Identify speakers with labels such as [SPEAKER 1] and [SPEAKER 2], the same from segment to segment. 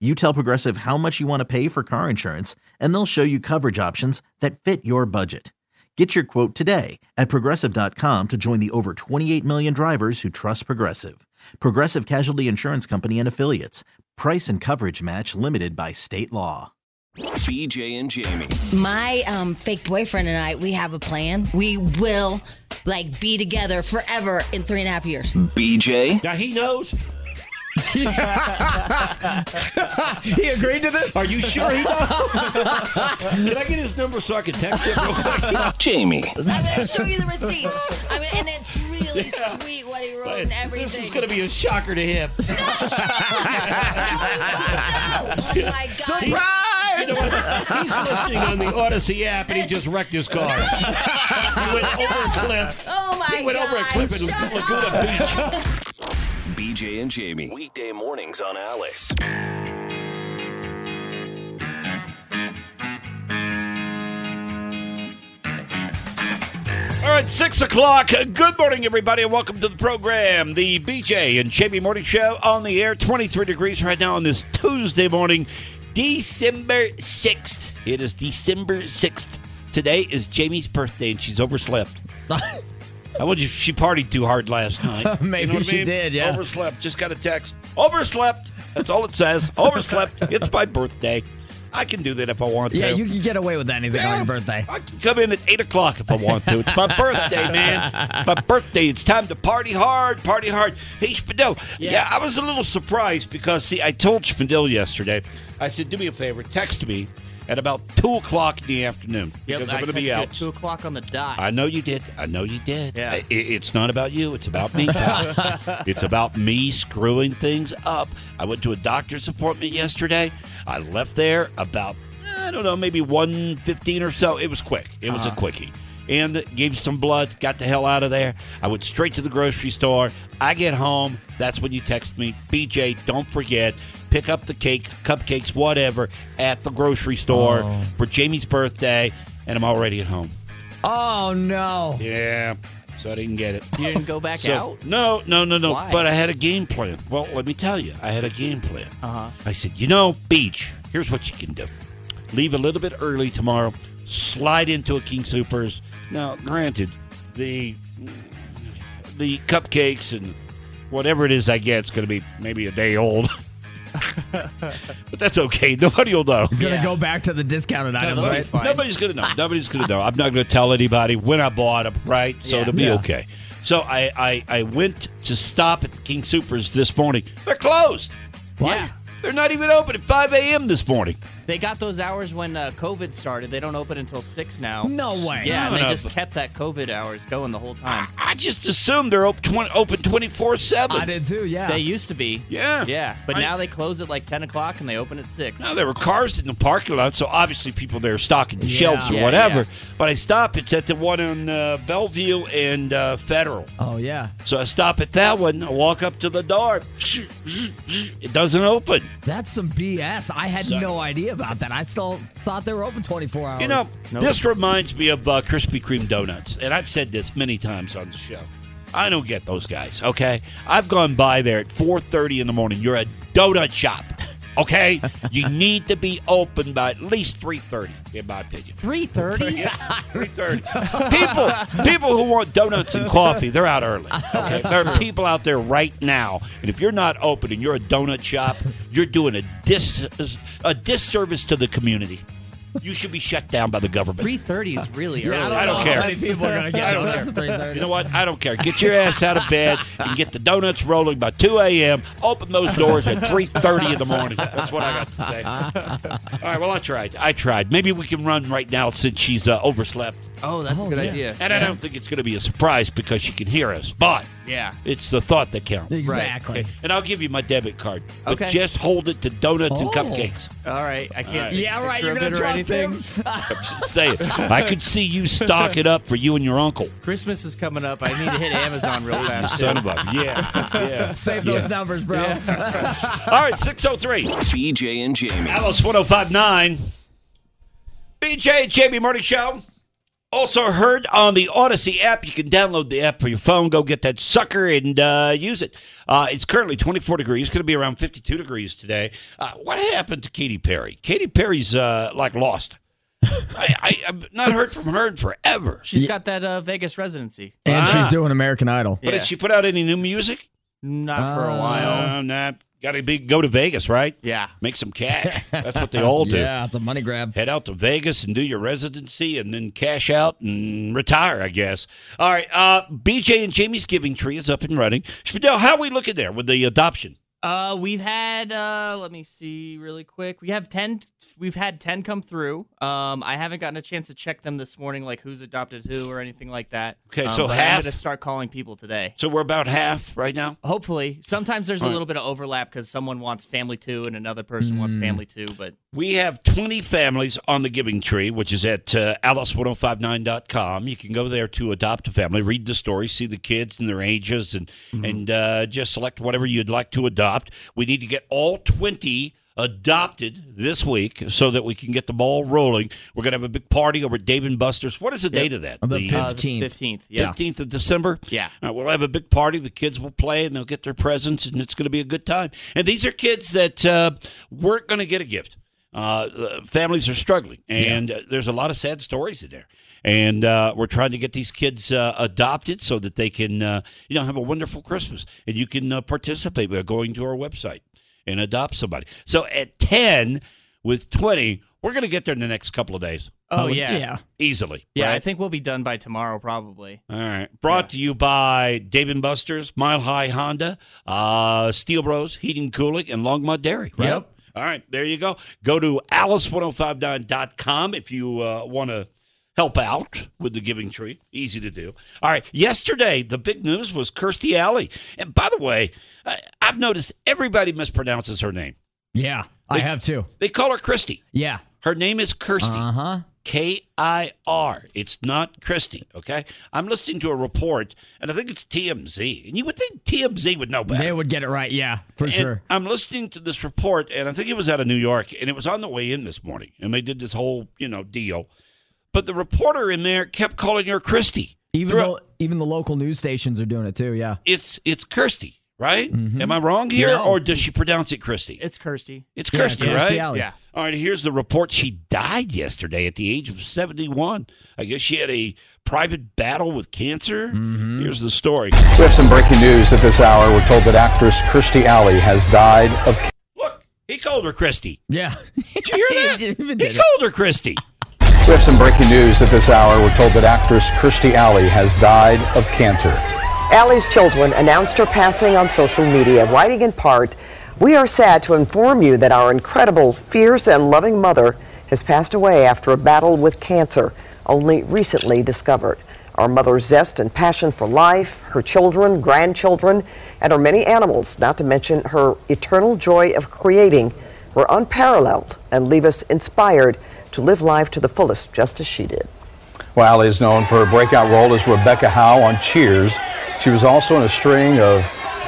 [SPEAKER 1] You tell Progressive how much you want to pay for car insurance, and they'll show you coverage options that fit your budget. Get your quote today at progressive.com to join the over 28 million drivers who trust Progressive. Progressive Casualty Insurance Company and Affiliates. Price and coverage match limited by state law.
[SPEAKER 2] BJ and Jamie.
[SPEAKER 3] My um, fake boyfriend and I, we have a plan. We will like be together forever in three and a half years.
[SPEAKER 2] BJ
[SPEAKER 4] Now he knows.
[SPEAKER 5] he agreed to this.
[SPEAKER 4] Are you sure he knows? can I get his number so I can text him real quick?
[SPEAKER 2] Jamie.
[SPEAKER 3] I'm gonna show you the receipts. I mean, and it's really sweet what he wrote and everything.
[SPEAKER 4] This is going to be a shocker to him.
[SPEAKER 3] Oh my god!
[SPEAKER 4] You know what? He's listening on the Odyssey app and he just wrecked his car. he went over a cliff.
[SPEAKER 3] Oh my god!
[SPEAKER 4] He went over a cliff in
[SPEAKER 3] Shut
[SPEAKER 4] Laguna Beach.
[SPEAKER 2] BJ and Jamie. Weekday mornings on Alice.
[SPEAKER 4] All right, six o'clock. Good morning, everybody, and welcome to the program, the BJ and Jamie Morning Show on the air. Twenty-three degrees right now on this Tuesday morning, December sixth. It is December sixth. Today is Jamie's birthday, and she's overslept. I wonder if she partied too hard last night.
[SPEAKER 5] Maybe she did, yeah.
[SPEAKER 4] overslept. Just got a text. Overslept. That's all it says. Overslept. it's my birthday. I can do that if I want
[SPEAKER 5] yeah,
[SPEAKER 4] to.
[SPEAKER 5] you can get away with anything on your birthday.
[SPEAKER 4] I can come in at eight o'clock if I want to. It's my birthday, man. My birthday. It's time to party hard, party hard. Hey, Spadil. Yeah. I was a little surprised because see, I told Spadil yesterday. I said, "Do me a favor, text me at about two o'clock in the afternoon because I'm going to be out."
[SPEAKER 6] two o'clock on the dot.
[SPEAKER 4] I know you did. I know you did. Yeah. it's not about you. It's about me. pal. it's about me screwing things up. I went to a doctor's appointment yesterday. I left there about I don't know, maybe one fifteen or so. It was quick. It was a quickie. And gave some blood. Got the hell out of there. I went straight to the grocery store. I get home. That's when you text me, BJ. Don't forget. Pick up the cake, cupcakes, whatever, at the grocery store for Jamie's birthday, and I'm already at home.
[SPEAKER 5] Oh no.
[SPEAKER 4] Yeah. So I didn't get it.
[SPEAKER 6] you didn't go back
[SPEAKER 4] So-
[SPEAKER 6] out.
[SPEAKER 4] No, no, no, no.
[SPEAKER 6] Why?
[SPEAKER 4] But I had a game plan. Well, let me tell you, I had a game plan. Uh-huh. I said, you know, Beach, here's what you can do. Leave a little bit early tomorrow, slide into a King Supers. Now, granted, the the cupcakes and whatever it is I get, it's going to be maybe a day old. but that's okay. Nobody will know.
[SPEAKER 5] Gonna go back to the discounted items,
[SPEAKER 6] that'll be
[SPEAKER 5] right?
[SPEAKER 6] fine.
[SPEAKER 4] Nobody's gonna know. Nobody's gonna know. I'm not gonna tell anybody when I bought them, right? So it'll be
[SPEAKER 5] Yeah.
[SPEAKER 4] okay. So I, I I went to stop at the King Supers this morning. They're closed.
[SPEAKER 6] Yeah,
[SPEAKER 4] They're not even open at 5 a.m. this morning.
[SPEAKER 6] they got those hours when uh, COVID started. They don't open until six now.
[SPEAKER 5] No way.
[SPEAKER 6] Yeah, and they
[SPEAKER 4] No,
[SPEAKER 6] just
[SPEAKER 4] but-
[SPEAKER 6] kept that COVID hours going the whole time.
[SPEAKER 4] I just assumed they're open 20, open 24
[SPEAKER 5] I
[SPEAKER 4] 7.
[SPEAKER 5] did too. Yeah.
[SPEAKER 6] They used to be.
[SPEAKER 4] Yeah.
[SPEAKER 6] Yeah, but
[SPEAKER 4] I-
[SPEAKER 6] now they close at like ten o'clock and they open at six.
[SPEAKER 4] Now there were cars in the parking lot, so obviously people there stocking the
[SPEAKER 5] Yeah.
[SPEAKER 4] shelves or
[SPEAKER 6] Yeah,
[SPEAKER 4] whatever.
[SPEAKER 6] yeah.
[SPEAKER 4] But I stop. It's at the one on uh, Bellevue and uh, Federal.
[SPEAKER 5] oh yeah.
[SPEAKER 4] So I stop at that one. I walk up to the door. It doesn't open.
[SPEAKER 5] That's some BS. I had no idea about that. I still thought they were open 24 hours.
[SPEAKER 4] You know, this reminds me of uh, Krispy Kreme donuts, and I've said this many times on the show. I don't get those guys. Okay, I've gone by there at four thirty in the morning. You're a donut shop. Okay, you need to be open by at least three thirty, in my opinion.
[SPEAKER 6] Three thirty.
[SPEAKER 4] Three thirty. people, people who want donuts and coffee, they're out early. Okay, there are people out there right now, and if you're not open and you're a donut shop, you're doing a dis a disservice to the community. You should be shut down by the government.
[SPEAKER 6] Three thirty is really
[SPEAKER 4] I
[SPEAKER 6] early.
[SPEAKER 4] don't, care.
[SPEAKER 5] people are gonna get
[SPEAKER 7] Oh,
[SPEAKER 4] I don't
[SPEAKER 5] those
[SPEAKER 4] care.
[SPEAKER 5] at 3:30.
[SPEAKER 4] You know what? I don't care. Get your ass out of bed and get the donuts rolling by 2 a.m. Open those doors at 3:30 in the morning. That's what I got to say. All right. Well, I tried. I tried. Maybe we can run right now since she's uh, overslept,
[SPEAKER 7] Oh, that's a good idea.
[SPEAKER 4] and I don't think it's going to be a surprise because she can hear us. But
[SPEAKER 7] Yeah.
[SPEAKER 4] it's the thought that counts.
[SPEAKER 5] Exactly.
[SPEAKER 4] Okay. And I'll give you my debit card, but
[SPEAKER 6] Okay.
[SPEAKER 4] just hold it to donuts and
[SPEAKER 5] Oh.
[SPEAKER 4] cupcakes.
[SPEAKER 6] All right, I can't. take
[SPEAKER 5] Yeah,
[SPEAKER 6] a
[SPEAKER 5] right.
[SPEAKER 6] picture
[SPEAKER 5] You're
[SPEAKER 6] of it
[SPEAKER 5] gonna
[SPEAKER 6] or
[SPEAKER 5] trust
[SPEAKER 6] anything.
[SPEAKER 5] him.
[SPEAKER 4] I'm just saying. I could see you stocking up for you and your uncle.
[SPEAKER 6] Christmas is coming up. I need to hit Amazon real
[SPEAKER 4] You
[SPEAKER 6] fast.
[SPEAKER 4] son of a yeah, yeah.
[SPEAKER 5] Save those numbers, bro.
[SPEAKER 4] All right, 603.
[SPEAKER 2] BJ and Jamie.
[SPEAKER 4] Alice 1059. BJ and Jamie Morning Show. Also heard on the Odyssey app. You can download the app for your phone. Go get that sucker and uh, use it. Uh, it's currently 24 degrees. It's going to be around 52 degrees today. Uh, what happened to Katy Perry? Katy Perry's uh, like lost. I, I, I've not heard from her in forever.
[SPEAKER 6] She's got that uh, Vegas residency.
[SPEAKER 5] And
[SPEAKER 4] Ah.
[SPEAKER 5] she's doing American Idol.
[SPEAKER 4] But did she put out any new music?
[SPEAKER 6] Not for a while.
[SPEAKER 4] Uh, nah. Got to be go to Vegas, right?
[SPEAKER 6] Yeah.
[SPEAKER 4] Make some cash. That's what they all do.
[SPEAKER 5] Yeah, it's a money grab.
[SPEAKER 4] head out to Vegas and do your residency and then cash out and retire, I guess. All right. Uh, BJ and Jamie's Giving Tree is up and running. Fidel, how are we looking there with the adoption?
[SPEAKER 6] Uh, we've had uh, let me see really quick. We have ten. We've had ten come through. Um, I haven't gotten a chance to check them this morning, like who's adopted who or anything like that.
[SPEAKER 4] Okay,
[SPEAKER 6] Um,
[SPEAKER 4] so
[SPEAKER 6] but
[SPEAKER 4] half-
[SPEAKER 6] I'm gonna start calling people today.
[SPEAKER 4] So we're about half right now.
[SPEAKER 6] Hopefully, sometimes there's a little bit of overlap because someone wants family two and another person
[SPEAKER 5] Mm.
[SPEAKER 6] wants family two, but
[SPEAKER 4] We have 20 families on the Giving Tree, which is at uh, alice1059.com. You can go there to adopt a family, read the story, see the kids and their ages, and, and uh, just select whatever you'd like to adopt. We need to get all 20 adopted this week so that we can get the ball rolling. We're going to have a big party over at Dave and Buster's. What is the date of that?
[SPEAKER 5] The
[SPEAKER 6] uh, the
[SPEAKER 5] 15th.
[SPEAKER 6] 15th, yeah.
[SPEAKER 4] 15th of December.
[SPEAKER 6] Yeah.
[SPEAKER 4] All right, we'll have a big party. The kids will play and they'll get their presents, and it's going to be a good time. And these are kids that uh, weren't going to get a gift. Uh, the families are struggling, and uh, there's a lot of sad stories in there. And uh, we're trying to get these kids uh, adopted so that they can, uh, you know, have a wonderful Christmas. And you can uh, participate by going to our website and adopt somebody. So at 10 with 20, we're going to get there in the next couple of days
[SPEAKER 6] Oh, yeah.
[SPEAKER 5] yeah.
[SPEAKER 6] Yeah,
[SPEAKER 4] easily.
[SPEAKER 6] I
[SPEAKER 4] right?
[SPEAKER 6] think we'll be done by tomorrow probably.
[SPEAKER 4] All right. Brought to you by Dave and Buster's, Mile High Honda, uh, Steel Bros, Heating Cooling, and Longmont Dairy. Right?
[SPEAKER 5] Yep.
[SPEAKER 4] All right. There you go. Go to alice1059.com if you uh, want to help out with the Giving Tree. Easy to do. All right. Yesterday, the big news was Kirstie Alley. And by the way, I, I've noticed everybody mispronounces her name.
[SPEAKER 5] Yeah. I have too.
[SPEAKER 4] They call her Christy.
[SPEAKER 5] Yeah.
[SPEAKER 4] Her name is Kirsty.
[SPEAKER 5] Uh huh.
[SPEAKER 4] K I R. It's not Christie, okay? I'm listening to a report, and I think it's TMZ. And you would think TMZ would know better.
[SPEAKER 5] They would get it right. Yeah, for
[SPEAKER 4] And
[SPEAKER 5] sure.
[SPEAKER 4] I'm listening to this report, and I think it was out of New York, and it was on the way in this morning, and they did this whole, you know, deal. But the reporter in there kept calling her Christie.
[SPEAKER 5] Even
[SPEAKER 4] throughout-
[SPEAKER 5] though even the local news stations are doing it too. Yeah.
[SPEAKER 4] it's it's Kirsty, right? Am I wrong here,
[SPEAKER 5] Mm-hmm. No.
[SPEAKER 4] or does she pronounce it Christie?
[SPEAKER 6] It's Kirsty.
[SPEAKER 4] It's Kirsty,
[SPEAKER 5] Kirstie
[SPEAKER 4] right?
[SPEAKER 5] Alley. Yeah.
[SPEAKER 4] All right, here's the report. She died yesterday at the age of 71. I guess she had a private battle with cancer.
[SPEAKER 5] Mm-hmm.
[SPEAKER 4] Here's the story.
[SPEAKER 8] We have some breaking news at this hour. We're told that actress Kirstie Alley has died of
[SPEAKER 4] Look, he called her Christy.
[SPEAKER 5] Yeah.
[SPEAKER 4] Did you hear that?
[SPEAKER 5] He didn't even
[SPEAKER 4] he
[SPEAKER 5] did it.
[SPEAKER 4] called her Christy.
[SPEAKER 8] We have some breaking news at this hour. We're told that actress Kirstie Alley has died of cancer.
[SPEAKER 9] Allie's children announced her passing on social media, writing in part, We are sad to inform you that our incredible, fierce, and loving mother has passed away after a battle with cancer, only recently discovered. Our mother's zest and passion for life, her children, grandchildren, and her many animals, not to mention her eternal joy of creating, were unparalleled and leave us inspired to live life to the fullest, just as she did.
[SPEAKER 8] Well, Alley is known for her breakout role as Rebecca Howe on Cheers. She was also in a string of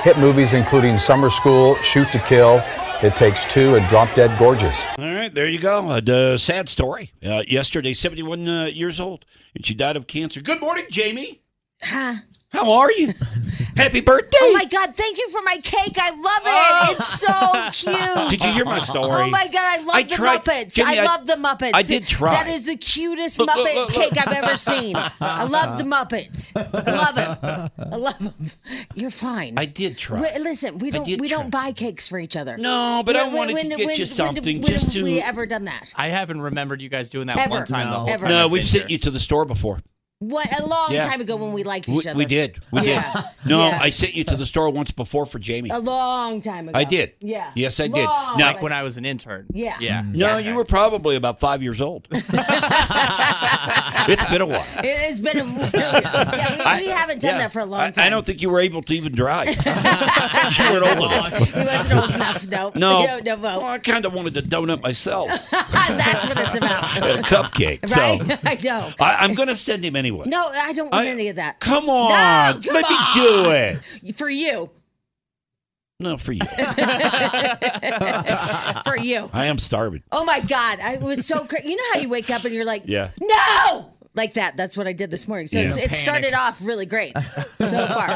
[SPEAKER 8] hit movies including Summer School, Shoot to Kill, It Takes Two, and Drop Dead Gorgeous.
[SPEAKER 4] All right, there you go. A uh, sad story. Uh, yesterday, 71 uh, years old, and she died of cancer. Good morning, Jamie. How are you? Happy birthday.
[SPEAKER 3] Oh my God, thank you for my cake. I love it. It's so cute.
[SPEAKER 4] Did you hear my story?
[SPEAKER 3] Oh my God, I love
[SPEAKER 4] I
[SPEAKER 3] the
[SPEAKER 4] tried-
[SPEAKER 3] Muppets.
[SPEAKER 4] Jimmy,
[SPEAKER 3] I,
[SPEAKER 4] I-
[SPEAKER 3] love the Muppets.
[SPEAKER 4] I did try.
[SPEAKER 3] That is the cutest
[SPEAKER 4] Look,
[SPEAKER 3] Muppet
[SPEAKER 4] look, look, look.
[SPEAKER 3] cake I've ever seen. I love the Muppets. Love them. I love them. You're fine.
[SPEAKER 4] I did try.
[SPEAKER 3] Wait, listen, we
[SPEAKER 4] I
[SPEAKER 3] don't
[SPEAKER 4] did
[SPEAKER 3] we don't
[SPEAKER 4] try.
[SPEAKER 3] buy cakes for each other.
[SPEAKER 4] No, but I wanted to get you
[SPEAKER 3] did-
[SPEAKER 4] something
[SPEAKER 3] when
[SPEAKER 4] just
[SPEAKER 3] have we
[SPEAKER 4] to-
[SPEAKER 3] ever done that?
[SPEAKER 6] I haven't remembered you guys doing that
[SPEAKER 3] Ever.
[SPEAKER 6] one time the whole
[SPEAKER 3] No. Ever.
[SPEAKER 6] time.
[SPEAKER 4] No,
[SPEAKER 6] I've
[SPEAKER 4] we've
[SPEAKER 6] been
[SPEAKER 4] sent
[SPEAKER 6] here.
[SPEAKER 4] you to the store before.
[SPEAKER 3] What a long
[SPEAKER 4] Yeah.
[SPEAKER 3] time ago when we liked
[SPEAKER 4] We,
[SPEAKER 3] each other.
[SPEAKER 4] we did. We
[SPEAKER 3] Yeah.
[SPEAKER 4] did. No,
[SPEAKER 3] Yeah.
[SPEAKER 4] I sent you to the store once before for Jamie.
[SPEAKER 3] A long time ago.
[SPEAKER 4] I did.
[SPEAKER 3] Yeah.
[SPEAKER 4] Yes, I did.
[SPEAKER 3] Long
[SPEAKER 4] Now- Mm-hmm.
[SPEAKER 3] time.
[SPEAKER 6] Like when I was an intern.
[SPEAKER 3] Yeah.
[SPEAKER 6] Yeah.
[SPEAKER 4] No, you were probably about five years old. it's been a while.
[SPEAKER 3] It has been a really, yeah, we, we haven't done
[SPEAKER 4] Yeah.
[SPEAKER 3] that for a
[SPEAKER 4] I-
[SPEAKER 3] long time.
[SPEAKER 4] I don't think you were able to even drive. you weren't old enough.
[SPEAKER 3] He wasn't old enough. No.
[SPEAKER 4] No,
[SPEAKER 3] You don't know
[SPEAKER 4] Well,
[SPEAKER 3] vote.
[SPEAKER 4] I kind of wanted a donut myself
[SPEAKER 3] That's what it's about.
[SPEAKER 4] and a cupcake.
[SPEAKER 3] Right?
[SPEAKER 4] So
[SPEAKER 3] I know.
[SPEAKER 4] I, I'm going to send him anyway.
[SPEAKER 3] No, I don't want
[SPEAKER 4] I-
[SPEAKER 3] any of that.
[SPEAKER 4] Come on,
[SPEAKER 3] come
[SPEAKER 4] let me do it.
[SPEAKER 3] For you.
[SPEAKER 4] No, for you.
[SPEAKER 3] For you.
[SPEAKER 4] I am starving.
[SPEAKER 3] Oh my God. I was so crazy. You know how you wake up and you're like,
[SPEAKER 4] Yeah.
[SPEAKER 3] no! Like that. That's what I did this morning. So it's, it started off really great so far.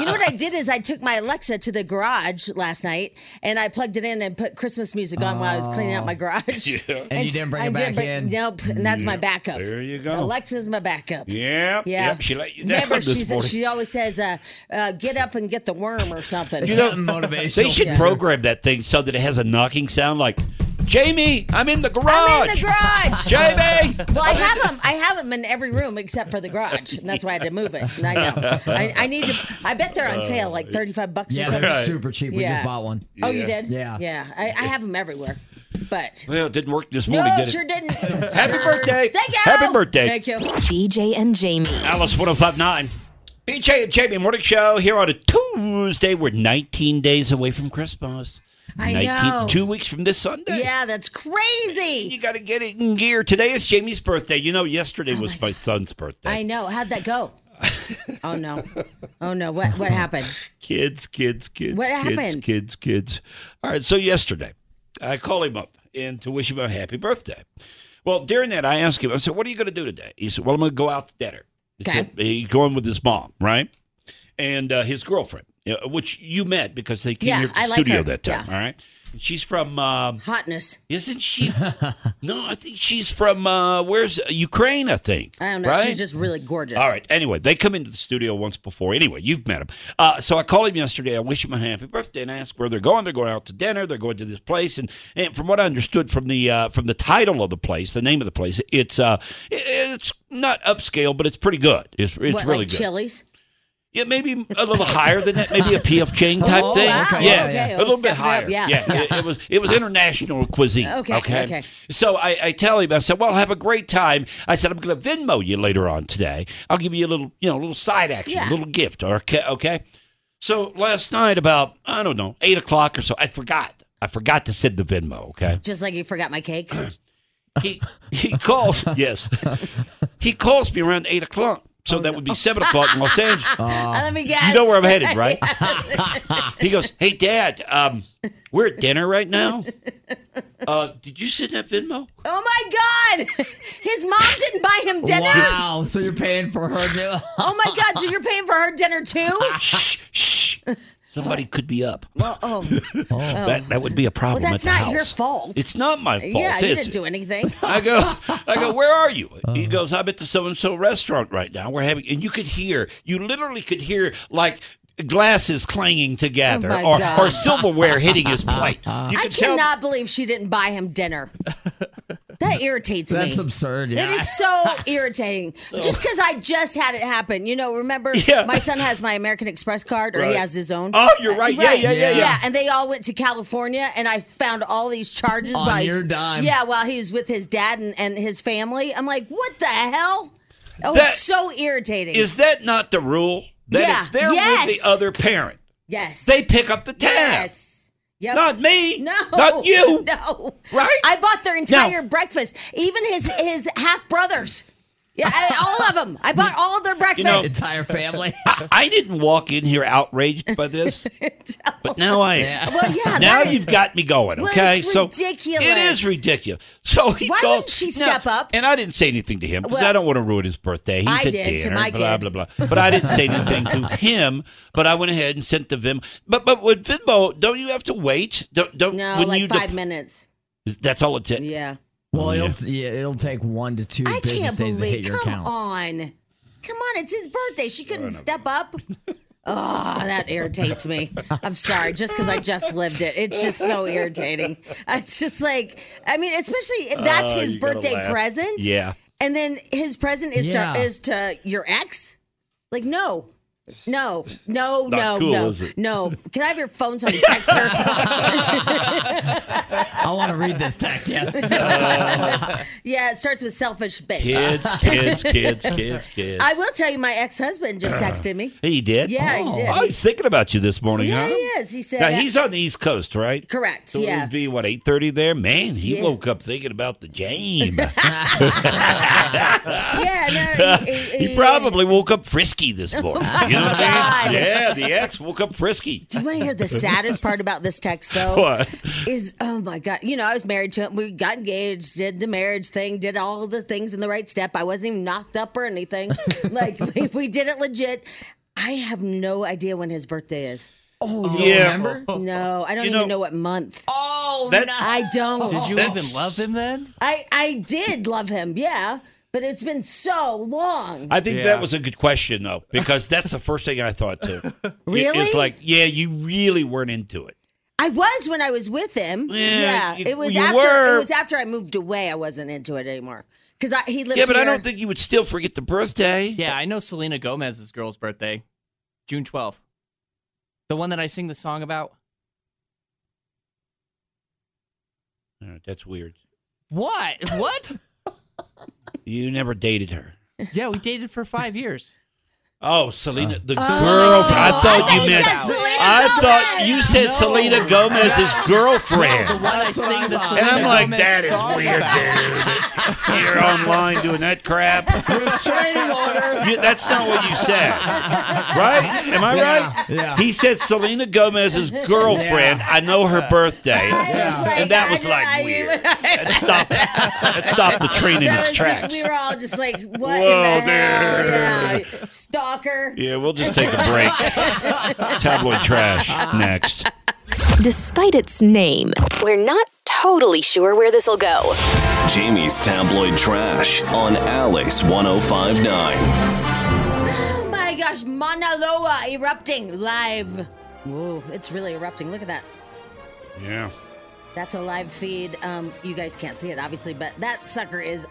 [SPEAKER 3] you know what I did is I took my Alexa to the garage last night and I plugged it in and put Christmas music on while I was cleaning out my garage.
[SPEAKER 4] Yeah.
[SPEAKER 5] Oh. And you didn't bring
[SPEAKER 3] I
[SPEAKER 5] it
[SPEAKER 3] did
[SPEAKER 5] back
[SPEAKER 3] bring-
[SPEAKER 5] in.
[SPEAKER 3] Nope. And that's my backup.
[SPEAKER 4] There you go.
[SPEAKER 3] Alexa's my backup.
[SPEAKER 4] Yeah.
[SPEAKER 3] Yeah.
[SPEAKER 4] Yep, she let you down
[SPEAKER 3] Remember,
[SPEAKER 4] this
[SPEAKER 3] she's,
[SPEAKER 4] morning.
[SPEAKER 3] she always says, uh, uh, get up and get the worm or something.
[SPEAKER 4] You know,
[SPEAKER 5] Motivational
[SPEAKER 4] They should
[SPEAKER 5] speaker.
[SPEAKER 4] program that thing so that it has a knocking sound like, Jamie, I'm in the garage.
[SPEAKER 3] I'm in the garage.
[SPEAKER 4] Jamie.
[SPEAKER 3] Well, I have them. I have them in every room except for the garage, and that's why I had to move it. I know. I, I need to. I bet they're
[SPEAKER 4] Oh,
[SPEAKER 3] on sale, like thirty-five bucks.
[SPEAKER 5] Yeah,
[SPEAKER 3] or something.
[SPEAKER 5] they're super cheap. We
[SPEAKER 3] Yeah.
[SPEAKER 5] just bought one.
[SPEAKER 3] Oh, you did?
[SPEAKER 5] Yeah.
[SPEAKER 3] Yeah. I, I have them everywhere, but
[SPEAKER 4] Well, it didn't work this
[SPEAKER 3] no,
[SPEAKER 4] morning,
[SPEAKER 3] it
[SPEAKER 4] did it?
[SPEAKER 3] sure didn't.
[SPEAKER 4] Happy
[SPEAKER 3] Sure.
[SPEAKER 4] birthday.
[SPEAKER 3] Thank you.
[SPEAKER 4] Happy birthday.
[SPEAKER 3] Thank you.
[SPEAKER 7] BJ and Jamie.
[SPEAKER 4] Alice 1059. BJ and Jamie Morning Show here on a Tuesday. We're 19 days away from Christmas.
[SPEAKER 3] I know.
[SPEAKER 4] Two weeks from this Sunday.
[SPEAKER 3] Yeah, that's crazy.
[SPEAKER 4] You got to get it in gear. Today is Jamie's birthday. You know,
[SPEAKER 3] Oh
[SPEAKER 4] yesterday was my, son's birthday.
[SPEAKER 3] I know. How'd that go? Oh no. Oh no. What what happened?
[SPEAKER 4] kids, kids, kids,
[SPEAKER 3] What
[SPEAKER 4] kids,
[SPEAKER 3] happened?
[SPEAKER 4] kids, kids. All right. So yesterday, I call him up and to wish him a happy birthday. Well, during that, I asked him. I said, "What are you going to do today?" He said, "Well, I'm going to go out to dinner." He
[SPEAKER 3] Okay.
[SPEAKER 4] said, He's going with his mom, right? And uh, his girlfriend, uh, which you met because they came
[SPEAKER 3] Yeah,
[SPEAKER 4] here to the
[SPEAKER 3] I like
[SPEAKER 4] studio
[SPEAKER 3] her.
[SPEAKER 4] that time. All right. And she's from. Um,
[SPEAKER 3] Hotness.
[SPEAKER 4] isn't she? no, I think she's from. Uh, where's Ukraine? I think.
[SPEAKER 3] I don't know.
[SPEAKER 4] Right?
[SPEAKER 3] She's just really gorgeous.
[SPEAKER 4] All right. Anyway, they come into the studio once before. Anyway, you've met him. Uh, so I called him yesterday. I wish him a happy birthday and I asked where they're going. They're going out to dinner. They're going to this place. And, and from what I understood from the uh, from the title of the place, the name of the place, it's uh, i- it's not upscale, but it's pretty good. It's, it's
[SPEAKER 3] what
[SPEAKER 4] really
[SPEAKER 3] like
[SPEAKER 4] good.
[SPEAKER 3] chilies?
[SPEAKER 4] Yeah, maybe a little higher than that. Maybe a PF Chang type
[SPEAKER 5] Oh,
[SPEAKER 4] thing.
[SPEAKER 5] wow, okay,
[SPEAKER 4] yeah,
[SPEAKER 5] okay.
[SPEAKER 4] a little
[SPEAKER 3] Step it
[SPEAKER 4] bit
[SPEAKER 3] up,
[SPEAKER 4] higher.
[SPEAKER 3] yeah,
[SPEAKER 4] It, it was it was international cuisine.
[SPEAKER 3] Okay, okay.
[SPEAKER 4] So I, I tell him, I said, "Well, have a great time." I said, "I'm going to Venmo you later on today. I'll give you a little, you know, a little side action,
[SPEAKER 3] Yeah.
[SPEAKER 4] a little gift, or ca- okay." So last night, about I don't know, eight o'clock or so, I forgot. I forgot to send the Venmo. Okay.
[SPEAKER 3] Just like you forgot my cake.
[SPEAKER 4] He he calls. yes. He calls me around eight o'clock. So that would be seven o'clock in Los Angeles.
[SPEAKER 3] Oh, Uh, Let me guess.
[SPEAKER 4] You know where I'm headed, right? he goes, "Hey, Dad, um, we're at dinner right now. Uh, did you send that Venmo?
[SPEAKER 3] Oh my God! His mom didn't buy him dinner.
[SPEAKER 5] Wow. So you're paying for her to
[SPEAKER 3] Oh my God! So you're paying for her dinner too?
[SPEAKER 4] shh, shh. Somebody could be up.
[SPEAKER 3] Well, oh,
[SPEAKER 4] That that would be a problem.
[SPEAKER 3] Well, that's
[SPEAKER 4] at the
[SPEAKER 3] not your
[SPEAKER 4] house.
[SPEAKER 3] fault.
[SPEAKER 4] It's not my fault.
[SPEAKER 3] yeah, you
[SPEAKER 4] is
[SPEAKER 3] didn't
[SPEAKER 4] it?
[SPEAKER 3] do anything.
[SPEAKER 4] I go, I go. Where are you?
[SPEAKER 5] Uh-huh.
[SPEAKER 4] He goes. I'm at the so and so restaurant right now. We're having, and you could hear. You literally could hear like glasses clanging together,
[SPEAKER 3] Oh my
[SPEAKER 4] or,
[SPEAKER 3] God.
[SPEAKER 4] or silverware hitting his plate. You
[SPEAKER 3] I
[SPEAKER 4] could tell-
[SPEAKER 3] cannot believe she didn't buy him dinner. That irritates
[SPEAKER 5] That's
[SPEAKER 3] me.
[SPEAKER 5] absurd.
[SPEAKER 3] It
[SPEAKER 5] Yeah.
[SPEAKER 3] is so irritating. Just because I just had it happen, you know. Remember,
[SPEAKER 4] Yeah.
[SPEAKER 3] my son has my American Express card, or he
[SPEAKER 4] Right.
[SPEAKER 3] has his own.
[SPEAKER 4] Oh, you're right. Yeah, yeah, yeah, yeah.
[SPEAKER 3] And they all went to California, and I found all these charges
[SPEAKER 5] On
[SPEAKER 3] while
[SPEAKER 5] your
[SPEAKER 3] he's,
[SPEAKER 5] dime.
[SPEAKER 3] Yeah, while he's with his dad and, and his family. I'm like, what the hell? Oh,
[SPEAKER 4] That-
[SPEAKER 3] it's so irritating.
[SPEAKER 4] Is that not the rule? That
[SPEAKER 3] Yeah.
[SPEAKER 4] if they're with
[SPEAKER 3] Yes.
[SPEAKER 4] the other parent,
[SPEAKER 3] yes.
[SPEAKER 4] they pick up the tab.
[SPEAKER 3] yes. Yep.
[SPEAKER 4] Not me.
[SPEAKER 3] No,
[SPEAKER 4] Not you.
[SPEAKER 3] No,
[SPEAKER 4] Right?
[SPEAKER 3] I bought their entire breakfast, even his his half brothers. Yeah, I, all of them. I bought all of their breakfast.
[SPEAKER 4] know-
[SPEAKER 5] Entire family.
[SPEAKER 4] I, I didn't walk in here outraged by this, but now I am.
[SPEAKER 3] well, yeah.
[SPEAKER 4] now
[SPEAKER 3] that is-
[SPEAKER 4] you've got me going.
[SPEAKER 3] Well,
[SPEAKER 4] Okay,
[SPEAKER 3] it's
[SPEAKER 4] so
[SPEAKER 3] ridiculous.
[SPEAKER 4] It is ridiculous. So he
[SPEAKER 3] Why
[SPEAKER 4] called-
[SPEAKER 3] wouldn't she step up?
[SPEAKER 4] And I didn't say anything to him because
[SPEAKER 3] Well,
[SPEAKER 4] I don't want to ruin his birthday. He's
[SPEAKER 3] I
[SPEAKER 4] a
[SPEAKER 3] did to
[SPEAKER 4] dear,
[SPEAKER 3] my
[SPEAKER 4] blah
[SPEAKER 3] kid.
[SPEAKER 4] blah blah. But I didn't say anything to him. But I went ahead and sent the Vim. But but with Venmo, don't you have to wait? Don't don't
[SPEAKER 3] No,
[SPEAKER 4] when
[SPEAKER 3] like
[SPEAKER 4] you
[SPEAKER 3] five
[SPEAKER 4] dep-
[SPEAKER 3] minutes.
[SPEAKER 4] That's all it takes.
[SPEAKER 3] Yeah.
[SPEAKER 5] Well, it'll yeah, it'll take one to two
[SPEAKER 3] I
[SPEAKER 5] business
[SPEAKER 3] can't
[SPEAKER 5] days to hit
[SPEAKER 3] believe.
[SPEAKER 5] your
[SPEAKER 3] Come
[SPEAKER 5] account.
[SPEAKER 3] on. Come on. It's his birthday. She couldn't step up. Oh, that irritates me. I'm sorry, just because I just lived it. It's just so irritating. It's just like, I mean, especially if that's
[SPEAKER 4] Oh,
[SPEAKER 3] his
[SPEAKER 4] you gotta
[SPEAKER 3] birthday
[SPEAKER 4] laugh.
[SPEAKER 3] present.
[SPEAKER 4] Yeah.
[SPEAKER 3] And then his present is
[SPEAKER 5] Yeah.
[SPEAKER 3] to is to your ex? Like no. No, no, no,
[SPEAKER 4] Not cool,
[SPEAKER 3] no,
[SPEAKER 4] is it?
[SPEAKER 3] no. Can I have your phone so I can text her?
[SPEAKER 5] I want to read this text. Yes.
[SPEAKER 3] yeah, it starts with selfish bitch.
[SPEAKER 4] Kids, kids, kids, kids, kids.
[SPEAKER 3] I will tell you, my ex husband just
[SPEAKER 4] Uh-huh.
[SPEAKER 3] texted me.
[SPEAKER 4] he did. Oh,
[SPEAKER 3] Yeah, he did.
[SPEAKER 4] I was thinking about you this morning.
[SPEAKER 3] Yeah,
[SPEAKER 4] huh?
[SPEAKER 3] he is. He said,
[SPEAKER 4] Now
[SPEAKER 3] uh,
[SPEAKER 4] he's on the East Coast, right?
[SPEAKER 3] correct.
[SPEAKER 4] So it
[SPEAKER 3] yeah.
[SPEAKER 4] would be what eight thirty there. Man, he
[SPEAKER 3] Yeah.
[SPEAKER 4] woke up thinking about the game.
[SPEAKER 3] yeah, no. He, he- uh, Oh
[SPEAKER 4] he probably woke up frisky this morning. You know what I
[SPEAKER 3] God.
[SPEAKER 4] mean? Yeah, the ex woke up frisky.
[SPEAKER 3] Do you want to hear the saddest part about this text, though?
[SPEAKER 4] What?
[SPEAKER 3] Is oh my god! You know, I was married to him. We got engaged, did the marriage thing, did all the things in the right step. I wasn't even knocked up or anything. like we, we did it legit. I have no idea when his birthday is.
[SPEAKER 5] Oh, you
[SPEAKER 4] Yeah.
[SPEAKER 5] yeah. remember?
[SPEAKER 3] No, I don't
[SPEAKER 4] You
[SPEAKER 3] even
[SPEAKER 4] know-
[SPEAKER 3] know what month.
[SPEAKER 6] Oh,
[SPEAKER 4] That-
[SPEAKER 6] no.
[SPEAKER 3] I don't.
[SPEAKER 6] Did you
[SPEAKER 4] That's-
[SPEAKER 6] even love him then?
[SPEAKER 3] I I did love him, yeah, but it's been so long.
[SPEAKER 4] I think
[SPEAKER 6] Yeah.
[SPEAKER 4] that was a good question though, because that's the first thing I thought too. It-
[SPEAKER 3] Really?
[SPEAKER 4] It's like, yeah, you really weren't into it.
[SPEAKER 3] I was when I was with him.
[SPEAKER 4] Yeah,
[SPEAKER 3] Yeah,
[SPEAKER 4] you-
[SPEAKER 3] it was
[SPEAKER 4] you
[SPEAKER 3] after
[SPEAKER 4] were.
[SPEAKER 3] it was after I moved away. I wasn't into it anymore because he lives
[SPEAKER 4] Yeah, but I
[SPEAKER 3] here.
[SPEAKER 4] don't think you would still forget the birthday.
[SPEAKER 6] Yeah, I know Selena Gomez's girl's birthday, June twelfth. The one that I sing the song about.
[SPEAKER 4] All right, that's weird.
[SPEAKER 6] What? What?
[SPEAKER 4] You never dated her.
[SPEAKER 6] yeah, we dated for five years.
[SPEAKER 4] Oh, Selena, the girlfriend. I thought
[SPEAKER 3] I
[SPEAKER 4] you
[SPEAKER 3] thought you
[SPEAKER 4] meant.
[SPEAKER 3] said Selena
[SPEAKER 4] I thought
[SPEAKER 3] Gomez.
[SPEAKER 4] you said Selena Gomez's girlfriend.
[SPEAKER 6] The one I sing the song.
[SPEAKER 4] And I'm like, that is weird, dude. You're online doing that crap. You- that's not what you said, right? Am I right?
[SPEAKER 5] yeah.
[SPEAKER 4] He said Selena Gomez's girlfriend. I know her birthday,
[SPEAKER 3] was like,
[SPEAKER 4] and that was
[SPEAKER 3] I-
[SPEAKER 4] like
[SPEAKER 3] I-
[SPEAKER 4] weird. That stopped. That stopped the train in
[SPEAKER 3] That
[SPEAKER 4] its
[SPEAKER 3] was
[SPEAKER 4] tracks.
[SPEAKER 3] just we were all just like, what
[SPEAKER 4] Whoa,
[SPEAKER 3] in the hell?
[SPEAKER 4] dude.
[SPEAKER 3] Yeah, stalker.
[SPEAKER 4] yeah, we'll just take a break. Tabloid trash next.
[SPEAKER 7] Despite its name, we're not totally sure where this will go.
[SPEAKER 2] Jamie's tabloid trash on Alice 1059.
[SPEAKER 3] Oh my gosh, Mauna Loa erupting live. Whoa, it's really erupting. Look at that.
[SPEAKER 4] Yeah.
[SPEAKER 3] That's a live feed. Um, you guys can't see it obviously, but that sucker is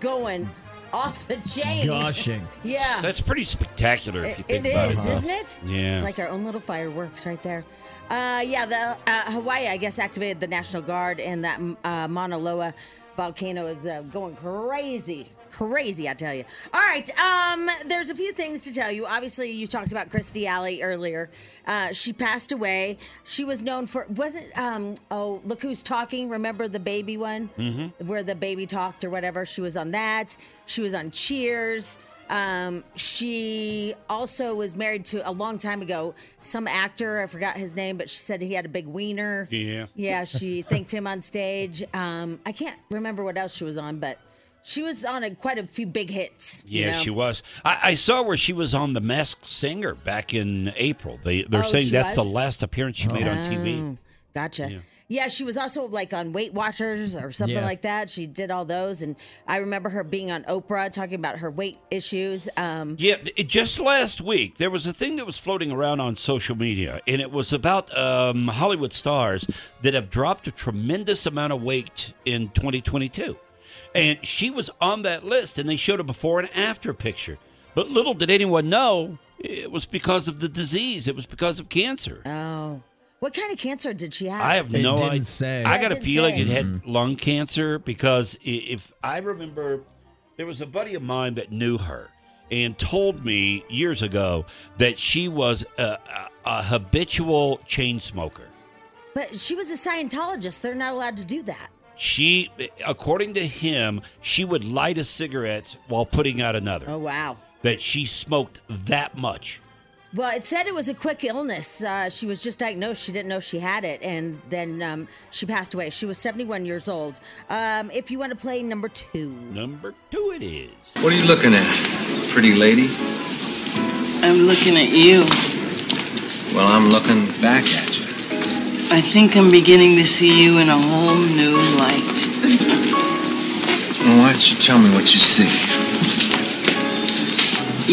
[SPEAKER 3] going off the chain.
[SPEAKER 5] Gushing.
[SPEAKER 3] Yeah.
[SPEAKER 4] That's pretty spectacular if you
[SPEAKER 3] It
[SPEAKER 4] think about
[SPEAKER 3] is,
[SPEAKER 4] it. Uh-huh.
[SPEAKER 3] isn't it?
[SPEAKER 4] Yeah.
[SPEAKER 3] It's like our own little fireworks right there. Uh, yeah, the uh, Hawaii, I guess, activated the National Guard, and that uh, Mauna Loa volcano is uh, going crazy. Crazy, I tell you. All right, um, there's a few things to tell you. Obviously, you talked about Christy Alley earlier. Uh, she passed away. She was known for wasn't um, oh look who's talking. Remember the baby one
[SPEAKER 4] Hmm. Mm-hmm.
[SPEAKER 3] where the baby talked or whatever. She was on that. She was on Cheers. Um, she also was married to a long time ago some actor. I forgot his name, but she said he had a big wiener.
[SPEAKER 4] Yeah.
[SPEAKER 3] Yeah, she thanked him on stage. Um, I can't remember what else she was on, but she was on a, quite a few big hits. you
[SPEAKER 4] Yeah,
[SPEAKER 3] know?
[SPEAKER 4] she was. I, I saw where she was on The Masked Singer back in April. They they're
[SPEAKER 3] Oh,
[SPEAKER 4] saying
[SPEAKER 3] she
[SPEAKER 4] that's
[SPEAKER 3] was? Oh,
[SPEAKER 4] the last appearance she made on TV.
[SPEAKER 3] Gotcha. Yeah. she was also like on Weight Watchers or something
[SPEAKER 5] Yeah.
[SPEAKER 3] like that. She did all those, and I remember her being on Oprah talking about her weight issues. Um,
[SPEAKER 4] Yeah, it, just last week there was a thing that was floating around on social media, and it was about um, Hollywood stars that have dropped a tremendous amount of weight in 2022, and she was on that list, and they showed a before and after picture. But little did anyone know it was because of the disease. It was because of cancer.
[SPEAKER 3] oh, what kind of cancer did she have?
[SPEAKER 4] I have
[SPEAKER 5] It
[SPEAKER 4] no
[SPEAKER 5] didn't
[SPEAKER 4] idea.
[SPEAKER 5] say. Mm-hmm.
[SPEAKER 4] I
[SPEAKER 3] Yeah,
[SPEAKER 4] got
[SPEAKER 3] it
[SPEAKER 4] a
[SPEAKER 3] didn't
[SPEAKER 4] feeling
[SPEAKER 3] say.
[SPEAKER 4] it had lung cancer because i- if I remember, there was a buddy of mine that knew her and told me years ago that she was a, a, a habitual chain smoker.
[SPEAKER 3] but she was a Scientologist. They're not allowed to do that.
[SPEAKER 4] She, according to him, she would light a cigarette while putting out another.
[SPEAKER 3] Oh wow!
[SPEAKER 4] That she smoked that much.
[SPEAKER 3] Well, it said it was a quick illness. Uh, she was just diagnosed. She didn't know she had it, and then um, she passed away. She was 71 years old. Um, if you want to play number two,
[SPEAKER 4] number two it is.
[SPEAKER 10] What are you looking at, pretty lady?
[SPEAKER 11] I'm looking at you.
[SPEAKER 10] Well, I'm looking back at you.
[SPEAKER 11] I think I'm beginning to see you in a whole new light.
[SPEAKER 10] Well, why don't you tell me what you see?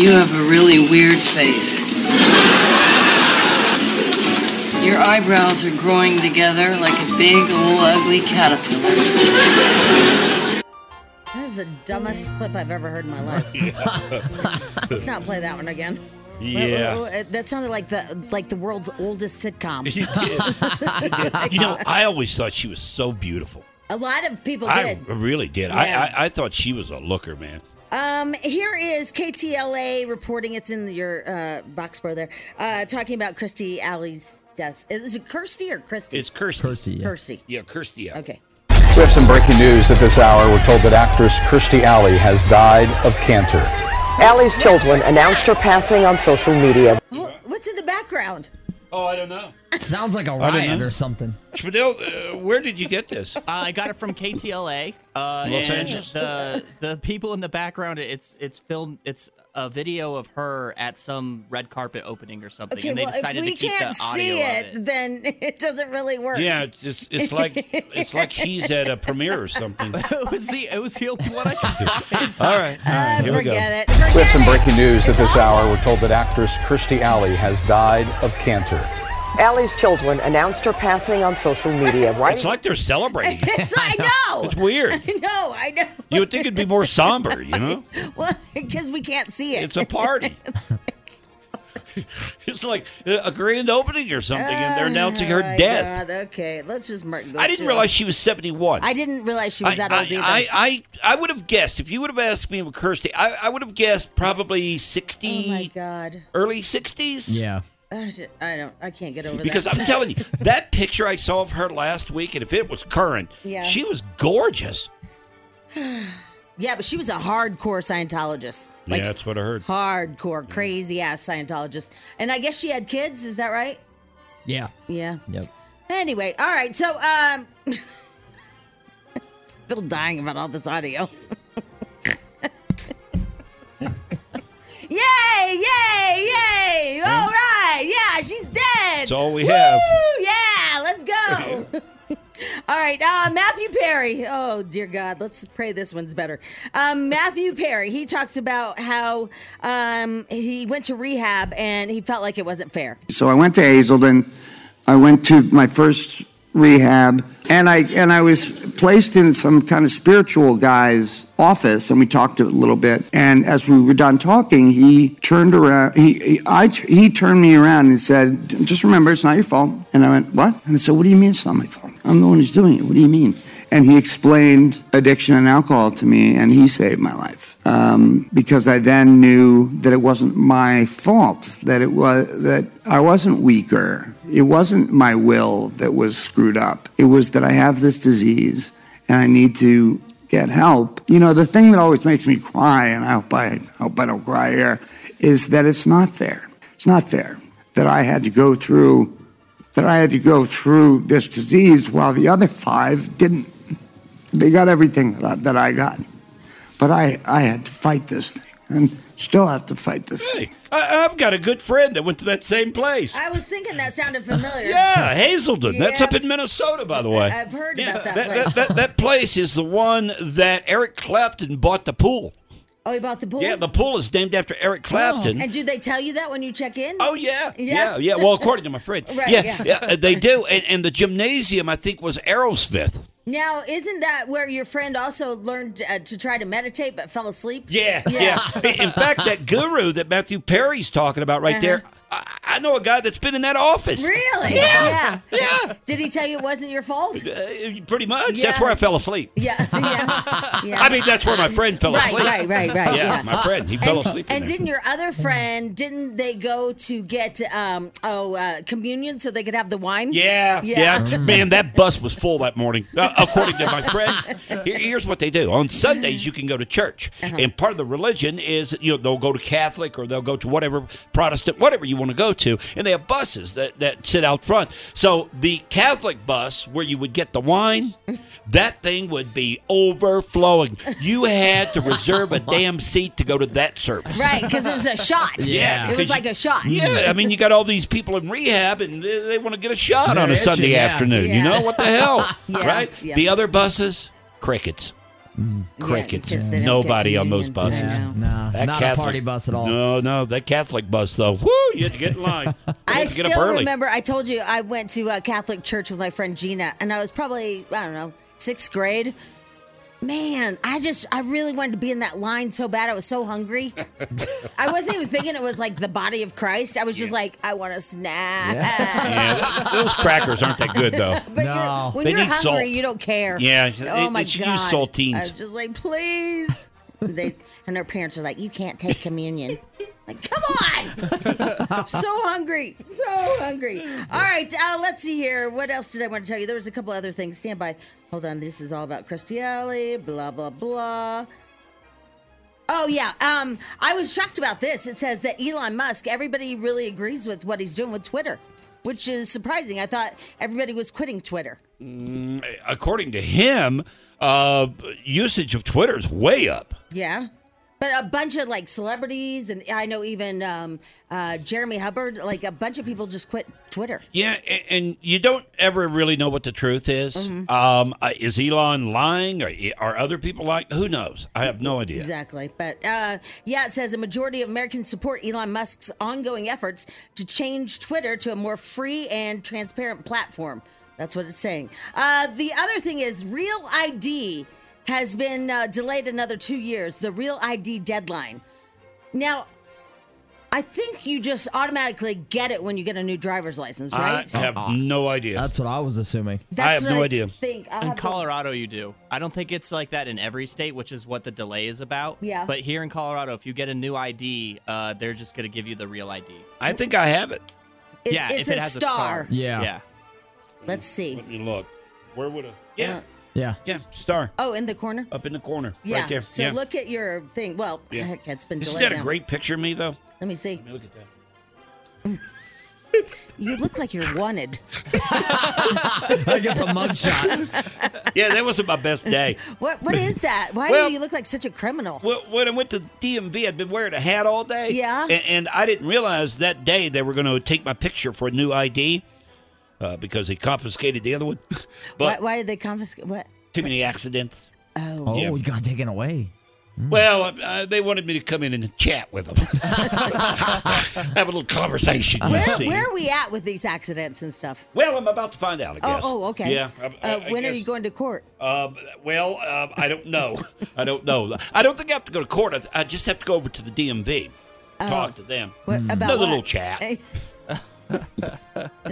[SPEAKER 11] You have a really weird face. Your eyebrows are growing together like a big, old, ugly caterpillar.
[SPEAKER 3] That is the dumbest clip I've ever heard in my life. Let's not play that one again.
[SPEAKER 4] Yeah.
[SPEAKER 3] Wait, wait, wait, that sounded like the like the world's oldest sitcom.
[SPEAKER 4] You did. you know, I always thought she was so beautiful.
[SPEAKER 3] A lot of people
[SPEAKER 4] I
[SPEAKER 3] did.
[SPEAKER 4] really did.
[SPEAKER 3] Yeah.
[SPEAKER 4] I, I I thought she was a looker, man.
[SPEAKER 3] Um, here is KTLA reporting. It's in your uh, Vox Pro there, uh, talking about Christy Alley's death. Is it Kirsty or Christy?
[SPEAKER 4] It's Kirsty. Kirsty.
[SPEAKER 3] yeah. Kirsty.
[SPEAKER 4] Yeah, Kirsty.
[SPEAKER 3] Okay.
[SPEAKER 8] We have some breaking news at this hour. We're told that actress Kirstie Alley has died of cancer.
[SPEAKER 9] Allie's children announced her passing on social media.
[SPEAKER 3] What's in the background?
[SPEAKER 4] Oh, I don't know.
[SPEAKER 5] Sounds like a
[SPEAKER 6] I don't
[SPEAKER 5] riot
[SPEAKER 6] know.
[SPEAKER 5] or something.
[SPEAKER 4] Spadil, uh, where did you get this?
[SPEAKER 6] I got it from KTLA. Uh,
[SPEAKER 4] Los
[SPEAKER 6] and
[SPEAKER 4] Angeles.
[SPEAKER 6] The the people in the background. It's it's film. It's a video of her at some red carpet opening or something,
[SPEAKER 3] Okay,
[SPEAKER 6] and they
[SPEAKER 3] well, if
[SPEAKER 6] decided
[SPEAKER 3] we
[SPEAKER 6] to keep
[SPEAKER 3] can't
[SPEAKER 6] the audio
[SPEAKER 3] see
[SPEAKER 6] of
[SPEAKER 3] it, then it doesn't really work.
[SPEAKER 4] Yeah, it's it's, it's like it's like he's at a premiere or something.
[SPEAKER 6] it was the it was the only one I
[SPEAKER 4] All right.
[SPEAKER 3] Uh,
[SPEAKER 8] here we go.
[SPEAKER 3] forget it.
[SPEAKER 8] We have some breaking news at this hour. We're told that actress Kirstie Alley has died of cancer.
[SPEAKER 9] Allie's children announced her passing on social media. Why?
[SPEAKER 4] It's like they're celebrating.
[SPEAKER 3] It's, I know.
[SPEAKER 4] It's weird.
[SPEAKER 3] I know. I know.
[SPEAKER 4] You would think it'd be more somber, you know?
[SPEAKER 3] Well, because we can't see it.
[SPEAKER 4] It's a party. It's like a grand opening or something, and they're announcing her
[SPEAKER 3] Oh my
[SPEAKER 4] death.
[SPEAKER 3] God, Okay, let's just mark. Those
[SPEAKER 4] I didn't
[SPEAKER 3] two.
[SPEAKER 4] realize she was seventy-one.
[SPEAKER 3] I didn't realize she was that
[SPEAKER 4] I,
[SPEAKER 3] old either.
[SPEAKER 4] I, I, I would have guessed if you would have asked me with Kirsty, I, I would have guessed probably sixty.
[SPEAKER 3] oh my god.
[SPEAKER 4] early 60s?
[SPEAKER 5] Yeah.
[SPEAKER 3] I ju- Ah, I don't. I can't get over
[SPEAKER 4] Because
[SPEAKER 3] that.
[SPEAKER 4] I'm telling you, that picture I saw of her last week, and if it was current,
[SPEAKER 3] Yeah.
[SPEAKER 4] she was gorgeous.
[SPEAKER 3] yeah, but she was a hardcore Scientologist, like
[SPEAKER 4] yeah, that's what I heard.
[SPEAKER 3] hardcore, crazy ass Scientologist. And I guess she had kids. Is that right?
[SPEAKER 5] Yeah.
[SPEAKER 3] Yeah.
[SPEAKER 5] Yep.
[SPEAKER 3] Anyway, all right. So, um, still dying about all this audio. yay! Yay! Yay! All right. Yeah, she's dead.
[SPEAKER 4] That's all we have.
[SPEAKER 3] Woo! Yeah, let's go. All right, uh, Matthew Perry. Oh dear God, let's pray this one's better. Um, Matthew Perry. He talks about how um, he went to rehab and he felt like it wasn't fair.
[SPEAKER 12] So I went to Hazelden. I went to my first rehab, and I and I was placed in some kind of spiritual guy's office, and we talked a little bit. And as we were done talking, he turned around. He he, I, he turned me around and said, "Just remember, it's not your fault." And I went, "What?" And I said, "What do you mean it's not my fault? I'm the one who's doing it. What do you mean?" And he explained addiction and alcohol to me, and he saved my life um, because I then knew that it wasn't my fault that it was that I wasn't weaker. It wasn't my will that was screwed up. It was that I have this disease and I need to get help. You know, the thing that always makes me cry, and I hope I hope I don't cry here, is that it's not fair. It's not fair that I had to go through that I had to go through this disease while the other five didn't. They got everything that I, that I got. But I, I had to fight this thing and still have to fight this thing.
[SPEAKER 4] I, I've got a good friend that went to that same place.
[SPEAKER 3] I was thinking that sounded familiar.
[SPEAKER 4] Yeah, Hazelden. That's
[SPEAKER 3] Yeah.
[SPEAKER 4] up in Minnesota, by the way.
[SPEAKER 3] I've heard about that,
[SPEAKER 4] that,
[SPEAKER 3] place.
[SPEAKER 4] that, that, that place is the one that Eric Clapton bought the pool.
[SPEAKER 3] oh, you bought the pool. Oh.
[SPEAKER 4] Yeah, the pool is named after Eric Clapton.
[SPEAKER 3] And do they tell you that when you check in?
[SPEAKER 4] Oh yeah,
[SPEAKER 3] yeah,
[SPEAKER 4] yeah, yeah. Well, according to my friend,
[SPEAKER 3] Right, yeah.
[SPEAKER 4] yeah, yeah, uh, they do. And, and the gymnasium, I think, was Aerosmith.
[SPEAKER 3] Now, isn't that where your friend also learned uh, to try to meditate but fell asleep?
[SPEAKER 4] Yeah, yeah. In fact, that guru that Matthew Perry's talking about right there, I, I know a guy that's been in that office.
[SPEAKER 3] Uh-huh. Really?
[SPEAKER 4] Yeah.
[SPEAKER 3] Yeah. Did he tell you it wasn't your fault?
[SPEAKER 4] Uh, pretty much.
[SPEAKER 3] Yeah.
[SPEAKER 4] That's where I fell asleep.
[SPEAKER 3] Yeah. Yeah.
[SPEAKER 4] I mean, that's where my friend fell
[SPEAKER 3] Right,
[SPEAKER 4] asleep.
[SPEAKER 3] right, right, right,
[SPEAKER 4] Yeah,
[SPEAKER 3] yeah.
[SPEAKER 4] my friend, he fell asleep. in
[SPEAKER 3] And
[SPEAKER 4] there.
[SPEAKER 3] didn't your other friend? Didn't they go to get um oh uh, communion so they could have the wine?
[SPEAKER 4] Yeah, yeah, man, that bus was full that morning. Uh, according to my friend, Here- here's what they do on Sundays: you can go to church,
[SPEAKER 13] Uh-huh.
[SPEAKER 4] and part of the religion is you know they'll go to Catholic or they'll go to whatever Protestant, whatever you want to go to, and they have buses that that sit out front. So the Catholic bus where you would get the wine, that thing would be overflowing. You had to reserve a damn seat to go to that service.
[SPEAKER 3] Right, because it's a shot.
[SPEAKER 4] Yeah,
[SPEAKER 3] It was
[SPEAKER 4] because
[SPEAKER 3] like
[SPEAKER 4] you-
[SPEAKER 3] a shot.
[SPEAKER 4] Yeah, I mean, you got all these people in rehab, and they, they want to get a shot
[SPEAKER 13] They're
[SPEAKER 4] on a
[SPEAKER 13] itching,
[SPEAKER 4] Sunday
[SPEAKER 13] yeah.
[SPEAKER 4] afternoon. You
[SPEAKER 13] Yeah.
[SPEAKER 4] know what the hell,
[SPEAKER 13] Yeah,
[SPEAKER 4] right?
[SPEAKER 13] yeah.
[SPEAKER 4] The other buses, crickets, crickets.
[SPEAKER 13] because they don't
[SPEAKER 4] Nobody
[SPEAKER 13] get
[SPEAKER 4] on those
[SPEAKER 13] union.
[SPEAKER 4] buses.
[SPEAKER 13] No, Mm. no.
[SPEAKER 4] That
[SPEAKER 13] Not a party bus at all.
[SPEAKER 4] No, no, that Catholic bus though. Woo, you had to get in line. You
[SPEAKER 3] I
[SPEAKER 4] had to get up
[SPEAKER 3] still
[SPEAKER 4] early.
[SPEAKER 3] remember. I told you I went to a Catholic church with my friend Gina, and I was probably I don't know sixth grade. Man, I just I really wanted to be in that line so bad. I was so hungry. I wasn't even thinking it was like the body of Christ. I was just like, I want a snack. uh,
[SPEAKER 4] Yeah, those crackers aren't that good though.
[SPEAKER 3] But you're, when
[SPEAKER 4] they
[SPEAKER 3] you're
[SPEAKER 4] need
[SPEAKER 3] hungry,
[SPEAKER 4] salt.
[SPEAKER 3] you don't care.
[SPEAKER 4] Yeah,
[SPEAKER 3] Oh
[SPEAKER 4] it-
[SPEAKER 3] my
[SPEAKER 4] it should
[SPEAKER 3] god.
[SPEAKER 4] use saltines.
[SPEAKER 3] I was just like, please. They and their parents are like, you can't take communion. Like, come on! so hungry, so hungry. All right, uh, let's see here. What else did I want to tell you? There was a couple other things. Stand by. Hold on. This is all about Cristielli. Blah blah blah. Oh yeah. Um, I was shocked about this. It says that Elon Musk. Everybody really agrees with what he's doing with Twitter, which is surprising. I thought everybody was quitting Twitter.
[SPEAKER 4] Mm, According to him, uh, usage of Twitter is way up.
[SPEAKER 3] Yeah. But a bunch of like celebrities, and I know even um, uh, Jeremy Hubbard, like a bunch of people just quit Twitter.
[SPEAKER 4] Yeah, and, and you don't ever really know what the truth is.
[SPEAKER 3] Mhm.
[SPEAKER 4] Um, uh, is Elon lying? Or are other people lying? Who knows? I have no idea.
[SPEAKER 3] Exactly. But uh, yeah, it says a majority of Americans support Elon Musk's ongoing efforts to change Twitter to a more free and transparent platform. That's what it's saying. Uh, the other thing is, Real ID has been uh, delayed another two years, the Real ID deadline. Now, I think you just automatically get it when you get a new driver's license, right?
[SPEAKER 4] I have no idea.
[SPEAKER 5] Ah. That's what I was assuming.
[SPEAKER 3] That's what Think. I'll
[SPEAKER 6] in
[SPEAKER 3] have to-
[SPEAKER 6] Colorado, you do. I don't think it's like that in every state, which is what the delay is about.
[SPEAKER 3] Yeah.
[SPEAKER 6] But here in Colorado, if you get a new ID, uh, they're just going to give you the real ID.
[SPEAKER 4] I think I have it.
[SPEAKER 3] It-
[SPEAKER 6] yeah,
[SPEAKER 3] it's
[SPEAKER 6] if it
[SPEAKER 3] a
[SPEAKER 6] has
[SPEAKER 3] star.
[SPEAKER 6] a star. Yeah. Yeah.
[SPEAKER 3] Let's see.
[SPEAKER 4] Let me look. Where would I?
[SPEAKER 3] Yeah.
[SPEAKER 5] Yeah.
[SPEAKER 4] Yeah. Star
[SPEAKER 3] Oh, in the corner.
[SPEAKER 4] up in the corner.
[SPEAKER 3] uh, Yeah.
[SPEAKER 4] Right there.
[SPEAKER 3] So
[SPEAKER 4] yeah.
[SPEAKER 3] look at your thing. Well,
[SPEAKER 4] Yeah.
[SPEAKER 3] heck, it's been
[SPEAKER 4] Isn't
[SPEAKER 3] delayed.
[SPEAKER 4] that a
[SPEAKER 3] now.
[SPEAKER 4] great picture of me though?
[SPEAKER 3] Let me see.
[SPEAKER 4] Let me look at that.
[SPEAKER 3] You look like you're wanted.
[SPEAKER 5] I get a mugshot.
[SPEAKER 4] yeah, that wasn't my best day.
[SPEAKER 3] What? What is that? Why
[SPEAKER 4] Well-
[SPEAKER 3] do you look like such a criminal?
[SPEAKER 4] Well, when I went to DMV, I'd been wearing a hat all day.
[SPEAKER 3] Yeah.
[SPEAKER 4] A- And, I didn't realize that day they were going to take my picture for a new ID uh, because they confiscated the other one.
[SPEAKER 3] why,
[SPEAKER 4] but
[SPEAKER 3] why did they confiscate? What?
[SPEAKER 4] too many accidents.
[SPEAKER 3] Oh.
[SPEAKER 5] Oh,
[SPEAKER 4] Yeah.
[SPEAKER 5] we got taken away. Hmm.
[SPEAKER 4] Well, uh, they wanted me to come in and chat with them, have a little conversation. you
[SPEAKER 3] Where,
[SPEAKER 4] see.
[SPEAKER 3] where are we at with these accidents and stuff?
[SPEAKER 4] Well, I'm about to find out. I
[SPEAKER 3] Oh,
[SPEAKER 4] guess.
[SPEAKER 3] oh, okay.
[SPEAKER 4] Yeah. I- I-
[SPEAKER 3] uh,
[SPEAKER 4] I
[SPEAKER 3] when are
[SPEAKER 4] guess-
[SPEAKER 3] you going to court?
[SPEAKER 4] Um, well, um, I don't know. I don't know. I don't think I have to go to court. I, th- I just have to go over to the DMV, talk to them.
[SPEAKER 3] Oh. What, about
[SPEAKER 4] Another
[SPEAKER 3] what?
[SPEAKER 4] little chat.
[SPEAKER 5] I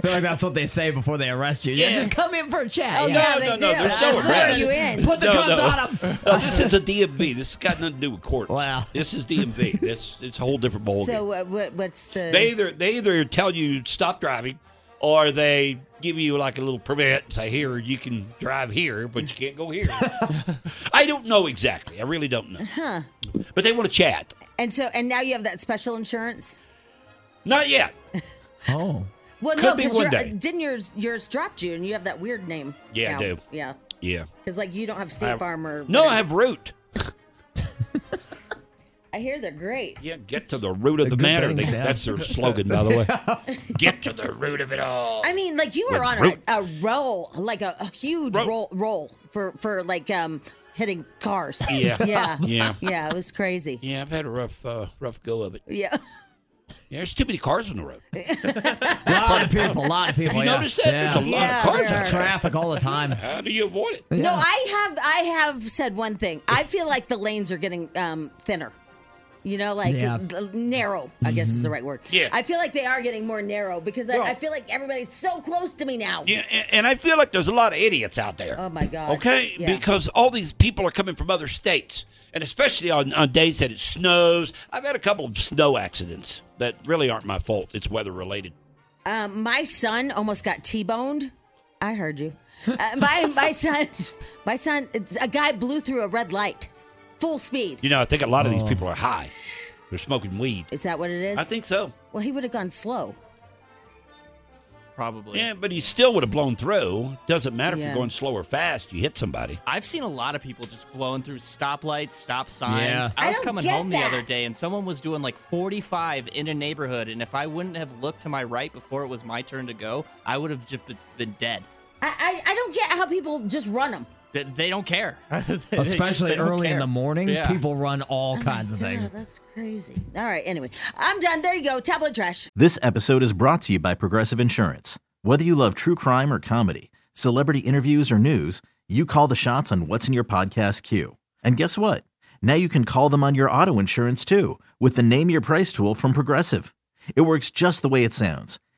[SPEAKER 5] feel like that's what they say before they arrest you. Yeah,
[SPEAKER 4] Yeah.
[SPEAKER 5] just come in for a chat.
[SPEAKER 3] Oh, yeah, they
[SPEAKER 4] no,
[SPEAKER 3] do.
[SPEAKER 4] no, there's no
[SPEAKER 3] Who
[SPEAKER 4] arrest.
[SPEAKER 3] are you in?
[SPEAKER 5] Put the
[SPEAKER 4] no,
[SPEAKER 5] guns
[SPEAKER 4] no.
[SPEAKER 5] on 'em.
[SPEAKER 4] no, this is a DMV. This has got nothing to do with court. Wow. This is DMV. This it's a whole different ballgame.
[SPEAKER 3] So uh, what, what's the?
[SPEAKER 4] they either they either tell you stop driving, or they give you like a little permit and say here you can drive here, but you can't go here. I don't know exactly. I really don't know.
[SPEAKER 3] huh?
[SPEAKER 4] But they want to chat.
[SPEAKER 3] And so and now you have that special insurance.
[SPEAKER 4] Not yet.
[SPEAKER 5] Oh.
[SPEAKER 3] Well,
[SPEAKER 4] Could
[SPEAKER 3] no,
[SPEAKER 4] be
[SPEAKER 3] because
[SPEAKER 4] one
[SPEAKER 3] your-
[SPEAKER 4] day.
[SPEAKER 3] didn't yours yours dropped you and you have that weird name.
[SPEAKER 4] Yeah, I
[SPEAKER 3] now.
[SPEAKER 4] do.
[SPEAKER 3] Yeah,
[SPEAKER 4] Yeah.
[SPEAKER 3] because like you don't have
[SPEAKER 4] I
[SPEAKER 3] State
[SPEAKER 4] have-
[SPEAKER 3] Farm or
[SPEAKER 4] No, I have root.
[SPEAKER 3] I hear they're great.
[SPEAKER 4] Yeah, get to the root of the
[SPEAKER 13] Good
[SPEAKER 4] matter.
[SPEAKER 13] thing,
[SPEAKER 4] They,
[SPEAKER 13] yeah.
[SPEAKER 4] that's their slogan, by the way. get to the root of it all.
[SPEAKER 3] I mean, like you were
[SPEAKER 4] With
[SPEAKER 3] on
[SPEAKER 4] root.
[SPEAKER 3] a, a roll, like a, a huge roll roll for for like um hitting cars.
[SPEAKER 4] Yeah.
[SPEAKER 3] yeah,
[SPEAKER 4] Yeah.
[SPEAKER 3] yeah. It was crazy.
[SPEAKER 4] Yeah, I've had a rough, uh, rough go of it.
[SPEAKER 3] Yeah.
[SPEAKER 4] Yeah, there's too many cars on the road.
[SPEAKER 5] A lot of people. A lot of people.
[SPEAKER 4] you
[SPEAKER 5] yeah.
[SPEAKER 4] notice that? There's a lot of Yeah, cars there out are. there.
[SPEAKER 5] Traffic all the time.
[SPEAKER 4] How do you avoid it?
[SPEAKER 3] No, I have I have said one thing. I feel like the lanes are getting um thinner. You know, like
[SPEAKER 13] Yeah.
[SPEAKER 3] uh, narrow, I guess is the right word.
[SPEAKER 4] Yeah.
[SPEAKER 3] I feel like they are getting more narrow because I, I feel like everybody's so close to me now.
[SPEAKER 4] Yeah, a- and I feel like there's a lot of idiots out there.
[SPEAKER 3] Oh my god.
[SPEAKER 4] Okay,
[SPEAKER 3] Yeah.
[SPEAKER 4] because all these people are coming from other states, and especially on, on days that it snows. I've had a couple of snow accidents that really aren't my fault. It's weather related.
[SPEAKER 3] Um, my son almost got T-boned. I heard you. Uh, my my son, my son, a guy blew through a red light, full speed.
[SPEAKER 4] You know, I think a lot of
[SPEAKER 3] Oh.
[SPEAKER 4] these people are high. They're smoking weed.
[SPEAKER 3] Is that what it is?
[SPEAKER 4] I think so.
[SPEAKER 3] Well, he would have gone slow.
[SPEAKER 6] Probably.
[SPEAKER 4] Yeah, but he still would have blown through. Doesn't matter if
[SPEAKER 6] Yeah.
[SPEAKER 4] you're going slow or fast. You hit somebody.
[SPEAKER 6] I've seen a lot of people just blowing through stoplights, stop signs.
[SPEAKER 4] Yeah.
[SPEAKER 6] I
[SPEAKER 4] I
[SPEAKER 6] was
[SPEAKER 4] don't
[SPEAKER 6] coming
[SPEAKER 4] get
[SPEAKER 6] home
[SPEAKER 4] that.
[SPEAKER 6] the other day and someone was doing like 45 in a neighborhood, and if I wouldn't have looked to my right before it was my turn to go, I would have just be- been dead.
[SPEAKER 3] I, I I don't get how people just run them.
[SPEAKER 6] They, they don't care. They just- they
[SPEAKER 5] Especially
[SPEAKER 6] don't
[SPEAKER 5] early in
[SPEAKER 6] care.
[SPEAKER 5] the morning,
[SPEAKER 6] Yeah.
[SPEAKER 5] people run
[SPEAKER 3] Oh
[SPEAKER 5] all kinds of
[SPEAKER 3] Yeah,
[SPEAKER 5] things.
[SPEAKER 3] that's crazy. All right. Anyway, I'm done. There you go. Tablet trash.
[SPEAKER 1] This episode is brought to you by Progressive Insurance. Whether you love true crime or comedy, celebrity interviews or news, you call the shots on what's in your podcast queue. And guess what? Now you can call them on your auto insurance too with the Name Your Price tool from Progressive. It works just the way it sounds.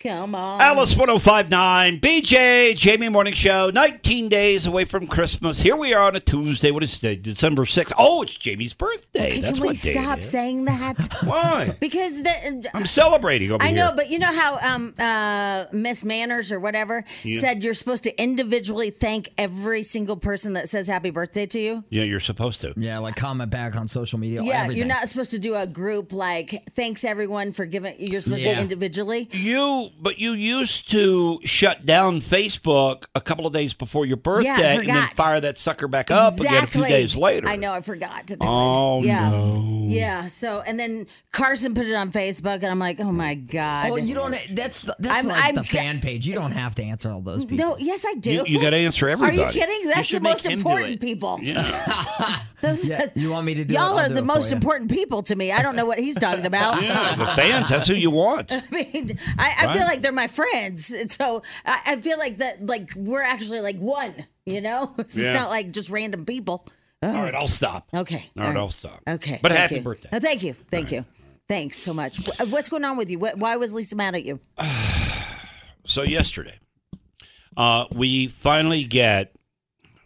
[SPEAKER 3] Come on.
[SPEAKER 4] Alice 1059, BJ, Jamie Morning Show, 19 days away from Christmas. Here we are on a Tuesday. What is today? December 6th. Oh, it's Jamie's birthday.
[SPEAKER 3] Okay,
[SPEAKER 4] That's
[SPEAKER 3] can we
[SPEAKER 4] what day it
[SPEAKER 3] stop
[SPEAKER 4] is.
[SPEAKER 3] saying that?
[SPEAKER 4] Why?
[SPEAKER 3] Because the,
[SPEAKER 4] I'm celebrating over
[SPEAKER 3] I
[SPEAKER 4] here.
[SPEAKER 3] know, but you know how um, uh, Miss Manners or whatever
[SPEAKER 4] Yeah.
[SPEAKER 3] said you're supposed to individually thank every single person that says happy birthday to you.
[SPEAKER 4] Yeah, you're supposed to.
[SPEAKER 5] Yeah, like comment back on social media.
[SPEAKER 3] yeah,
[SPEAKER 5] everything.
[SPEAKER 3] you're not supposed to do a group like thanks everyone for giving. You're supposed
[SPEAKER 4] Yeah.
[SPEAKER 3] to individually.
[SPEAKER 4] You, but you used to shut down Facebook a couple of days before your birthday
[SPEAKER 3] Yeah, I
[SPEAKER 4] and then
[SPEAKER 3] forgot.
[SPEAKER 4] fire that sucker back up again a few days later.
[SPEAKER 3] I know. I forgot to do
[SPEAKER 4] Oh,
[SPEAKER 3] it. Yeah.
[SPEAKER 4] no.
[SPEAKER 3] Yeah. So and then Carson put it on Facebook, and I'm like, oh my god.
[SPEAKER 5] Well, you don't. That's the, that's
[SPEAKER 3] I'm-
[SPEAKER 5] like
[SPEAKER 3] I'm
[SPEAKER 5] the
[SPEAKER 3] g-
[SPEAKER 5] fan page. You don't have to answer all those people.
[SPEAKER 3] No, yes, I do.
[SPEAKER 4] You- you gotta answer
[SPEAKER 3] Are you
[SPEAKER 4] everybody.
[SPEAKER 3] kidding?
[SPEAKER 4] You
[SPEAKER 3] That's the
[SPEAKER 5] should
[SPEAKER 3] most
[SPEAKER 5] make him do
[SPEAKER 3] important
[SPEAKER 5] it.
[SPEAKER 3] people.
[SPEAKER 4] Yeah.
[SPEAKER 3] Those,
[SPEAKER 5] Yeah, you want me to do? it? I'll
[SPEAKER 3] y'all are
[SPEAKER 5] do
[SPEAKER 3] the
[SPEAKER 5] it for
[SPEAKER 3] most
[SPEAKER 5] you.
[SPEAKER 3] important people to me. I don't know what he's talking about.
[SPEAKER 4] Yeah, the fans, that's who you want.
[SPEAKER 3] I mean, I, I feel
[SPEAKER 4] Right.
[SPEAKER 3] like they're my friends, and so I, I feel like that, like we're actually like one. You know, it's
[SPEAKER 4] Yeah.
[SPEAKER 3] not like just random people.
[SPEAKER 4] All right, I'll stop.
[SPEAKER 3] Oh. Okay.
[SPEAKER 4] All right,
[SPEAKER 3] all
[SPEAKER 4] I'll stop.
[SPEAKER 3] Okay,
[SPEAKER 4] But
[SPEAKER 3] thank
[SPEAKER 4] happy
[SPEAKER 3] you.
[SPEAKER 4] birthday.
[SPEAKER 3] Oh, thank you, thank you, thanks so much. Wh- What's going on with you? Wh- Why was Lisa mad at you?
[SPEAKER 4] So yesterday, uh, we finally get,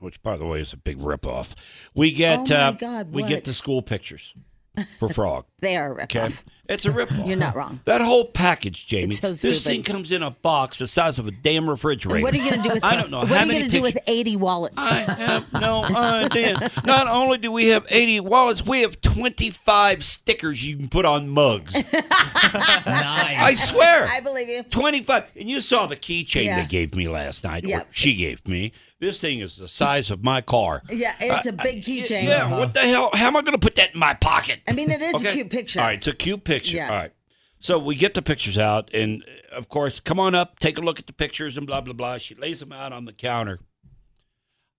[SPEAKER 4] which by the way is a big ripoff. We get,
[SPEAKER 3] Oh my
[SPEAKER 4] uh,
[SPEAKER 3] God,
[SPEAKER 4] we
[SPEAKER 3] what?
[SPEAKER 4] get the school pictures for Frog.
[SPEAKER 3] They are a ripoff.
[SPEAKER 4] Okay, it's a ripoff.
[SPEAKER 3] You're not wrong.
[SPEAKER 4] That whole package, Jamie.
[SPEAKER 3] It's so
[SPEAKER 4] This thing
[SPEAKER 3] stupid.
[SPEAKER 4] comes in a box the size of a damn refrigerator.
[SPEAKER 3] And what are you going to do with?
[SPEAKER 4] I don't know.
[SPEAKER 3] What
[SPEAKER 4] how
[SPEAKER 3] are you
[SPEAKER 4] many
[SPEAKER 3] going to do
[SPEAKER 4] pictures-
[SPEAKER 3] with eighty wallets?
[SPEAKER 4] no idea. Uh, Not only do we have 80 wallets, we have 25 stickers you can put on mugs. nice. I swear.
[SPEAKER 3] I believe you.
[SPEAKER 4] 25. And you saw the keychain
[SPEAKER 3] Yeah.
[SPEAKER 4] they gave me last night. or
[SPEAKER 3] Yeah.
[SPEAKER 4] she gave me. This thing is the size of my car.
[SPEAKER 3] Yeah, it's
[SPEAKER 4] a
[SPEAKER 3] a big keychain.
[SPEAKER 4] Uh, Yeah, what the hell? How am I going to put that in my pocket?
[SPEAKER 3] I mean, it is a
[SPEAKER 4] Okay?
[SPEAKER 3] cute picture.
[SPEAKER 4] All right, it's a cute picture.
[SPEAKER 3] Yeah.
[SPEAKER 4] All right. So we get the pictures out, and uh, of course, come on up, take a look at the pictures, and blah, blah, blah. She lays them out on the counter.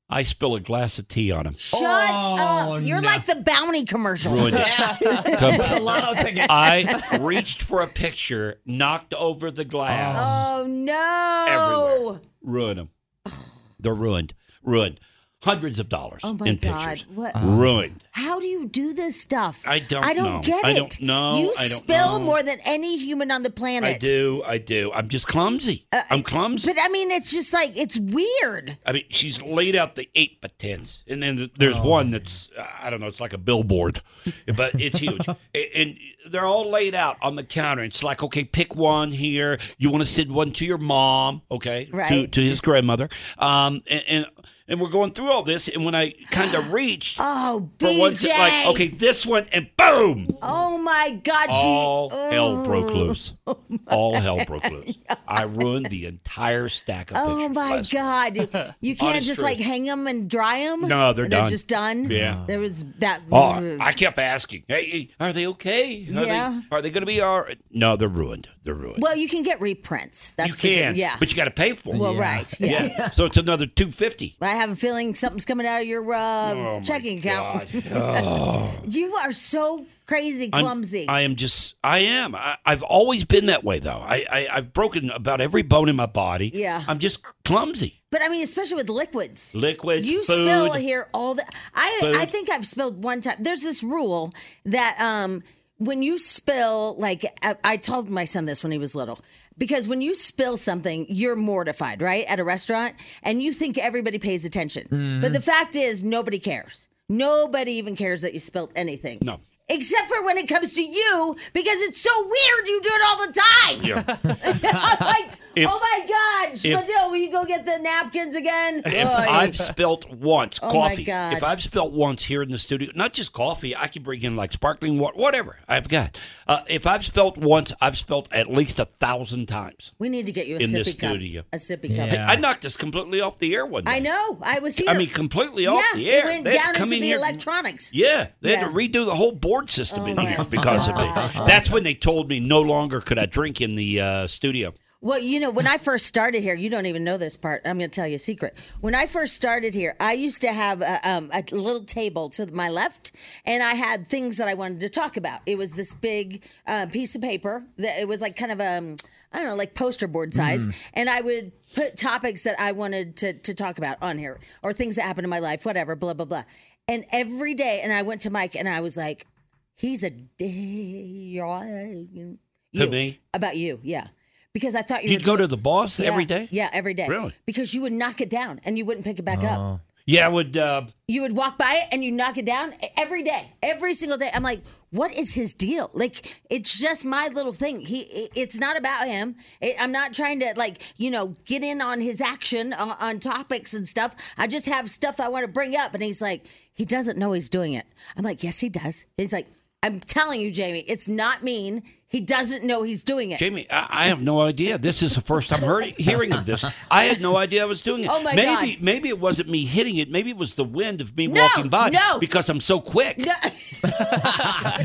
[SPEAKER 4] I spill a glass of tea on him.
[SPEAKER 3] Shut up. You're like the bounty commercial.
[SPEAKER 4] Oh, Ruined it.
[SPEAKER 3] The lotto ticket.
[SPEAKER 4] Oh, I reached for a picture, knocked over the glass.
[SPEAKER 3] Oh, no.
[SPEAKER 4] Ruined them. They're ruined. Ruined. Hundreds of dollars
[SPEAKER 3] Oh, my
[SPEAKER 4] in
[SPEAKER 3] God.
[SPEAKER 4] pictures. Uh-huh.
[SPEAKER 3] What?
[SPEAKER 4] Ruined.
[SPEAKER 3] How do you do this stuff?
[SPEAKER 4] I don't
[SPEAKER 3] I don't
[SPEAKER 4] know.
[SPEAKER 3] get it.
[SPEAKER 4] I don't know.
[SPEAKER 3] You
[SPEAKER 4] I don't
[SPEAKER 3] spill
[SPEAKER 4] know.
[SPEAKER 3] more than any human on the planet.
[SPEAKER 4] I do. I do. I'm just clumsy.
[SPEAKER 3] Uh,
[SPEAKER 4] I'm clumsy.
[SPEAKER 3] But I mean, it's just like, it's weird.
[SPEAKER 4] I mean, she's laid out the eight by tens, and then th- there's one that's uh, I don't know, it's like a billboard, but it's huge, A- and they're all laid out on the counter. It's like, okay, pick one here. You want to send one to your mom, okay, to
[SPEAKER 13] Right.
[SPEAKER 4] to his grandmother, um, and. and and we're going through all this, and when I kind of reached
[SPEAKER 3] oh,
[SPEAKER 4] for one,
[SPEAKER 3] BJ.
[SPEAKER 4] like okay, this one, and boom,
[SPEAKER 3] Oh, my God. She, Oh,
[SPEAKER 4] all hell broke
[SPEAKER 3] Ooh.
[SPEAKER 4] loose. all hell broke loose. I ruined the entire stack of
[SPEAKER 3] Oh
[SPEAKER 4] pictures.
[SPEAKER 3] my God! You can't
[SPEAKER 4] Honest
[SPEAKER 3] just
[SPEAKER 4] truth.
[SPEAKER 3] like hang them and dry them.
[SPEAKER 4] No, they're done.
[SPEAKER 3] just done.
[SPEAKER 4] Yeah.
[SPEAKER 3] there was that.
[SPEAKER 4] Oh, I kept asking, hey, hey, are they okay? Are
[SPEAKER 3] Yeah.
[SPEAKER 4] They, are they going to be all right? No, they're ruined. They're ruined.
[SPEAKER 3] well, you can get reprints. That's
[SPEAKER 4] you
[SPEAKER 3] the
[SPEAKER 4] can,
[SPEAKER 3] Good. Yeah,
[SPEAKER 4] but you got to pay for them.
[SPEAKER 3] Well, Yeah. right, yeah.
[SPEAKER 4] So it's another 250
[SPEAKER 3] I have a feeling something's coming out of your uh,
[SPEAKER 4] Oh, my
[SPEAKER 3] checking account.
[SPEAKER 4] Oh.
[SPEAKER 3] you are so crazy
[SPEAKER 4] I'm-
[SPEAKER 3] clumsy.
[SPEAKER 4] I am just, I am. I, I've always been that way, though. I, I, I've broken about every bone in my body.
[SPEAKER 3] Yeah.
[SPEAKER 4] I'm just clumsy.
[SPEAKER 3] but I mean, especially with liquids.
[SPEAKER 4] Liquid,
[SPEAKER 3] You
[SPEAKER 4] food.
[SPEAKER 3] spill here all the. I
[SPEAKER 4] Food.
[SPEAKER 3] I think I've spilled one time. There's this rule that um when you spill like I, I told my son this when he was little because when you spill something you're mortified right at a restaurant and you think everybody pays attention
[SPEAKER 4] Mm-hmm.
[SPEAKER 14] Mhm.
[SPEAKER 3] but the fact is nobody cares nobody even cares that you spilled anything no except for when it comes to you because it's so weird you do it all the time
[SPEAKER 4] Yeah.
[SPEAKER 3] I'm like
[SPEAKER 4] If-
[SPEAKER 3] oh my god
[SPEAKER 4] if-
[SPEAKER 3] Schmadil, will you go get the napkins again
[SPEAKER 4] If
[SPEAKER 3] Oh, I-
[SPEAKER 4] I've spilt once
[SPEAKER 3] Oh, my
[SPEAKER 4] coffee,
[SPEAKER 3] God.
[SPEAKER 4] if I've spilt once here in the studio, not just coffee, I could bring in like sparkling water, whatever I've got. Uh, if I've spilt once, I've spilt at least a thousand times.
[SPEAKER 3] We need to get you a
[SPEAKER 4] in
[SPEAKER 3] sippy
[SPEAKER 4] this
[SPEAKER 3] cup.
[SPEAKER 4] studio.
[SPEAKER 3] A sippy cup.
[SPEAKER 4] I, I knocked us completely off the air one day.
[SPEAKER 3] I know. I was here.
[SPEAKER 4] I mean, completely
[SPEAKER 3] yeah,
[SPEAKER 4] off the air.
[SPEAKER 3] It went
[SPEAKER 4] They had
[SPEAKER 3] down
[SPEAKER 4] to come
[SPEAKER 3] into
[SPEAKER 4] in
[SPEAKER 3] the
[SPEAKER 4] here-
[SPEAKER 3] electronics.
[SPEAKER 4] Yeah, they
[SPEAKER 3] Yeah. Oh.
[SPEAKER 4] had to redo the whole board system in here because of me. That's when they told me no longer could I drink in the uh, studio.
[SPEAKER 3] Well, you know, when I first started here, you don't even know this part. I'm going to tell you a secret. When I first started here, I used to have a, um, a little table to my left, and I had things that I wanted to talk about. It was this big uh, piece of paper that it was like kind of um, I don't know, like poster board size,
[SPEAKER 14] Mm.
[SPEAKER 3] and I would put topics that I wanted to to talk about on here or things that happened in my life, whatever, blah blah blah. And every day, and I went to Mike, and I was like, "He's a day."
[SPEAKER 4] To me?
[SPEAKER 3] About you, yeah. Because I thought you
[SPEAKER 4] You'd
[SPEAKER 3] were-
[SPEAKER 4] go to the boss every
[SPEAKER 3] Yeah,
[SPEAKER 4] day?
[SPEAKER 3] Yeah, every day.
[SPEAKER 4] Really? Oh.
[SPEAKER 3] Because you would knock it down and you wouldn't pick it back up.
[SPEAKER 4] Yeah, I would. Uh,
[SPEAKER 3] You would walk by it and you knock it down e, every day, every single day. I'm like, what is his deal? Like, it's just my little thing. He, it- it's not about him. It, I'm not trying to like, you know, get in on his action on, on topics and stuff. I just have stuff I want to bring up, and he's like, he doesn't know he's doing it. I'm like, yes, he does. He's like, I'm telling you, Jamie, it's not mean. He doesn't know he's doing it.
[SPEAKER 4] Jamie, I, I have no idea. This is the first time heard, hearing of this. I had no idea I was doing it.
[SPEAKER 3] Oh, my
[SPEAKER 4] maybe,
[SPEAKER 3] God.
[SPEAKER 4] Maybe it wasn't me hitting it. Maybe it was the wind of me
[SPEAKER 3] No,
[SPEAKER 4] walking by.
[SPEAKER 3] no.
[SPEAKER 4] because I'm so quick.
[SPEAKER 3] No.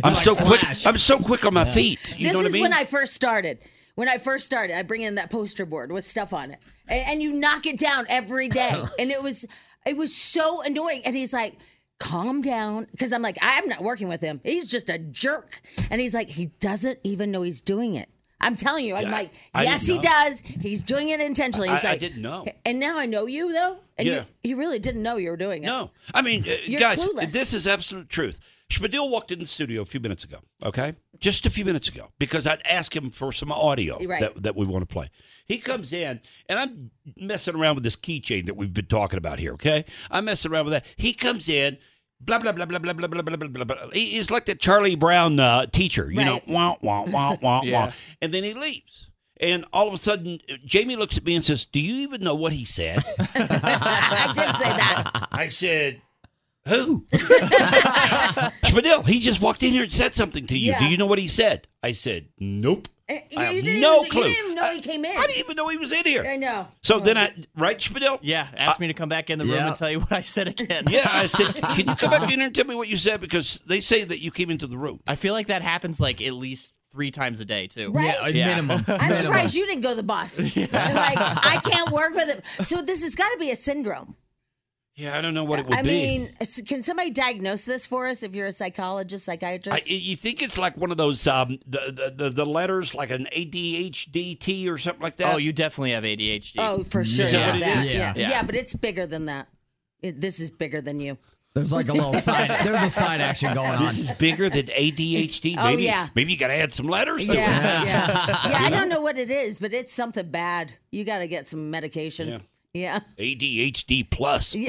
[SPEAKER 4] I'm so quick. I'm so quick on my feet. You
[SPEAKER 3] this
[SPEAKER 4] know what I
[SPEAKER 3] is
[SPEAKER 4] mean?
[SPEAKER 3] when I first started. When I first started, I bring in that poster board with stuff on it, and, and you knock it down every day, and it was it was so annoying. And he's like, "Calm down," because I'm like, "I'm not working with him. He's just a jerk," and he's like, "He doesn't even know he's doing it." I'm telling you, I'm
[SPEAKER 4] Yeah,
[SPEAKER 3] like,
[SPEAKER 4] I didn't
[SPEAKER 3] "Yes, he
[SPEAKER 4] know.
[SPEAKER 3] does. He's doing it intentionally." He's
[SPEAKER 4] I- I
[SPEAKER 3] like,
[SPEAKER 4] didn't know.
[SPEAKER 3] And now I know you though, and
[SPEAKER 4] Yeah.
[SPEAKER 3] you, you really didn't know you were doing it.
[SPEAKER 4] No, I mean, uh,
[SPEAKER 3] You're
[SPEAKER 4] guys,
[SPEAKER 3] clueless.
[SPEAKER 4] this is absolute truth. Spadil walked in the studio a few minutes ago, okay? Just a few minutes ago, because I'd asked him for some audio
[SPEAKER 13] Right.
[SPEAKER 4] that, that we want to play. He comes in, and I'm messing around with this keychain that we've been talking about here, okay? I'm messing around with that. He comes in, blah, blah, blah, blah, blah, blah, blah, blah, blah, blah, blah. He- He's like the Charlie Brown uh, teacher, you
[SPEAKER 13] Right.
[SPEAKER 4] know, wah, wah, wah, wah,
[SPEAKER 13] Yeah.
[SPEAKER 4] wah. And then he leaves. And all of a sudden, Jamie looks at me and says, Do you even know what he said?
[SPEAKER 3] I did say that.
[SPEAKER 4] I said, who? Spadil, he just walked in here and said something to you.
[SPEAKER 3] Yeah. Eh,
[SPEAKER 4] Do you know what he said? I said, nope.
[SPEAKER 3] You,
[SPEAKER 4] I have
[SPEAKER 3] you didn't
[SPEAKER 4] no
[SPEAKER 3] even,
[SPEAKER 4] clue.
[SPEAKER 3] You didn't even know he came in. I didn't
[SPEAKER 4] even know he was in here.
[SPEAKER 3] I know.
[SPEAKER 4] So then I, right, Spadil?
[SPEAKER 6] Yeah, asked me to come back in the room
[SPEAKER 4] Yeah.
[SPEAKER 6] and tell you what I said again.
[SPEAKER 4] Yeah, I said, can you come back in here and tell me what you said? Because they say that you came into the room.
[SPEAKER 6] I feel like that happens like at least three times a day too.
[SPEAKER 3] Right? Yeah,
[SPEAKER 6] minimum.
[SPEAKER 3] I'm surprised you didn't go to the boss. Like, I can't work with him. So this has got to be a syndrome.
[SPEAKER 4] Yeah, I don't know what it would
[SPEAKER 3] I
[SPEAKER 4] be.
[SPEAKER 3] mean, s- can somebody diagnose this for us if you're a psychologist,
[SPEAKER 4] I,
[SPEAKER 3] psychiatrist?
[SPEAKER 4] you think it's like one of those um, the, the the the letters like an ADHDT or something like that?
[SPEAKER 6] Oh, you definitely have ADHD.
[SPEAKER 3] oh, for sure.
[SPEAKER 4] Is that
[SPEAKER 3] Yeah.
[SPEAKER 4] what it
[SPEAKER 3] that,
[SPEAKER 4] is?
[SPEAKER 3] yeah. Yeah, but it's bigger than that. It, this is bigger than you.
[SPEAKER 5] There's like a little side. There's a side action going on.
[SPEAKER 4] This is bigger than ADHD.
[SPEAKER 3] Oh,
[SPEAKER 4] Maybe,
[SPEAKER 3] yeah.
[SPEAKER 4] Maybe you got to add some letters. to it.
[SPEAKER 3] Yeah, yeah. Yeah, I don't know what it is, but it's something bad. You got to get some medication. Yeah.
[SPEAKER 4] ADHD plus. kind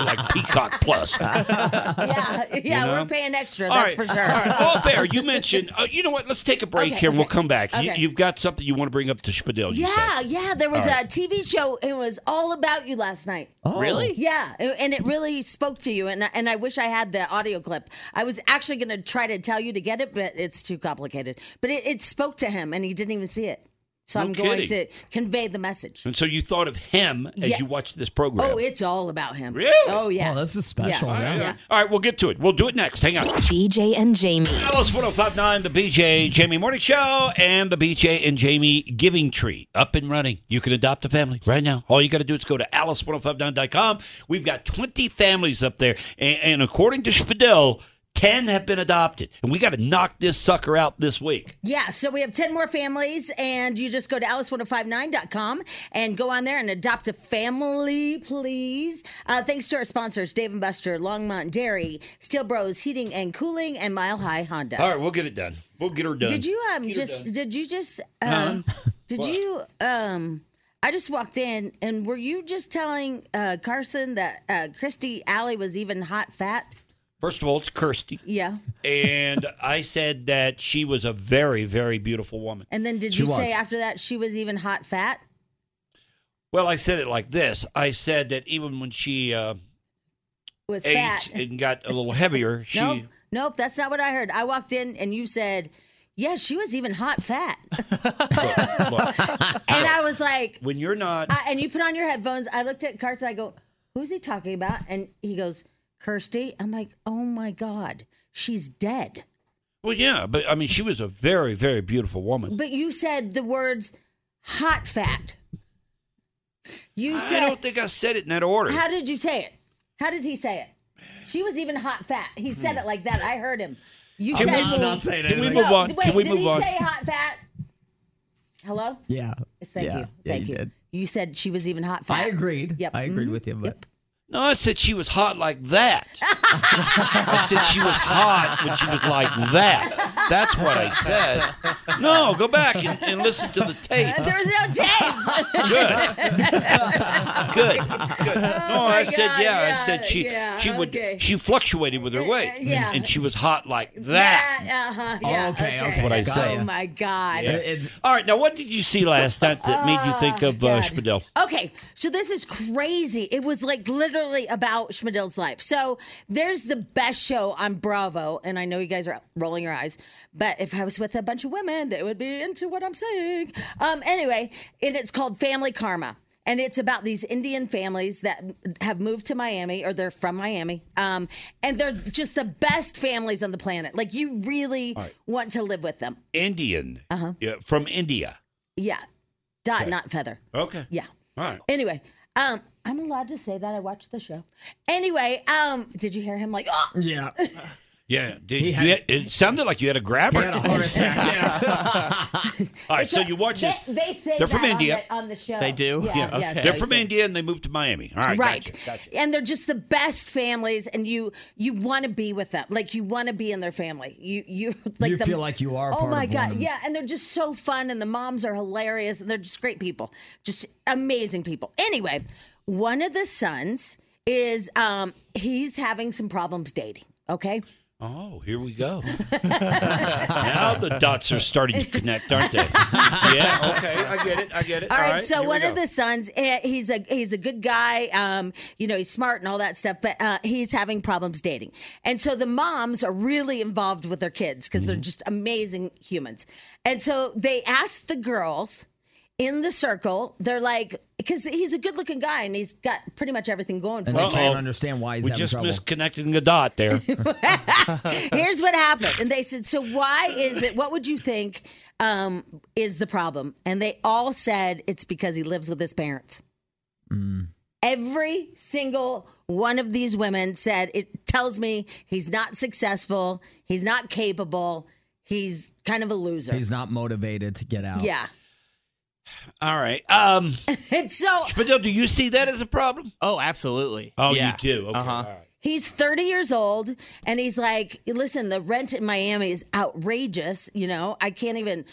[SPEAKER 4] of like Peacock plus.
[SPEAKER 3] Yeah, yeah,
[SPEAKER 4] You know?
[SPEAKER 3] we're paying extra,
[SPEAKER 4] All
[SPEAKER 3] that's
[SPEAKER 4] right,
[SPEAKER 3] for sure.
[SPEAKER 4] All right. All fair. You mentioned. Uh, you know what? Let's take a break
[SPEAKER 3] Okay,
[SPEAKER 4] here. and We'll
[SPEAKER 3] okay.
[SPEAKER 4] come back. You,
[SPEAKER 3] Okay.
[SPEAKER 4] you've got something you want to bring up to Spadil. you said.
[SPEAKER 3] Yeah, yeah. There was
[SPEAKER 4] All right.
[SPEAKER 3] a TV show. It was all about you last night.
[SPEAKER 4] Oh. Really?
[SPEAKER 3] Yeah, a- and it really spoke to you. And I- and I wish I had the audio clip. I was actually going to try to tell you to get it, but it's too complicated. But it, it spoke to him, and he didn't even see it. So
[SPEAKER 4] No
[SPEAKER 3] I'm going to
[SPEAKER 4] kidding.
[SPEAKER 3] convey the message.
[SPEAKER 4] And so you thought of him as
[SPEAKER 3] Yeah.
[SPEAKER 4] you watched this program.
[SPEAKER 3] Oh, it's all about him.
[SPEAKER 4] Really?
[SPEAKER 3] Oh yeah.
[SPEAKER 5] Oh, this is
[SPEAKER 3] special, Yeah. yeah.
[SPEAKER 4] All right, we'll get to it. We'll do it next. Hang on.
[SPEAKER 7] BJ and Jamie.
[SPEAKER 4] Alice 1059, the BJ Jamie Morning Show, and the BJ and Jamie Giving Tree up and running. You can adopt a family right now. All you got to do is go to alice1059.com. We've got 20 families up there, and, and according to Fidel, 10 have been adopted. And we got to knock this sucker out this week.
[SPEAKER 3] Yeah, so we have 10 more families, and you just go to alice1059.com and go on there and adopt a family, please. Uh, thanks to our sponsors, Dave and Buster, Longmont Dairy, Steel Bros Heating and Cooling, and Mile High Honda.
[SPEAKER 4] All right, we'll get it done. We'll get her done.
[SPEAKER 3] Did you um
[SPEAKER 4] Get her
[SPEAKER 3] just
[SPEAKER 4] done.
[SPEAKER 3] did you just
[SPEAKER 4] Huh?
[SPEAKER 3] um did
[SPEAKER 4] What?
[SPEAKER 3] you um I just walked in and were you just telling uh Carson that uh Christy Alley was even hot fat?
[SPEAKER 4] First of all, it's Kirsty.
[SPEAKER 3] Yeah.
[SPEAKER 4] And I said that she was a very, very beautiful woman.
[SPEAKER 3] And then did
[SPEAKER 4] She
[SPEAKER 3] you say
[SPEAKER 4] was.
[SPEAKER 3] after that she was even hot fat?
[SPEAKER 4] Well, I said it like this. I said that even when she uh,
[SPEAKER 3] Was
[SPEAKER 4] ate
[SPEAKER 3] fat.
[SPEAKER 4] and got a little heavier, she
[SPEAKER 3] Nope, nope, that's not what I heard. I walked in and you said, "Yeah, she was even hot fat," and I was like,
[SPEAKER 4] when you're not
[SPEAKER 3] I, "And you put on your headphones." I looked at Carts. I go, "Who's he talking about?" And he goes, "Kirsty." I'm like, "Oh my god, she's dead."
[SPEAKER 4] well, yeah, but I mean, she was a very, very beautiful woman.
[SPEAKER 3] But you said the words "hot fat." You
[SPEAKER 4] I
[SPEAKER 3] said,
[SPEAKER 4] don't think I said it in that order.
[SPEAKER 3] "How did you say it? How did he say it?" She was even hot fat. He said it like that. I heard him. You
[SPEAKER 4] Can
[SPEAKER 3] said,
[SPEAKER 4] we- I'm not saying
[SPEAKER 5] Can we
[SPEAKER 4] anything. move
[SPEAKER 3] No,
[SPEAKER 4] on?
[SPEAKER 3] Wait,
[SPEAKER 4] Can we
[SPEAKER 3] did
[SPEAKER 4] move
[SPEAKER 3] he
[SPEAKER 4] on?
[SPEAKER 3] say hot fat? Hello?
[SPEAKER 5] Yeah.
[SPEAKER 3] Yes, thank
[SPEAKER 5] Yeah.
[SPEAKER 3] you.
[SPEAKER 5] Yeah,
[SPEAKER 3] Thank
[SPEAKER 5] you
[SPEAKER 3] you.
[SPEAKER 5] did.
[SPEAKER 3] You said she was even hot fat.
[SPEAKER 5] I agreed.
[SPEAKER 3] Yep.
[SPEAKER 5] I agreed
[SPEAKER 3] Mhm.
[SPEAKER 5] with you, but
[SPEAKER 4] No, I said she was hot like that. I said she was hot when she was like that. That's what I said. No, go back and, and listen to the tape.
[SPEAKER 3] There was no tape.
[SPEAKER 4] Good, good. no, I said
[SPEAKER 3] Oh God,
[SPEAKER 4] yeah, I
[SPEAKER 3] yeah,
[SPEAKER 4] said she
[SPEAKER 3] yeah,
[SPEAKER 4] she would
[SPEAKER 3] okay.
[SPEAKER 4] she fluctuated with her weight,
[SPEAKER 3] yeah.
[SPEAKER 4] and, and she was hot like that.
[SPEAKER 3] Yeah, uh-huh, yeah,
[SPEAKER 5] okay, okay.
[SPEAKER 4] What I
[SPEAKER 5] got
[SPEAKER 4] said.
[SPEAKER 5] ya.
[SPEAKER 3] Oh my God.
[SPEAKER 4] Yeah. All right, now what did you see last night that made you
[SPEAKER 3] Ah,
[SPEAKER 4] think of uh, Spadil?
[SPEAKER 3] Okay, so this is crazy. It was like literally about Schmidl's life. So there's the best show on Bravo, and I know you guys are rolling your eyes, but if I was with a bunch of women, they would be into what I'm saying. Um, anyway, and it's called Family Karma. And it's about these Indian families that have moved to Miami or they're from Miami. Um, and they're just the best families on the planet. Like, you really
[SPEAKER 4] All right.
[SPEAKER 3] want to live with them.
[SPEAKER 4] Indian, yeah, from India.
[SPEAKER 3] Yeah. Dot, Uh-huh. not feather.
[SPEAKER 4] Okay.
[SPEAKER 3] Yeah.
[SPEAKER 4] All right.
[SPEAKER 3] Anyway, um, I'm allowed to say that I watched the show. Anyway, um, did you hear him like, oh,
[SPEAKER 5] yeah,
[SPEAKER 4] Yeah, did, you had- it sounded like you had a grabber. All right, so you watch
[SPEAKER 3] they,
[SPEAKER 4] this.
[SPEAKER 3] they say
[SPEAKER 4] They're from
[SPEAKER 3] that
[SPEAKER 4] India.
[SPEAKER 3] On, the, on the show.
[SPEAKER 4] They do?
[SPEAKER 3] Yeah.
[SPEAKER 4] Yeah,
[SPEAKER 3] yes,
[SPEAKER 4] They're
[SPEAKER 3] they
[SPEAKER 4] from
[SPEAKER 3] say-
[SPEAKER 4] India and they moved to Miami. All right,
[SPEAKER 3] Right.
[SPEAKER 4] gotcha, gotcha.
[SPEAKER 3] And they're just the best families and you you want to be with them. Like you want to be in their family. You you like
[SPEAKER 5] You
[SPEAKER 3] the,
[SPEAKER 5] feel like you are
[SPEAKER 3] Oh
[SPEAKER 5] part
[SPEAKER 3] my
[SPEAKER 5] of
[SPEAKER 3] god.
[SPEAKER 5] one.
[SPEAKER 3] Yeah, and they're just so fun and the moms are hilarious and they're just great people. Just amazing people. Anyway, one of the sons is um he's having some problems dating, okay?
[SPEAKER 4] Oh, here we go. now the dots are starting to connect, aren't they? yeah. Okay, I get it. I get it.
[SPEAKER 3] All right, so
[SPEAKER 4] here we
[SPEAKER 3] one
[SPEAKER 4] go.
[SPEAKER 3] of the sons, eh, he's a he's a good guy. Um, you know, he's smart and all that stuff, but uh, he's having problems dating, and so the moms are really involved with their kids because they're
[SPEAKER 4] Mm-hmm.
[SPEAKER 3] just amazing humans, and so they ask the girls in the circle. They're like, because he's a good looking guy and he's got pretty much everything going for
[SPEAKER 5] and
[SPEAKER 3] him.
[SPEAKER 5] they can't understand why he's
[SPEAKER 4] we
[SPEAKER 5] having
[SPEAKER 4] just
[SPEAKER 5] trouble.
[SPEAKER 4] missed connecting the dot there.
[SPEAKER 3] Here's what happened. And they said, So why is it? What would you think um,
[SPEAKER 5] Mm.
[SPEAKER 3] is the problem? And they all said it's because he lives with his parents. Every single one of these women said, It tells me he's not successful, he's not capable, he's kind of a loser.
[SPEAKER 5] He's not motivated to get out.
[SPEAKER 3] yeah.
[SPEAKER 4] All right. Um,
[SPEAKER 3] it's so.
[SPEAKER 4] Spadil, do you see that as a problem?
[SPEAKER 6] Oh, absolutely.
[SPEAKER 4] Oh,
[SPEAKER 6] Yeah.
[SPEAKER 4] you do. Okay.
[SPEAKER 6] Uh-huh.
[SPEAKER 4] all right.
[SPEAKER 3] He's 30 years old and he's like, listen, the rent in Miami is outrageous. You know, I can't even,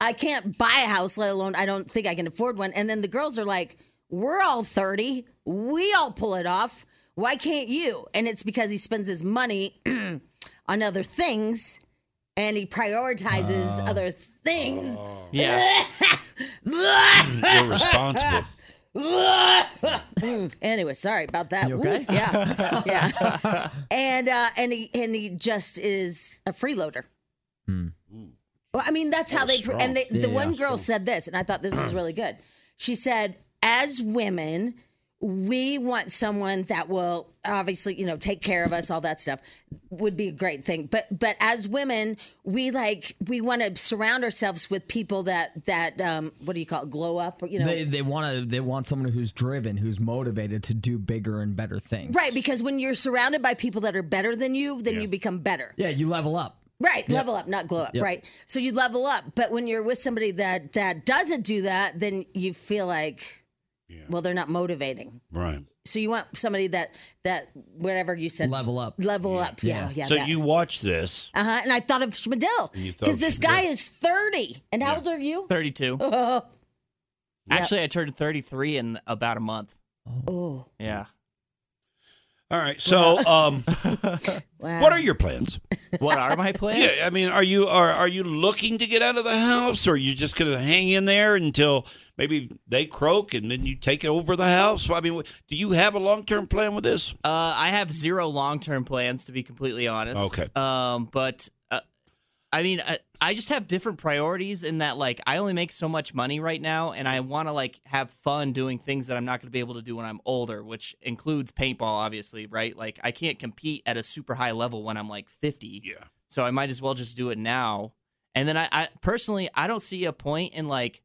[SPEAKER 3] I can't buy a house, let alone I don't think I can afford one. And then the girls are like, we're all 30. We all pull it off. Why can't you? And it's because he spends his money on other things and he
[SPEAKER 4] Oh.
[SPEAKER 3] prioritizes other things.
[SPEAKER 6] Yeah.
[SPEAKER 4] You're responsible.
[SPEAKER 3] anyway, sorry about that.
[SPEAKER 5] You
[SPEAKER 3] Woo.
[SPEAKER 5] okay?
[SPEAKER 3] yeah, yeah. and uh, and he and he just is a freeloader. Well, I mean, that's how they
[SPEAKER 13] strong.
[SPEAKER 3] and they, the
[SPEAKER 13] Hmm. Yeah,
[SPEAKER 3] one girl said this, and I thought this was really good. She said, "As women, we want someone that will obviously, you know, take care of us. All that stuff would be a great thing. But but as women, we like we want to surround ourselves with people that that um, what do you call it? glow up? You know,
[SPEAKER 5] they they want to they want someone who's driven, who's motivated to do bigger and better things.
[SPEAKER 3] Right, because when you're surrounded by people that are better than you, then you become better.
[SPEAKER 5] Yeah, you level up.
[SPEAKER 3] Right,
[SPEAKER 5] Yep.
[SPEAKER 3] level up, not glow up.
[SPEAKER 5] Yep.
[SPEAKER 3] Right, so you level up, but when you're with somebody that that doesn't do that, then you feel like, well, they're not motivating.
[SPEAKER 4] Right.
[SPEAKER 3] So you want somebody that that whatever you said,
[SPEAKER 5] level up,
[SPEAKER 3] level up. Yeah, yeah.
[SPEAKER 4] so you watch this.
[SPEAKER 3] uh huh. And I thought of Schmidl
[SPEAKER 4] And you thought
[SPEAKER 3] because
[SPEAKER 4] of
[SPEAKER 3] this
[SPEAKER 4] Schmidl.
[SPEAKER 3] guy is thirty. And how old are you?
[SPEAKER 6] 32.
[SPEAKER 3] Oh,
[SPEAKER 6] Actually, I turned 33 in about a month.
[SPEAKER 3] oh.
[SPEAKER 6] Yeah.
[SPEAKER 4] All right. So, um, what are your plans?
[SPEAKER 6] What are my plans?
[SPEAKER 4] Yeah, I mean, are you are are you looking to get out of the house, or are you just going to hang in there until maybe they croak and then you take over the house? I mean, do you have a long term plan with this?
[SPEAKER 6] Uh, I have zero long term plans, to be completely honest.
[SPEAKER 4] Okay.
[SPEAKER 6] Um, but uh, I mean, I, I just have different priorities in that, like, I only make so much money right now, and I want to like have fun doing things that I'm not going to be able to do when I'm older, which includes paintball, obviously, right? Like, I can't compete at a super high level when I'm like 50.
[SPEAKER 4] Yeah.
[SPEAKER 6] So I might as well just do it now. And then I, I personally, I don't see a point in like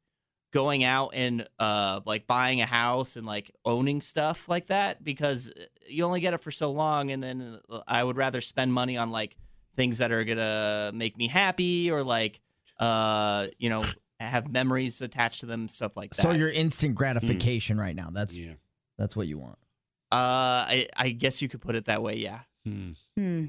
[SPEAKER 6] going out and uh like buying a house and like owning stuff like that because uh, you only get it for so long and then uh, I would rather spend money on like things that are going to make me happy or like uh you know have memories attached to them stuff like that.
[SPEAKER 5] So your instant
[SPEAKER 4] Mm.
[SPEAKER 5] gratification right now. That's that's what you want.
[SPEAKER 6] uh I, I guess you could put it that way, yeah.
[SPEAKER 3] Hmm.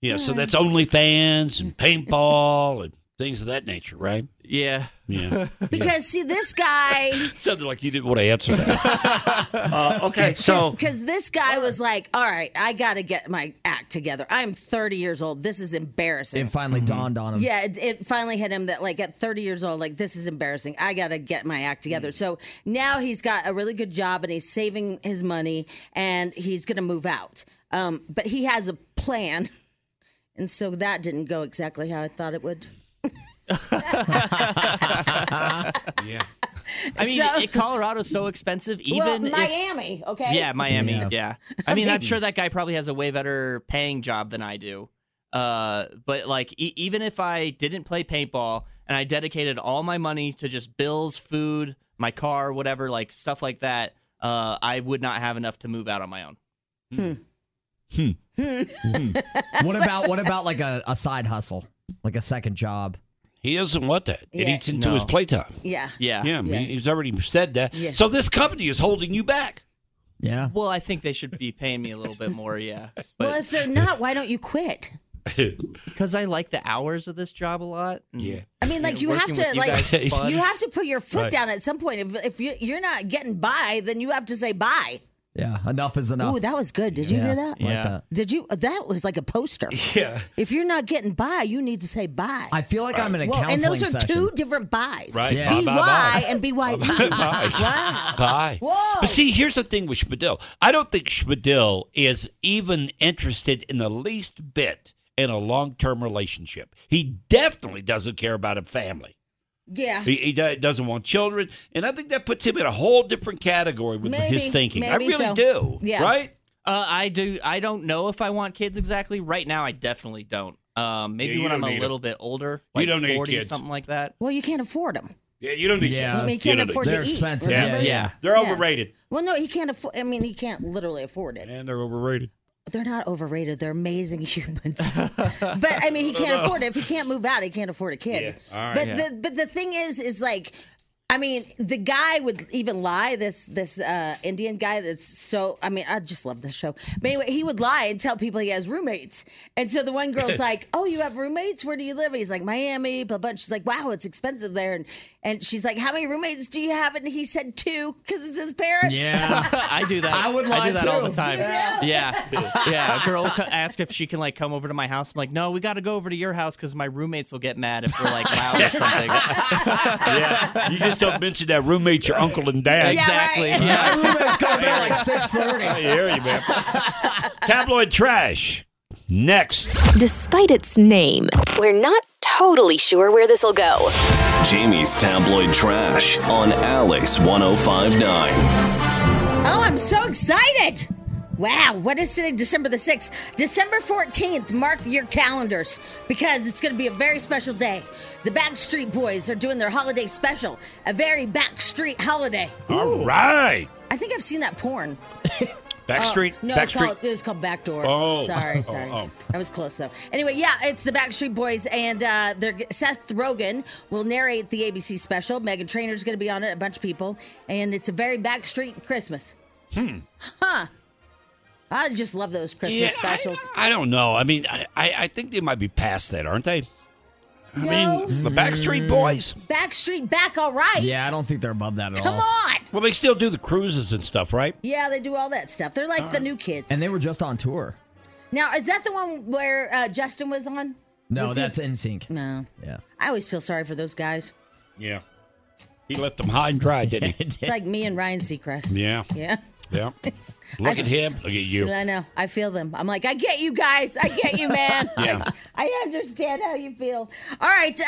[SPEAKER 4] Yeah. So that's OnlyFans and paintball and things of that nature, right?
[SPEAKER 6] Yeah.
[SPEAKER 4] Yeah.
[SPEAKER 3] Because see, this guy.
[SPEAKER 4] Sounded like you didn't want to answer that. uh, okay. So
[SPEAKER 3] Because this guy was like, all right, I got to get my act together. I'm 30 years old. This is embarrassing.
[SPEAKER 5] It
[SPEAKER 4] Mm-hmm.
[SPEAKER 5] finally dawned on him.
[SPEAKER 3] Yeah, it, it finally hit him that, like, at 30 years old, like, this is embarrassing. I got to get my act
[SPEAKER 5] Mm.
[SPEAKER 3] together. So now he's got a really good job and he's saving his money and he's going to move out. Um, but he has a plan. And so that didn't go exactly how I thought it would.
[SPEAKER 4] yeah.
[SPEAKER 6] I mean,
[SPEAKER 3] So-
[SPEAKER 6] it, Colorado's so expensive even
[SPEAKER 3] well,
[SPEAKER 6] if-
[SPEAKER 3] Miami, okay?
[SPEAKER 6] Yeah, Miami.
[SPEAKER 5] Yeah.
[SPEAKER 6] Yeah. I mean,
[SPEAKER 3] mean-
[SPEAKER 6] I'm sure that guy probably has a way better paying job than I do. Uh, but like, e- even if I didn't play paintball and I dedicated all my money to just bills, food, my car, whatever, like stuff like that, uh, I would not have enough to move out on my own.
[SPEAKER 4] Hmm.
[SPEAKER 5] Hmm. What about what about like a, a side hustle, like a second job?
[SPEAKER 4] He doesn't want that. It
[SPEAKER 3] Yeah.
[SPEAKER 4] eats into his
[SPEAKER 5] No.
[SPEAKER 4] playtime.
[SPEAKER 3] Yeah.
[SPEAKER 6] Yeah.
[SPEAKER 4] Yeah. I mean, He's already said that.
[SPEAKER 3] Yeah.
[SPEAKER 4] So this company is holding you back.
[SPEAKER 5] Yeah.
[SPEAKER 6] Well, I think they should be paying me a little bit more. Yeah.
[SPEAKER 3] Well, if they're not, why don't you quit?
[SPEAKER 6] Because I like the hours of this job a lot. Yeah.
[SPEAKER 3] I mean, like you have
[SPEAKER 6] working
[SPEAKER 3] to,
[SPEAKER 6] with you
[SPEAKER 3] like
[SPEAKER 6] guys is fun.
[SPEAKER 3] you have to put your foot
[SPEAKER 6] Right.
[SPEAKER 3] down at some point. If, if you, you're not getting by, then you have to say bye.
[SPEAKER 5] Yeah. Enough is enough.
[SPEAKER 3] Ooh, that was good. Did you
[SPEAKER 5] Yeah,
[SPEAKER 3] hear that?
[SPEAKER 5] like Yeah. that.
[SPEAKER 3] Did you? That was like a poster.
[SPEAKER 4] Yeah.
[SPEAKER 3] If you're not getting by, you need to say bye.
[SPEAKER 5] I feel like I'm in a
[SPEAKER 3] Whoa,
[SPEAKER 5] counseling
[SPEAKER 3] and those are
[SPEAKER 5] session.
[SPEAKER 3] two different buys.
[SPEAKER 4] Right. Yeah.
[SPEAKER 3] B
[SPEAKER 4] Bye, bye,
[SPEAKER 3] Y
[SPEAKER 4] bye.
[SPEAKER 3] and B Y E. Wow.
[SPEAKER 4] Bye.
[SPEAKER 3] Whoa.
[SPEAKER 4] But see, here's the thing with Schmidl. I don't think Schmidl is even interested in the least bit in a long term relationship. He definitely doesn't care about a family.
[SPEAKER 3] Yeah.
[SPEAKER 4] He, he do- doesn't want children. And I think that puts him in a whole different category with his
[SPEAKER 3] Maybe.
[SPEAKER 4] thinking. I
[SPEAKER 3] Maybe
[SPEAKER 4] really
[SPEAKER 3] so.
[SPEAKER 4] do.
[SPEAKER 3] Yeah.
[SPEAKER 4] Right?
[SPEAKER 6] Uh, I do. I don't know if I want kids exactly right now. I definitely don't. Um, maybe
[SPEAKER 4] Yeah, you
[SPEAKER 6] when
[SPEAKER 4] don't
[SPEAKER 6] I'm
[SPEAKER 4] need
[SPEAKER 6] a
[SPEAKER 4] 'em.
[SPEAKER 6] little bit older,
[SPEAKER 4] You
[SPEAKER 6] like
[SPEAKER 4] don't need
[SPEAKER 6] 40
[SPEAKER 4] kids.
[SPEAKER 6] something like that.
[SPEAKER 3] Well, you can't afford them.
[SPEAKER 4] Yeah, you don't need.
[SPEAKER 3] Yeah. They
[SPEAKER 4] you
[SPEAKER 3] can't
[SPEAKER 4] don't need-
[SPEAKER 3] afford to They're eat, expensive,
[SPEAKER 4] Yeah,
[SPEAKER 3] remember? yeah.
[SPEAKER 4] they're
[SPEAKER 3] Yeah.
[SPEAKER 4] overrated.
[SPEAKER 3] Well, no, he can't afford. I mean, he can't literally afford it.
[SPEAKER 4] And they're overrated.
[SPEAKER 3] They're not overrated. They're amazing humans. but I mean, he can't afford it. If he can't move out, he can't afford a kid.
[SPEAKER 13] Yeah, all right.
[SPEAKER 3] But
[SPEAKER 13] Yeah.
[SPEAKER 3] the but the thing is, is like. I mean, the guy would even lie. This this uh, Indian guy that's so. I mean, I just love this show. But anyway, he would lie and tell people he has roommates. And so the one girl's like, "Oh, you have roommates? Where do you live?" He's like, "Miami." Blah blah. And she's like, "Wow, it's expensive there." And and she's like, "How many roommates do you have?" And he said two because it's his parents.
[SPEAKER 6] I do that. I would I
[SPEAKER 3] lie
[SPEAKER 6] do that all
[SPEAKER 3] too.
[SPEAKER 6] the time.
[SPEAKER 3] Yeah.
[SPEAKER 6] Yeah. yeah, A girl will co- ask if she can like come over to my house. I'm like, no, we got to go over to your house because my roommates will get mad if we're like loud or something.
[SPEAKER 4] You just don't mention that roommate's your uncle and dad.
[SPEAKER 6] Exactly. Yeah, right. Yeah.
[SPEAKER 4] My roommate's
[SPEAKER 6] going to bed like
[SPEAKER 5] 6:30.
[SPEAKER 4] I hear you, man. Tabloid trash. Next.
[SPEAKER 7] Despite its name, we're not totally sure where this'll go.
[SPEAKER 2] Jamie's tabloid trash on Alice 1059.
[SPEAKER 3] Oh, I'm so excited! Wow, what is today? December the 6th. December 14th, mark your calendars because it's going to be a very special day. The Backstreet Boys are doing their holiday special, a very backstreet holiday.
[SPEAKER 4] All right.
[SPEAKER 3] I think I've seen that porn.
[SPEAKER 4] Backstreet.
[SPEAKER 3] Oh, no,
[SPEAKER 4] Backstreet.
[SPEAKER 3] It's called, it was called Backdoor.
[SPEAKER 4] Oh.
[SPEAKER 3] sorry,
[SPEAKER 4] Oh,
[SPEAKER 3] sorry.
[SPEAKER 4] oh.
[SPEAKER 3] I was close though. Anyway, yeah, it's the Backstreet Boys, and uh, they're Seth Rogen will narrate the ABC special. Megan Trainor's going to be on it, a bunch of people, and it's a very Backstreet Christmas.
[SPEAKER 4] Hmm.
[SPEAKER 3] Huh. I just love those Christmas
[SPEAKER 4] Yeah,
[SPEAKER 3] specials.
[SPEAKER 4] I don't know. I mean, I, I, I think they might be past that, aren't they? I mean, the Backstreet Boys.
[SPEAKER 3] Backstreet back, all right.
[SPEAKER 5] Mm. Yeah, I don't think they're above that at
[SPEAKER 3] Come
[SPEAKER 5] all.
[SPEAKER 3] on.
[SPEAKER 4] Well, they still do the cruises and stuff, right?
[SPEAKER 3] Yeah, they do all that stuff. They're like the new kids.
[SPEAKER 5] And they were just on tour.
[SPEAKER 3] Now, is that the one where uh, Justin was on?
[SPEAKER 5] No,
[SPEAKER 3] Was he-
[SPEAKER 5] that's in sync.
[SPEAKER 3] No.
[SPEAKER 5] Yeah.
[SPEAKER 3] I always feel sorry for those guys.
[SPEAKER 4] Yeah. He left them high and dry, didn't he?
[SPEAKER 3] It's like me and Ryan Seacrest.
[SPEAKER 4] Yeah.
[SPEAKER 3] Yeah.
[SPEAKER 4] Yeah. Look at him. Look at you.
[SPEAKER 3] I know. I feel them. I'm like, I get you guys. I get you, man.
[SPEAKER 4] Yeah.
[SPEAKER 3] I understand how you feel. All right.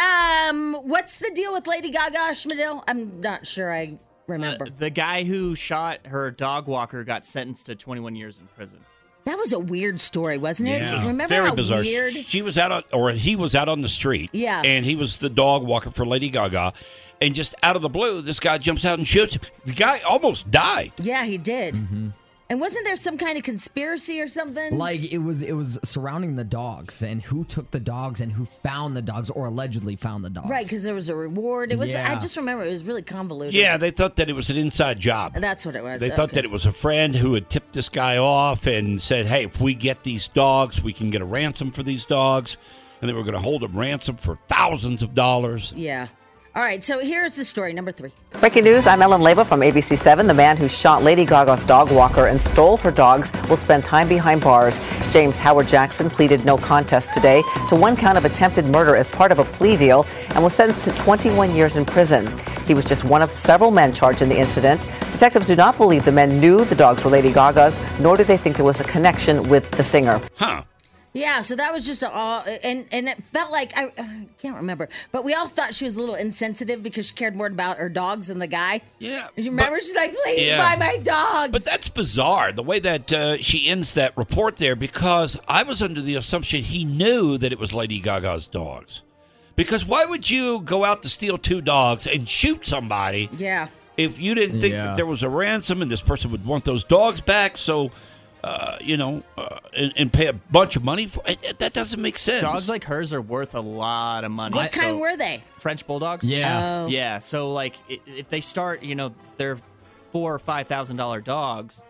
[SPEAKER 3] Um, what's the deal with Lady Gaga Schmidl? I'm not sure I remember.
[SPEAKER 6] the guy who shot her dog walker got sentenced to 21 years in prison.
[SPEAKER 3] that was a weird story, wasn't it?
[SPEAKER 4] Yeah.
[SPEAKER 3] Remember
[SPEAKER 4] Very
[SPEAKER 3] how
[SPEAKER 4] bizarre.
[SPEAKER 3] weird?
[SPEAKER 4] She was out on, or he was out on the street.
[SPEAKER 3] Yeah.
[SPEAKER 4] And he was the dog walker for Lady Gaga, and just out of the blue, this guy jumps out and shoots him. The guy almost died.
[SPEAKER 3] Yeah, he did. And wasn't there some kind of conspiracy or something?
[SPEAKER 5] Like it was it was surrounding the dogs and who took the dogs and who found the dogs or allegedly found the dogs.
[SPEAKER 3] Right, because there was a reward. It was. I
[SPEAKER 5] Yeah.
[SPEAKER 3] just remember it was really convoluted.
[SPEAKER 4] Yeah, they thought that it was an inside job.
[SPEAKER 3] That's what it was.
[SPEAKER 4] They thought
[SPEAKER 3] Okay.
[SPEAKER 4] that it was a friend who had tipped this guy off and said, "Hey, if we get these dogs, we can get a ransom for these dogs," and they were going to hold them ransom for thousands of dollars.
[SPEAKER 3] Yeah. All right. So here's the story number three.
[SPEAKER 9] Breaking news, I'm Ellen Laba from ABC7. The man who shot Lady Gaga's dog walker and stole her dogs will spend time behind bars. James Howard Jackson pleaded no contest today to one count of attempted murder as part of a plea deal and was sentenced to 21 years in prison. He was just one of several men charged in the incident. Detectives do not believe the men knew the dogs were Lady Gaga's, nor do they think there was a connection with the singer.
[SPEAKER 4] Huh.
[SPEAKER 3] Yeah. So that was just a all, and and it felt like I, I can't remember, but we all thought she was a little insensitive because she cared more about her dogs than the guy.
[SPEAKER 4] Yeah.
[SPEAKER 3] You remember? She's like, please
[SPEAKER 4] Yeah.
[SPEAKER 3] buy my dogs.
[SPEAKER 4] But that's bizarre the way that uh, she ends that report there because I was under the assumption he knew that it was Lady Gaga's dogs. Because why would you go out to steal two dogs and shoot somebody
[SPEAKER 3] Yeah.
[SPEAKER 4] if you didn't think
[SPEAKER 5] Yeah.
[SPEAKER 4] that there was a ransom and this person would want those dogs back? So, uh, you know, uh, and, and pay a bunch of money for it, it- that doesn't make sense.
[SPEAKER 6] Dogs like hers are worth a lot of money.
[SPEAKER 3] What kind
[SPEAKER 6] so-
[SPEAKER 3] were they?
[SPEAKER 6] French bulldogs.
[SPEAKER 3] Yeah. Oh.
[SPEAKER 6] yeah. So like, i- if they start, you know, they're four or five thousand dollar dogs.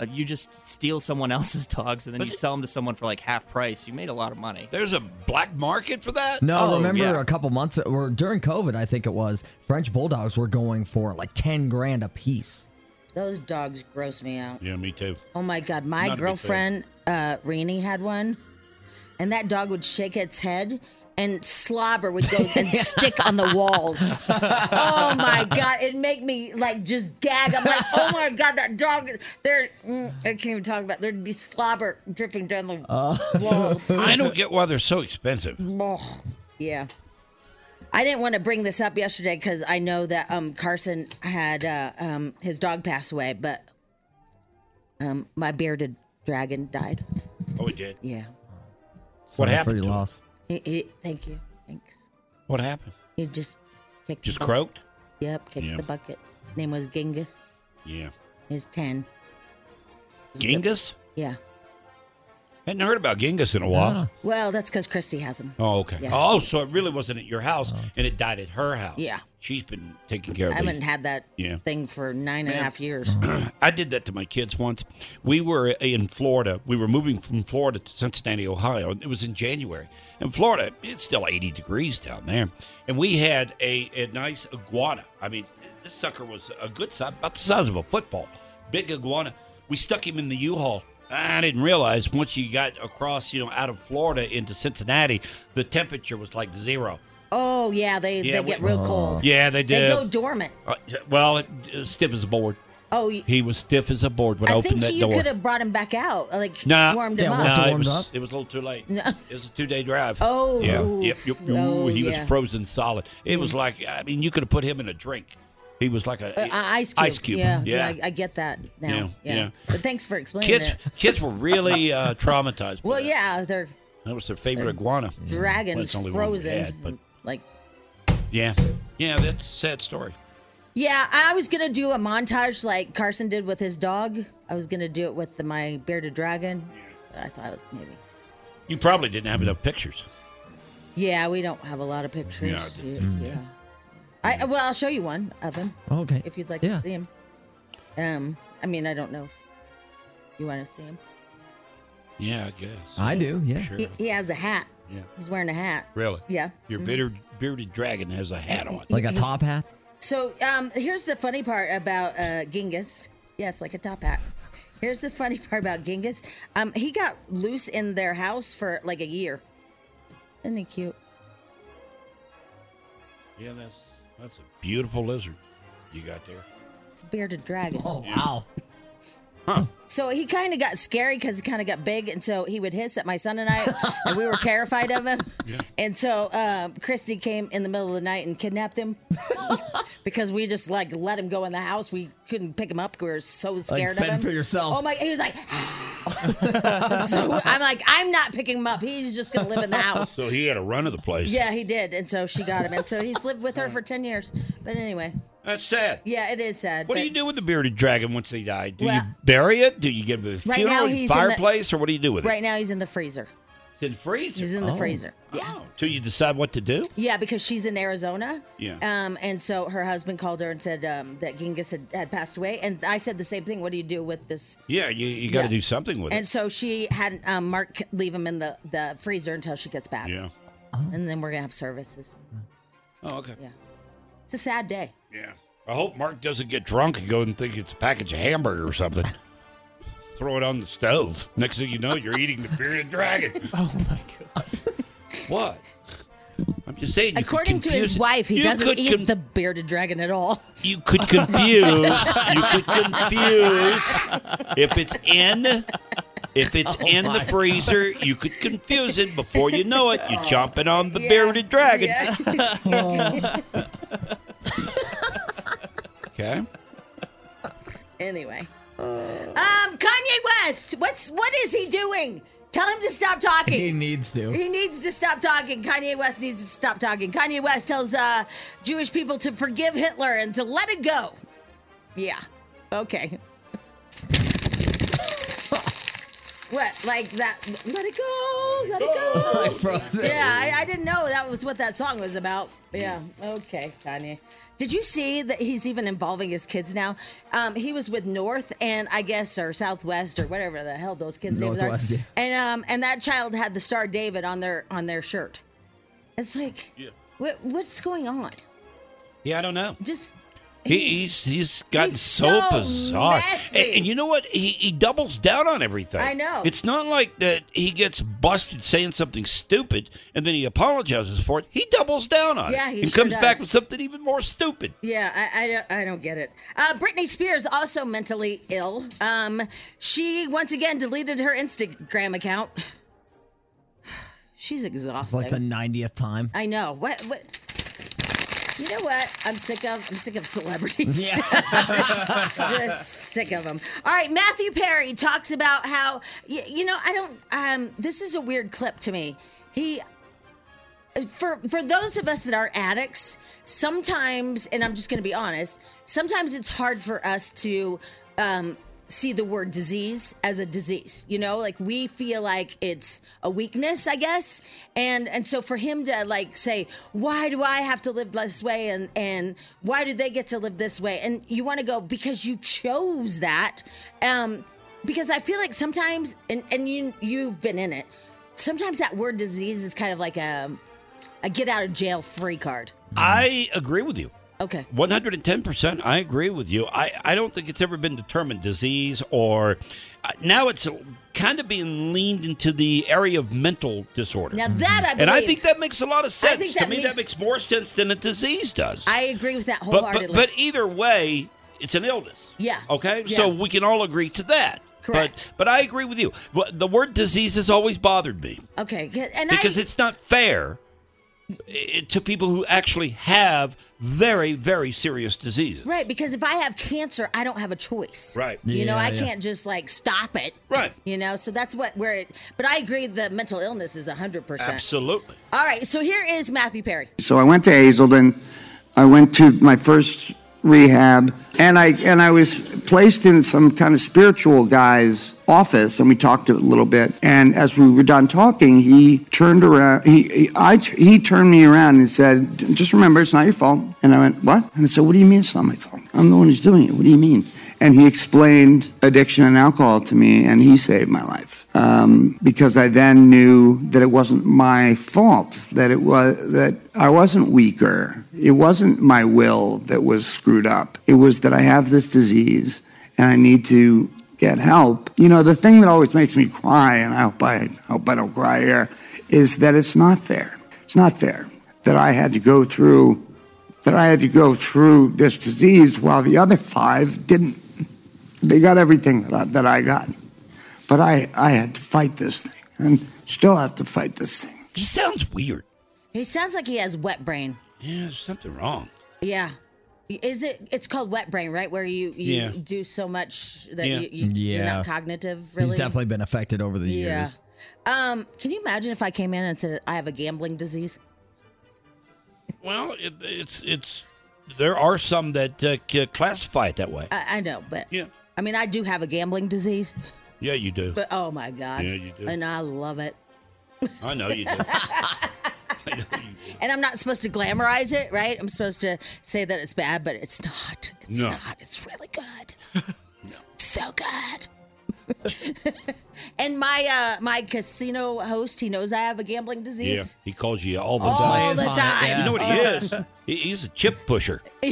[SPEAKER 6] Uh, you just steal someone else's dogs and then you sell them to someone for like half price. You made a lot of money.
[SPEAKER 4] There's a black market for
[SPEAKER 3] Uh,
[SPEAKER 4] that.
[SPEAKER 5] No,
[SPEAKER 6] Oh,
[SPEAKER 5] remember
[SPEAKER 6] yeah.
[SPEAKER 5] a couple months or during COVID, I think it was French bulldogs were going for like ten grand a piece.
[SPEAKER 3] Those dogs gross me out.
[SPEAKER 4] Yeah, me too.
[SPEAKER 3] Oh my god,
[SPEAKER 5] Not
[SPEAKER 3] my
[SPEAKER 5] a big fan.
[SPEAKER 3] girlfriend uh Rainey had one, and that dog would shake its head. And slobber would go and stick on the walls. Oh my god! It make me like just gag. I'm like, oh my god, that dog. There, mm, I can't even talk about. There'd be slobber dripping down the walls.
[SPEAKER 4] I don't get why they're so expensive.
[SPEAKER 3] Oh, yeah. I didn't want to bring this up yesterday because I know that um, Carson had uh, um, his dog pass away, but um, my bearded dragon died.
[SPEAKER 4] Oh, it did. What
[SPEAKER 3] Yeah.
[SPEAKER 5] Sorry
[SPEAKER 4] happened
[SPEAKER 5] For your loss.
[SPEAKER 3] He- he- thank you. Thanks.
[SPEAKER 4] What happened?
[SPEAKER 3] He just kicked.
[SPEAKER 4] Just
[SPEAKER 3] the ball.
[SPEAKER 4] croaked?
[SPEAKER 3] Yep, kicked
[SPEAKER 4] Yeah.
[SPEAKER 3] the bucket. His name was Genghis.
[SPEAKER 4] Yeah.
[SPEAKER 3] He's 10.
[SPEAKER 4] Genghis?
[SPEAKER 3] Yeah.
[SPEAKER 4] Hadn't heard about Genghis in a while.
[SPEAKER 3] Well, that's because Christy has him.
[SPEAKER 4] Oh, okay.
[SPEAKER 3] Yeah.
[SPEAKER 4] Oh, so it really wasn't at your house, and it died at her house.
[SPEAKER 3] Yeah.
[SPEAKER 4] She's been taking care of
[SPEAKER 3] I
[SPEAKER 4] these.
[SPEAKER 3] haven't had that
[SPEAKER 4] Yeah.
[SPEAKER 3] thing for nine and a
[SPEAKER 4] Ma'am.
[SPEAKER 3] half years.
[SPEAKER 4] I did that to my kids once. We were in Florida. We were moving from Florida to Cincinnati, Ohio. and It was in January. In Florida, it's still 80 degrees down there. And we had a, a nice iguana. I mean, this sucker was a good size, about the size of a football. Big iguana. We stuck him in the U-Haul. I didn't realize once you got across, you know, out of Florida into Cincinnati, the temperature was like zero.
[SPEAKER 3] Oh, yeah, they,
[SPEAKER 4] Yeah,
[SPEAKER 3] they get
[SPEAKER 4] we-
[SPEAKER 3] real
[SPEAKER 5] Oh.
[SPEAKER 3] cold.
[SPEAKER 4] Yeah, they
[SPEAKER 3] They
[SPEAKER 4] did.
[SPEAKER 3] go dormant.
[SPEAKER 4] Uh, well, it- it's stiff as a board.
[SPEAKER 3] Oh, y-
[SPEAKER 4] He was stiff as a board when I,
[SPEAKER 3] I
[SPEAKER 4] opened
[SPEAKER 3] think
[SPEAKER 4] that
[SPEAKER 3] you
[SPEAKER 4] door.
[SPEAKER 3] could have brought him back out, like
[SPEAKER 4] Nah.
[SPEAKER 3] warmed him up.
[SPEAKER 4] Nah, it was, it was a little too late.
[SPEAKER 3] No.
[SPEAKER 4] It was a two day drive.
[SPEAKER 3] Oh,
[SPEAKER 4] yeah.
[SPEAKER 3] oof.
[SPEAKER 4] Yep, yep. Ooh,
[SPEAKER 3] Oh,
[SPEAKER 4] he
[SPEAKER 3] yeah. Mm.
[SPEAKER 4] was frozen solid. It was like, I mean, you could have put him in a drink. He was like a
[SPEAKER 3] Uh, ice cube.
[SPEAKER 4] Ice cube.
[SPEAKER 3] Yeah,
[SPEAKER 4] Yeah.
[SPEAKER 3] I, I get that now. Yeah,
[SPEAKER 4] Yeah, yeah.
[SPEAKER 3] But thanks for explaining
[SPEAKER 4] Kids,
[SPEAKER 3] it.
[SPEAKER 4] kids were really uh, traumatized. by
[SPEAKER 3] Well,
[SPEAKER 4] that.
[SPEAKER 3] yeah, they're
[SPEAKER 4] That was their favorite iguana. Well, it's
[SPEAKER 3] dragons
[SPEAKER 4] the only one we
[SPEAKER 3] frozen.
[SPEAKER 4] had, but
[SPEAKER 3] like,
[SPEAKER 4] yeah, yeah, that's a sad story.
[SPEAKER 3] yeah, I was gonna do a montage like Carson did with his dog. I was gonna do it with the, my bearded dragon. I thought it was maybe.
[SPEAKER 4] You probably didn't have enough pictures.
[SPEAKER 3] Yeah, we don't have a lot of pictures.
[SPEAKER 4] Yeah, I did
[SPEAKER 3] yeah. yeah. I, well, I'll show you one of him.
[SPEAKER 5] Oh, Okay.
[SPEAKER 3] If you'd like to
[SPEAKER 5] Yeah.
[SPEAKER 3] see him. Um, I mean, I don't know if you want to see him.
[SPEAKER 4] Yeah, I guess.
[SPEAKER 5] I do, yeah.
[SPEAKER 4] Sure.
[SPEAKER 3] He, he has a hat.
[SPEAKER 4] Yeah.
[SPEAKER 3] He's wearing a hat.
[SPEAKER 4] Really?
[SPEAKER 3] Yeah.
[SPEAKER 4] Your
[SPEAKER 3] Mhm.
[SPEAKER 4] bitter, bearded dragon has a hat on.
[SPEAKER 5] Like a top hat?
[SPEAKER 3] So um, here's the funny part about uh, Genghis. Yes, like a top hat. Here's the funny part about Genghis. Um, he got loose in their house for like a year. Isn't he cute?
[SPEAKER 4] Yeah, that's that's a beautiful lizard you got there.
[SPEAKER 3] It's a bearded dragon.
[SPEAKER 5] Oh
[SPEAKER 4] wow.
[SPEAKER 3] So he kind of got scary because he kind of got big, and so he would hiss at my son and I, and we were terrified of him. And so um, Christy came in the middle of the night and kidnapped him because we just like let him go in the house. We couldn't pick him up. We were so scared
[SPEAKER 5] fend
[SPEAKER 3] of him.
[SPEAKER 5] for yourself.
[SPEAKER 3] Oh my! He was like, so I'm like, I'm not picking him up. He's just gonna live in the house.
[SPEAKER 4] So he had a run of the place.
[SPEAKER 3] Yeah, he did, and so she got him, and so he's lived with her for ten years. But anyway,
[SPEAKER 4] That's sad.
[SPEAKER 3] yeah, it is sad.
[SPEAKER 4] What
[SPEAKER 3] but
[SPEAKER 4] do you do with the bearded dragon once they die? Do
[SPEAKER 3] Well-
[SPEAKER 4] you bury it? Do you give it a
[SPEAKER 3] Right
[SPEAKER 4] funeral
[SPEAKER 3] now
[SPEAKER 4] and
[SPEAKER 3] he's in the-
[SPEAKER 4] fireplace, or what do you do with
[SPEAKER 3] Right
[SPEAKER 4] it?
[SPEAKER 3] now, he's in the freezer.
[SPEAKER 4] It's in the freezer. Oh.
[SPEAKER 3] He's
[SPEAKER 5] Oh.
[SPEAKER 3] in the freezer. Yeah.
[SPEAKER 4] Till you decide what to do.
[SPEAKER 3] Yeah, because she's in Arizona.
[SPEAKER 4] Yeah.
[SPEAKER 3] Um, and so her husband called her and said um, that Genghis had, had passed away. And I said the same thing. What do you do with this?
[SPEAKER 4] Yeah, you, you got to
[SPEAKER 3] Yeah.
[SPEAKER 4] do something with
[SPEAKER 3] And
[SPEAKER 4] it.
[SPEAKER 3] so she had um, Mark leave him in the, the freezer until she gets back.
[SPEAKER 4] Yeah.
[SPEAKER 3] And then we're going to have services.
[SPEAKER 4] Oh, okay.
[SPEAKER 3] Yeah. It's a sad day.
[SPEAKER 4] Yeah. I hope Mark doesn't get drunk and go and think it's a package of hamburger or something. Throw it on the stove. Next thing you know, you're eating the bearded dragon. Oh my god. what? I'm just saying. you could
[SPEAKER 3] According to
[SPEAKER 4] confuse
[SPEAKER 3] his
[SPEAKER 4] it.
[SPEAKER 3] wife, he
[SPEAKER 4] You
[SPEAKER 3] doesn't
[SPEAKER 4] could
[SPEAKER 3] eat
[SPEAKER 4] con-
[SPEAKER 3] the bearded dragon at all.
[SPEAKER 4] You could confuse. you could confuse if it's in. If it's
[SPEAKER 3] Oh
[SPEAKER 4] in the
[SPEAKER 3] my.
[SPEAKER 4] freezer, you could confuse it. Before you know it, you're chomping on the
[SPEAKER 3] Yeah.
[SPEAKER 4] bearded dragon.
[SPEAKER 3] Yeah.
[SPEAKER 4] Okay.
[SPEAKER 3] Anyway. Um, Kanye West, what's what is he doing? Tell him to stop talking.
[SPEAKER 5] He needs to.
[SPEAKER 3] He needs to stop talking. Kanye West needs to stop talking. Kanye West tells uh, Jewish people to forgive Hitler and to let it go. Yeah. Okay. What? Like that? Let it go. Let it go.
[SPEAKER 5] I froze it.
[SPEAKER 3] Yeah, I, I didn't know that was what that song was about. Yeah. Okay, Kanye. Did you see that he's even involving his kids now? Um, he was with North and I guess or Southwest or whatever the hell those kids'
[SPEAKER 5] Northwest, yeah.
[SPEAKER 3] names are. And um, and that child had the star David on their on their shirt. It's like,
[SPEAKER 4] Yeah.
[SPEAKER 3] what what's going on?
[SPEAKER 4] Yeah, I don't know.
[SPEAKER 3] Just
[SPEAKER 4] He, he's he's gotten so,
[SPEAKER 3] so
[SPEAKER 4] bizarre,
[SPEAKER 3] messy.
[SPEAKER 4] And, and you know what? He, he doubles down on everything.
[SPEAKER 3] I know.
[SPEAKER 4] It's not like that. He gets busted saying something stupid, and then he apologizes for it. He doubles down on
[SPEAKER 3] Yeah,
[SPEAKER 4] it,
[SPEAKER 3] he
[SPEAKER 4] and
[SPEAKER 3] sure
[SPEAKER 4] comes back
[SPEAKER 3] does.
[SPEAKER 4] with something even more stupid.
[SPEAKER 3] Yeah, I, I, don't, I don't get it. Uh, Britney Spears also mentally ill. Um, she once again deleted her Instagram account. She's
[SPEAKER 5] It's
[SPEAKER 3] exhausting.
[SPEAKER 5] like the 90th time.
[SPEAKER 3] I know. What? What? You know what? I'm sick of. I'm sick of celebrities. Just sick of them. All right, Matthew Perry talks about how you, you know I don't. Um, this is a weird clip to me. He for for those of us that are addicts, sometimes, and I'm just going to be honest, sometimes it's hard for us to um, see the word disease as a disease. You know, like we feel like it's a weakness, I guess, and and so for him to like say, why do I have to live this way, and and why do they get to live this way, and you want to go because you chose that, um, because I feel like sometimes, and and you you've been in it sometimes that word disease is kind of like a a get out of jail free card.
[SPEAKER 4] I agree with you.
[SPEAKER 3] Okay.
[SPEAKER 4] 110%. I agree with you. I, I don't think it's ever been determined disease or uh, now it's kind of being leaned into the area of mental disorder.
[SPEAKER 3] Now that I believe,
[SPEAKER 4] and I think that makes a lot of sense.
[SPEAKER 3] think
[SPEAKER 4] to
[SPEAKER 3] that
[SPEAKER 4] me,
[SPEAKER 3] makes-
[SPEAKER 4] that makes more sense than a disease does.
[SPEAKER 3] I agree with that
[SPEAKER 4] but,
[SPEAKER 3] wholeheartedly.
[SPEAKER 4] but, but either way, it's an illness.
[SPEAKER 3] yeah.
[SPEAKER 4] Okay,
[SPEAKER 3] Yeah.
[SPEAKER 4] so we can all agree to that. Correct. But, but I agree with you. But The word disease has always bothered me
[SPEAKER 3] Okay. And
[SPEAKER 4] Oh. because
[SPEAKER 3] I
[SPEAKER 4] it's not fair eh, to people who actually have very, very serious diseases.
[SPEAKER 3] right because if I have cancer, I don't have a choice.
[SPEAKER 4] Right.
[SPEAKER 3] You know,
[SPEAKER 4] Yeah,
[SPEAKER 3] I
[SPEAKER 4] yeah.
[SPEAKER 3] can't just like stop it.
[SPEAKER 4] Right.
[SPEAKER 3] You know, so that's what where it. But I agree. The mental illness is hundred percent.
[SPEAKER 4] Absolutely.
[SPEAKER 3] All right. So here is Matthew Perry.
[SPEAKER 12] So I went to Hazelden. I went to my first rehab, and I and I was placed in some kind of spiritual guy's office, and we talked a little bit. And as we were done talking, he turned around. He he, I, he turned me around and said, "Just remember, it's not your fault." And I went, "What?" And I said, "What do you mean it's not my fault? I'm the one who's doing it. What do you mean?" And he explained addiction and alcohol to me, and he saved my life um, because I then knew that it wasn't my fault that it was that I wasn't weaker. It wasn't my will that was screwed up. It was that I have this disease and I need to get help. You know, the thing that always makes me cry, and I hope I hope I don't cry here, is that it's not fair. It's not fair that I had to go through that I had to go through this disease while the other five didn't. They got everything that I, that I got. But I, I had to fight this thing and still have to fight this thing.
[SPEAKER 4] He sounds weird.
[SPEAKER 3] He sounds like he has wet brain.
[SPEAKER 4] Yeah, there's something wrong.
[SPEAKER 3] Yeah. Is it? It's called wet brain, right? Where you you
[SPEAKER 5] Yeah.
[SPEAKER 3] do so much that
[SPEAKER 5] Yeah.
[SPEAKER 3] you, you you're
[SPEAKER 5] Yeah.
[SPEAKER 3] not cognitive. Really.
[SPEAKER 5] He's definitely been affected over the
[SPEAKER 3] Yeah.
[SPEAKER 5] years.
[SPEAKER 3] Um, can you imagine if I came in and said I have a gambling disease?
[SPEAKER 4] Well, it, it's it's there are some that uh, c- classify it that way.
[SPEAKER 3] I, I know, but
[SPEAKER 4] yeah.
[SPEAKER 3] I mean, I do have a gambling disease,
[SPEAKER 4] yeah, you do.
[SPEAKER 3] but oh my god,
[SPEAKER 4] Yeah, you do.
[SPEAKER 3] and I love it.
[SPEAKER 4] I know you do.
[SPEAKER 3] And I'm not supposed to glamorize it, right? I'm supposed to say that it's bad, but it's not. It's
[SPEAKER 4] No.
[SPEAKER 3] not. It's really good. It's so good. and my uh my casino host, he knows I have a gambling
[SPEAKER 4] Yeah,
[SPEAKER 3] disease.
[SPEAKER 4] he calls you all the
[SPEAKER 3] All
[SPEAKER 4] time.
[SPEAKER 3] the time.
[SPEAKER 4] You know what he
[SPEAKER 3] Yeah.
[SPEAKER 4] is? He, he's a chip pusher.
[SPEAKER 3] he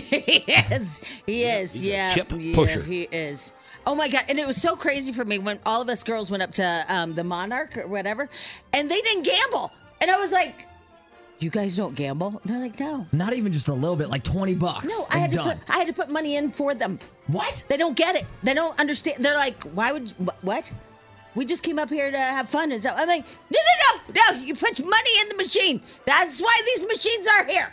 [SPEAKER 3] is. He is. Yeah.
[SPEAKER 4] chip
[SPEAKER 3] yeah,
[SPEAKER 4] pusher.
[SPEAKER 3] He is. Oh my god! And it was so crazy for me when all of us girls went up to um, the Monarch or whatever, and they didn't gamble, and I was like, "You guys don't gamble?" And they're like, "No."
[SPEAKER 5] Not even just a little bit, like 20 bucks.
[SPEAKER 3] No, I had
[SPEAKER 5] and
[SPEAKER 3] to
[SPEAKER 5] done.
[SPEAKER 3] put I had to put money in for them.
[SPEAKER 5] What?
[SPEAKER 3] They don't get it. They don't understand. They're like, why would wh- what? We just came up here to have fun and stuff. I'm like, no, no, no, no. You put money in the machine. That's why these machines are here.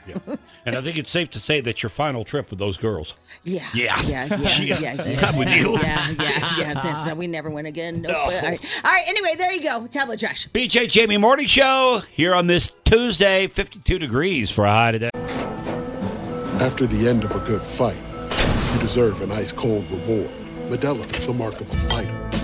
[SPEAKER 4] And I think it's safe to say that your final trip with those girls.
[SPEAKER 3] Yeah.
[SPEAKER 4] Yeah.
[SPEAKER 3] Yeah. Yeah. Yeah. yeah,
[SPEAKER 4] Not with you.
[SPEAKER 3] Yeah. Yeah. Yeah. That's- so we never went again. Nope. All, right. All right. Anyway, there you go. Tablet trash.
[SPEAKER 4] BJ Jamie Morning Show here on this Tuesday, 52 degrees for a high today.
[SPEAKER 13] After the end of a good fight, you deserve an ice cold reward. Medella is the mark of a fighter.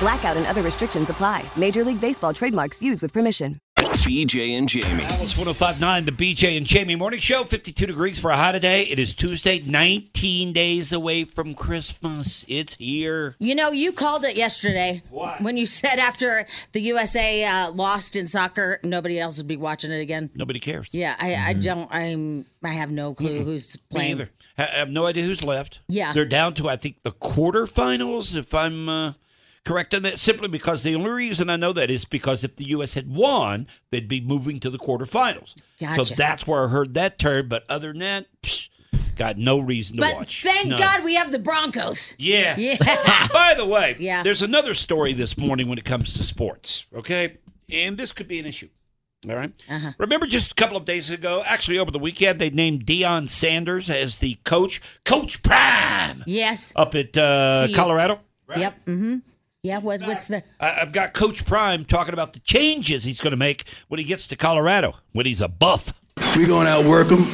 [SPEAKER 14] Blackout and other restrictions apply. Major League Baseball trademarks used with permission.
[SPEAKER 2] BJ and Jamie.
[SPEAKER 4] Alice 1059, the BJ and Jamie Morning Show. 52 degrees for a high today. It is Tuesday, 19 days away from Christmas. It's here.
[SPEAKER 3] You know, you called it yesterday. What? When you said after the USA uh, lost in soccer, nobody else would be watching it again.
[SPEAKER 4] Nobody cares.
[SPEAKER 3] Yeah, I, I don't. I'm. I have no clue who's
[SPEAKER 4] Mm-hmm. Me
[SPEAKER 3] playing.
[SPEAKER 4] either. I I have no idea who's left.
[SPEAKER 3] Yeah.
[SPEAKER 4] They're down to, I think, the quarterfinals, if I'm uh, correct on that, simply because the only reason I know that is because if the U.S. had won, they'd be moving to the quarterfinals. So
[SPEAKER 3] Gotcha.
[SPEAKER 4] that's where I heard that term. But other than that, psh, got no reason to
[SPEAKER 3] But
[SPEAKER 4] watch.
[SPEAKER 3] thank
[SPEAKER 4] None.
[SPEAKER 3] God we have the Broncos.
[SPEAKER 4] Yeah.
[SPEAKER 3] Yeah.
[SPEAKER 4] By the way,
[SPEAKER 3] Yeah.
[SPEAKER 4] there's another story this morning when it comes to sports, okay? And this could be an issue. All right.
[SPEAKER 3] Uh-huh.
[SPEAKER 4] Remember just a couple of days ago, actually over the weekend, they named Deion Sanders as the coach, Coach Prime,
[SPEAKER 3] yes.
[SPEAKER 4] up at uh,
[SPEAKER 3] See you.
[SPEAKER 4] Colorado.
[SPEAKER 3] Yep. Mm-hmm. Yeah. What, what's the?
[SPEAKER 4] I- I've got Coach Prime talking about the changes he's going to make when he gets to Colorado, when he's a buff.
[SPEAKER 15] We're going to outwork them.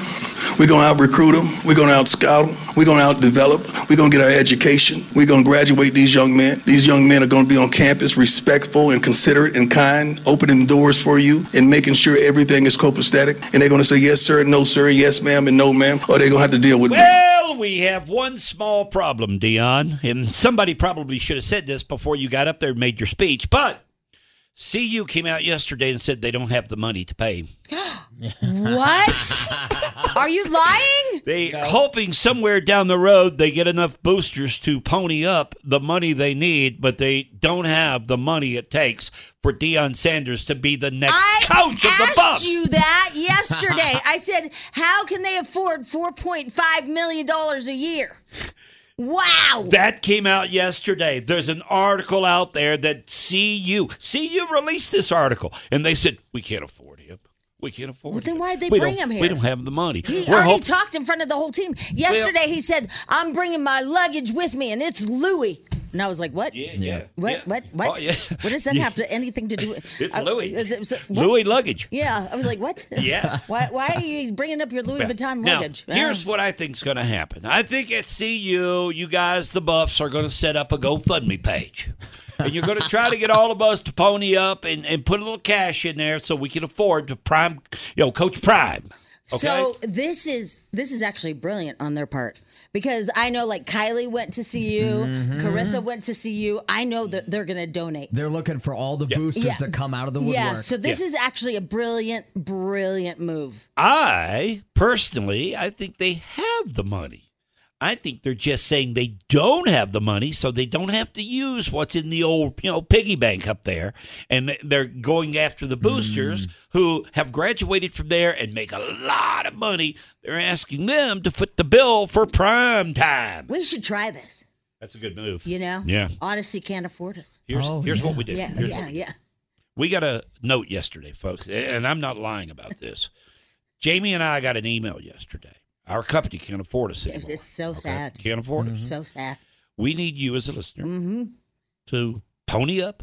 [SPEAKER 15] We're going to out recruit them. We're going to out scout them. We're going to out develop. We're going to get our education. We're going to graduate these young men. These young men are going to be on campus respectful and considerate and kind, opening doors for you and making sure everything is copacetic. And they're going to say yes, sir, and no, sir, yes, ma'am, and no, ma'am, or they're going to have to deal with me.
[SPEAKER 4] Well, we have one small problem, Dion, and somebody probably should have said this before you got up there and made your speech, but CU came out yesterday and said they don't have the money to pay. him.
[SPEAKER 3] What? Are you lying?
[SPEAKER 4] They hoping somewhere down the road they get enough boosters to pony up the money they need, but they don't have the money it takes for Deion Sanders to be the next coach of the
[SPEAKER 3] asked
[SPEAKER 4] Bucks.
[SPEAKER 3] you that yesterday. I said, "How can they afford four point five million dollars a year?" Wow.
[SPEAKER 4] That came out yesterday. There's an article out there that CU CU released this article, and they said we can't afford him. We can't afford
[SPEAKER 3] Well,
[SPEAKER 4] him.
[SPEAKER 3] then why'd they
[SPEAKER 4] We
[SPEAKER 3] bring
[SPEAKER 4] don't-
[SPEAKER 3] him here?
[SPEAKER 4] We don't have the money.
[SPEAKER 3] He
[SPEAKER 4] We're
[SPEAKER 3] already
[SPEAKER 4] hoping-
[SPEAKER 3] talked in front of the whole team. Yesterday, he said, I'm bringing my luggage with me, and it's Louis. And I was like, what? Yeah,
[SPEAKER 4] yeah,
[SPEAKER 3] What?
[SPEAKER 4] yeah.
[SPEAKER 3] What? What?
[SPEAKER 4] Oh, yeah.
[SPEAKER 3] What does that
[SPEAKER 4] Yeah.
[SPEAKER 3] have to anything to do with?
[SPEAKER 4] It's
[SPEAKER 3] I-
[SPEAKER 4] Louis.
[SPEAKER 3] is it- is it- what?
[SPEAKER 4] Louis luggage.
[SPEAKER 3] Yeah, I was like, what?
[SPEAKER 4] Yeah.
[SPEAKER 3] Why, why are you bringing up your Louis
[SPEAKER 4] Yeah.
[SPEAKER 3] Vuitton
[SPEAKER 4] Now,
[SPEAKER 3] luggage?
[SPEAKER 4] Here's what I think's going to happen. I think at CU, you guys, the Buffs, are going to set up a GoFundMe page. And you're going to try to get all of us to pony up and, and put a little cash in there so we can afford to prime, you know, Coach Prime. Okay?
[SPEAKER 3] So this is this is actually brilliant on their part because I know like Kylie went to see you,
[SPEAKER 4] Mm-hmm.
[SPEAKER 3] Carissa went to see you. I know that they're going to donate.
[SPEAKER 5] They're looking for all the boosters
[SPEAKER 3] Yeah.
[SPEAKER 5] to come out of the woodwork.
[SPEAKER 3] Yeah, so this is actually a brilliant, brilliant move.
[SPEAKER 4] I personally, I think they have the money. I think they're just saying they don't have the money, so they don't have to use what's in the old, you know, piggy bank up there, and th- they're going after the boosters who have graduated from there and make a lot of money. They're asking them to foot the bill for prime time.
[SPEAKER 3] We should try this.
[SPEAKER 4] That's a good move.
[SPEAKER 3] You know?
[SPEAKER 4] Yeah.
[SPEAKER 3] Odyssey can't afford us.
[SPEAKER 4] Here's
[SPEAKER 5] Oh,
[SPEAKER 4] here's what we did.
[SPEAKER 3] Yeah,
[SPEAKER 4] Here's what
[SPEAKER 3] yeah,
[SPEAKER 4] we
[SPEAKER 3] yeah.
[SPEAKER 4] we got a note yesterday, folks, and I'm not lying about this. Jamie and I got an email yesterday. Our company can't afford us anymore.
[SPEAKER 3] It's, it's so sad.
[SPEAKER 4] Can't afford it.
[SPEAKER 3] So sad.
[SPEAKER 4] We need you as a listener
[SPEAKER 3] hmm
[SPEAKER 4] to pony up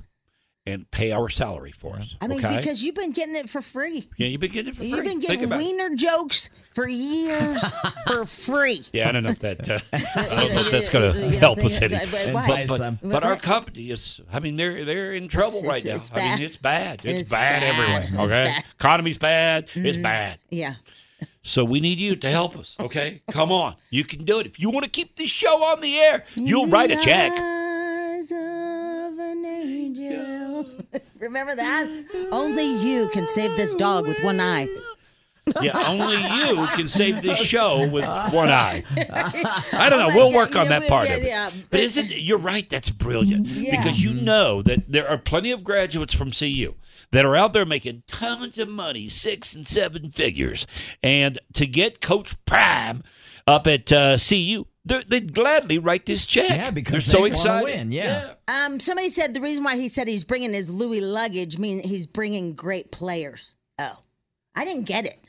[SPEAKER 4] and pay our salary for us.
[SPEAKER 3] I mean,
[SPEAKER 4] okay?
[SPEAKER 3] because you've been getting it for free.
[SPEAKER 4] yeah, you've been getting it for free.
[SPEAKER 3] You've been
[SPEAKER 4] Think
[SPEAKER 3] getting
[SPEAKER 4] about it.
[SPEAKER 3] wiener jokes for years for free.
[SPEAKER 4] Yeah, I don't know if that. Uh, I don't know if that's going to help us any.
[SPEAKER 3] But- but why?
[SPEAKER 4] But, but, but our
[SPEAKER 3] What?
[SPEAKER 4] company is. I mean, they're they're in trouble
[SPEAKER 3] It's-
[SPEAKER 4] right
[SPEAKER 3] it's-
[SPEAKER 4] now.
[SPEAKER 3] it's
[SPEAKER 4] I
[SPEAKER 3] bad.
[SPEAKER 4] mean, it's bad. It's,
[SPEAKER 3] It's
[SPEAKER 4] bad,
[SPEAKER 3] bad.
[SPEAKER 4] everywhere.
[SPEAKER 3] It's
[SPEAKER 4] Okay,
[SPEAKER 3] bad. Mm-hmm.
[SPEAKER 4] economy's bad. It's bad.
[SPEAKER 3] Yeah.
[SPEAKER 4] So we need you to help us, okay? Come on. You can do it. If you want to keep this show on the air,
[SPEAKER 3] Mm-hmm.
[SPEAKER 4] you'll write a check.
[SPEAKER 3] Remember that? Only you can save this dog with one eye.
[SPEAKER 4] Yeah, only you can save this show with one eye. I don't know. We'll work on
[SPEAKER 3] Oh Yeah,
[SPEAKER 4] that
[SPEAKER 3] we-
[SPEAKER 4] part
[SPEAKER 3] yeah,
[SPEAKER 4] of it.
[SPEAKER 3] yeah.
[SPEAKER 4] But isn't you're right, that's brilliant.
[SPEAKER 3] Yeah.
[SPEAKER 4] Because you know that there are plenty of graduates from CU that are out there making tons of money, six and seven figures. And to get Coach Prime up at uh, CU, they're- they'd gladly write this check. Yeah, because they're so
[SPEAKER 5] they wanna
[SPEAKER 4] excited.
[SPEAKER 5] win, yeah.
[SPEAKER 3] Um, somebody said the reason why he said he's bringing his Louis luggage means he's bringing great players. Oh, I didn't get it.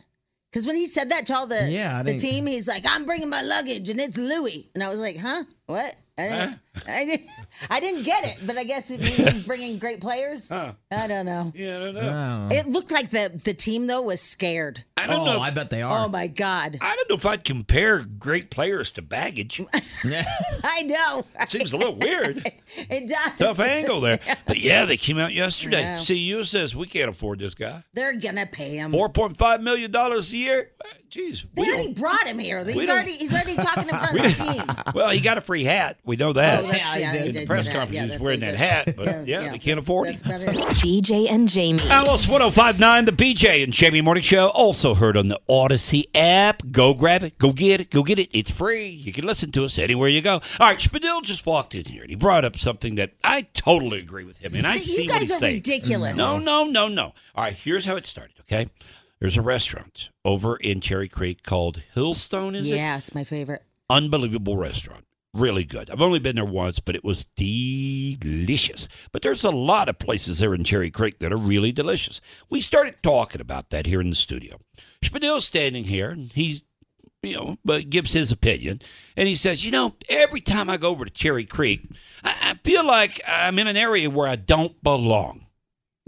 [SPEAKER 3] Because when he said that to all the
[SPEAKER 5] Yeah, I
[SPEAKER 3] the
[SPEAKER 5] didn't-
[SPEAKER 3] team, he's like, "I'm bringing my luggage and it's Louis," and I was like, "Huh? What?" I didn't, I didn't, I didn't get it, but I guess it means he's bringing great players. I don't know.
[SPEAKER 4] Yeah, I don't
[SPEAKER 5] know.
[SPEAKER 3] It looked like the the team though was scared.
[SPEAKER 4] I don't know. I
[SPEAKER 5] bet they
[SPEAKER 3] Oh my god.
[SPEAKER 4] I don't know if I'd compare great players to baggage.
[SPEAKER 3] I know.
[SPEAKER 4] Seems a little weird.
[SPEAKER 3] It does.
[SPEAKER 4] Tough angle there. But yeah, they came out yesterday.
[SPEAKER 3] Yeah.
[SPEAKER 4] CU says we can't afford this guy.
[SPEAKER 3] They're gonna pay him.
[SPEAKER 4] Four point five million dollars a year. Uh, Jeez,
[SPEAKER 3] They already brought him here. He's
[SPEAKER 4] don't-
[SPEAKER 3] already he's already talking in front of the team.
[SPEAKER 4] well, he got a free hat. We know that.
[SPEAKER 3] Oh, that's- yeah, he
[SPEAKER 4] In
[SPEAKER 3] did
[SPEAKER 4] the
[SPEAKER 3] do
[SPEAKER 4] press
[SPEAKER 3] that.
[SPEAKER 4] conference,
[SPEAKER 3] Yeah,
[SPEAKER 4] he was
[SPEAKER 3] that's
[SPEAKER 4] wearing
[SPEAKER 3] what
[SPEAKER 4] that
[SPEAKER 3] he
[SPEAKER 4] hat.
[SPEAKER 3] did.
[SPEAKER 4] But
[SPEAKER 3] Yeah,
[SPEAKER 4] yeah, they can't afford it.
[SPEAKER 7] BJ and Jamie.
[SPEAKER 4] Alice 1059, the BJ and Jamie Morning Show, also heard on the Odyssey app. Go grab it. Go get it. Go get it. It's free. You can listen to us anywhere you go. All right, Spadil just walked in here and he brought up something that I totally agree with him. And I
[SPEAKER 3] You
[SPEAKER 4] see what
[SPEAKER 3] guys
[SPEAKER 4] he's
[SPEAKER 3] are
[SPEAKER 4] saying.
[SPEAKER 3] ridiculous.
[SPEAKER 4] No, no, no, no. All right, here's how it started, okay? There's a restaurant over in Cherry Creek called Hillstone, is it?
[SPEAKER 3] yeah, it's my favorite.
[SPEAKER 4] unbelievable restaurant. Really good. I've only been there once, but it was delicious. But there's a lot of places there in Cherry Creek that are really delicious. We started talking about that here in the studio. Spadil's standing here, and he's you know, but gives his opinion, and he says, you know, every time I go over to Cherry Creek, I, I feel like I'm in an area where I don't belong.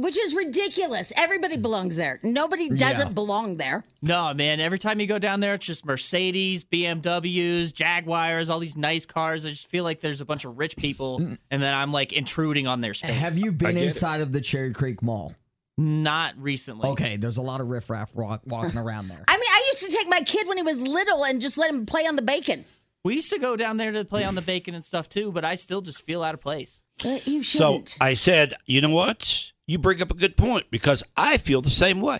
[SPEAKER 3] Which is ridiculous. Everybody belongs there. Nobody doesn't belong there.
[SPEAKER 6] No, man. Every time you go down there, it's just Mercedes, BMWs, Jaguars, all these nice cars. I just feel like there's a bunch of rich people, and then I'm like intruding on their space.
[SPEAKER 5] Mm. Have you been inside of the Cherry Creek Mall?
[SPEAKER 6] Not recently.
[SPEAKER 5] Okay, there's a lot of riffraff rock walking around there.
[SPEAKER 3] I mean, I used to take my kid when he was little and just let him play on the bacon.
[SPEAKER 6] We used to go down there to play on the bacon and stuff too, but I still just feel out of place.
[SPEAKER 3] Uh, You
[SPEAKER 4] So I said, you know what? You bring up a good point because I feel the same way.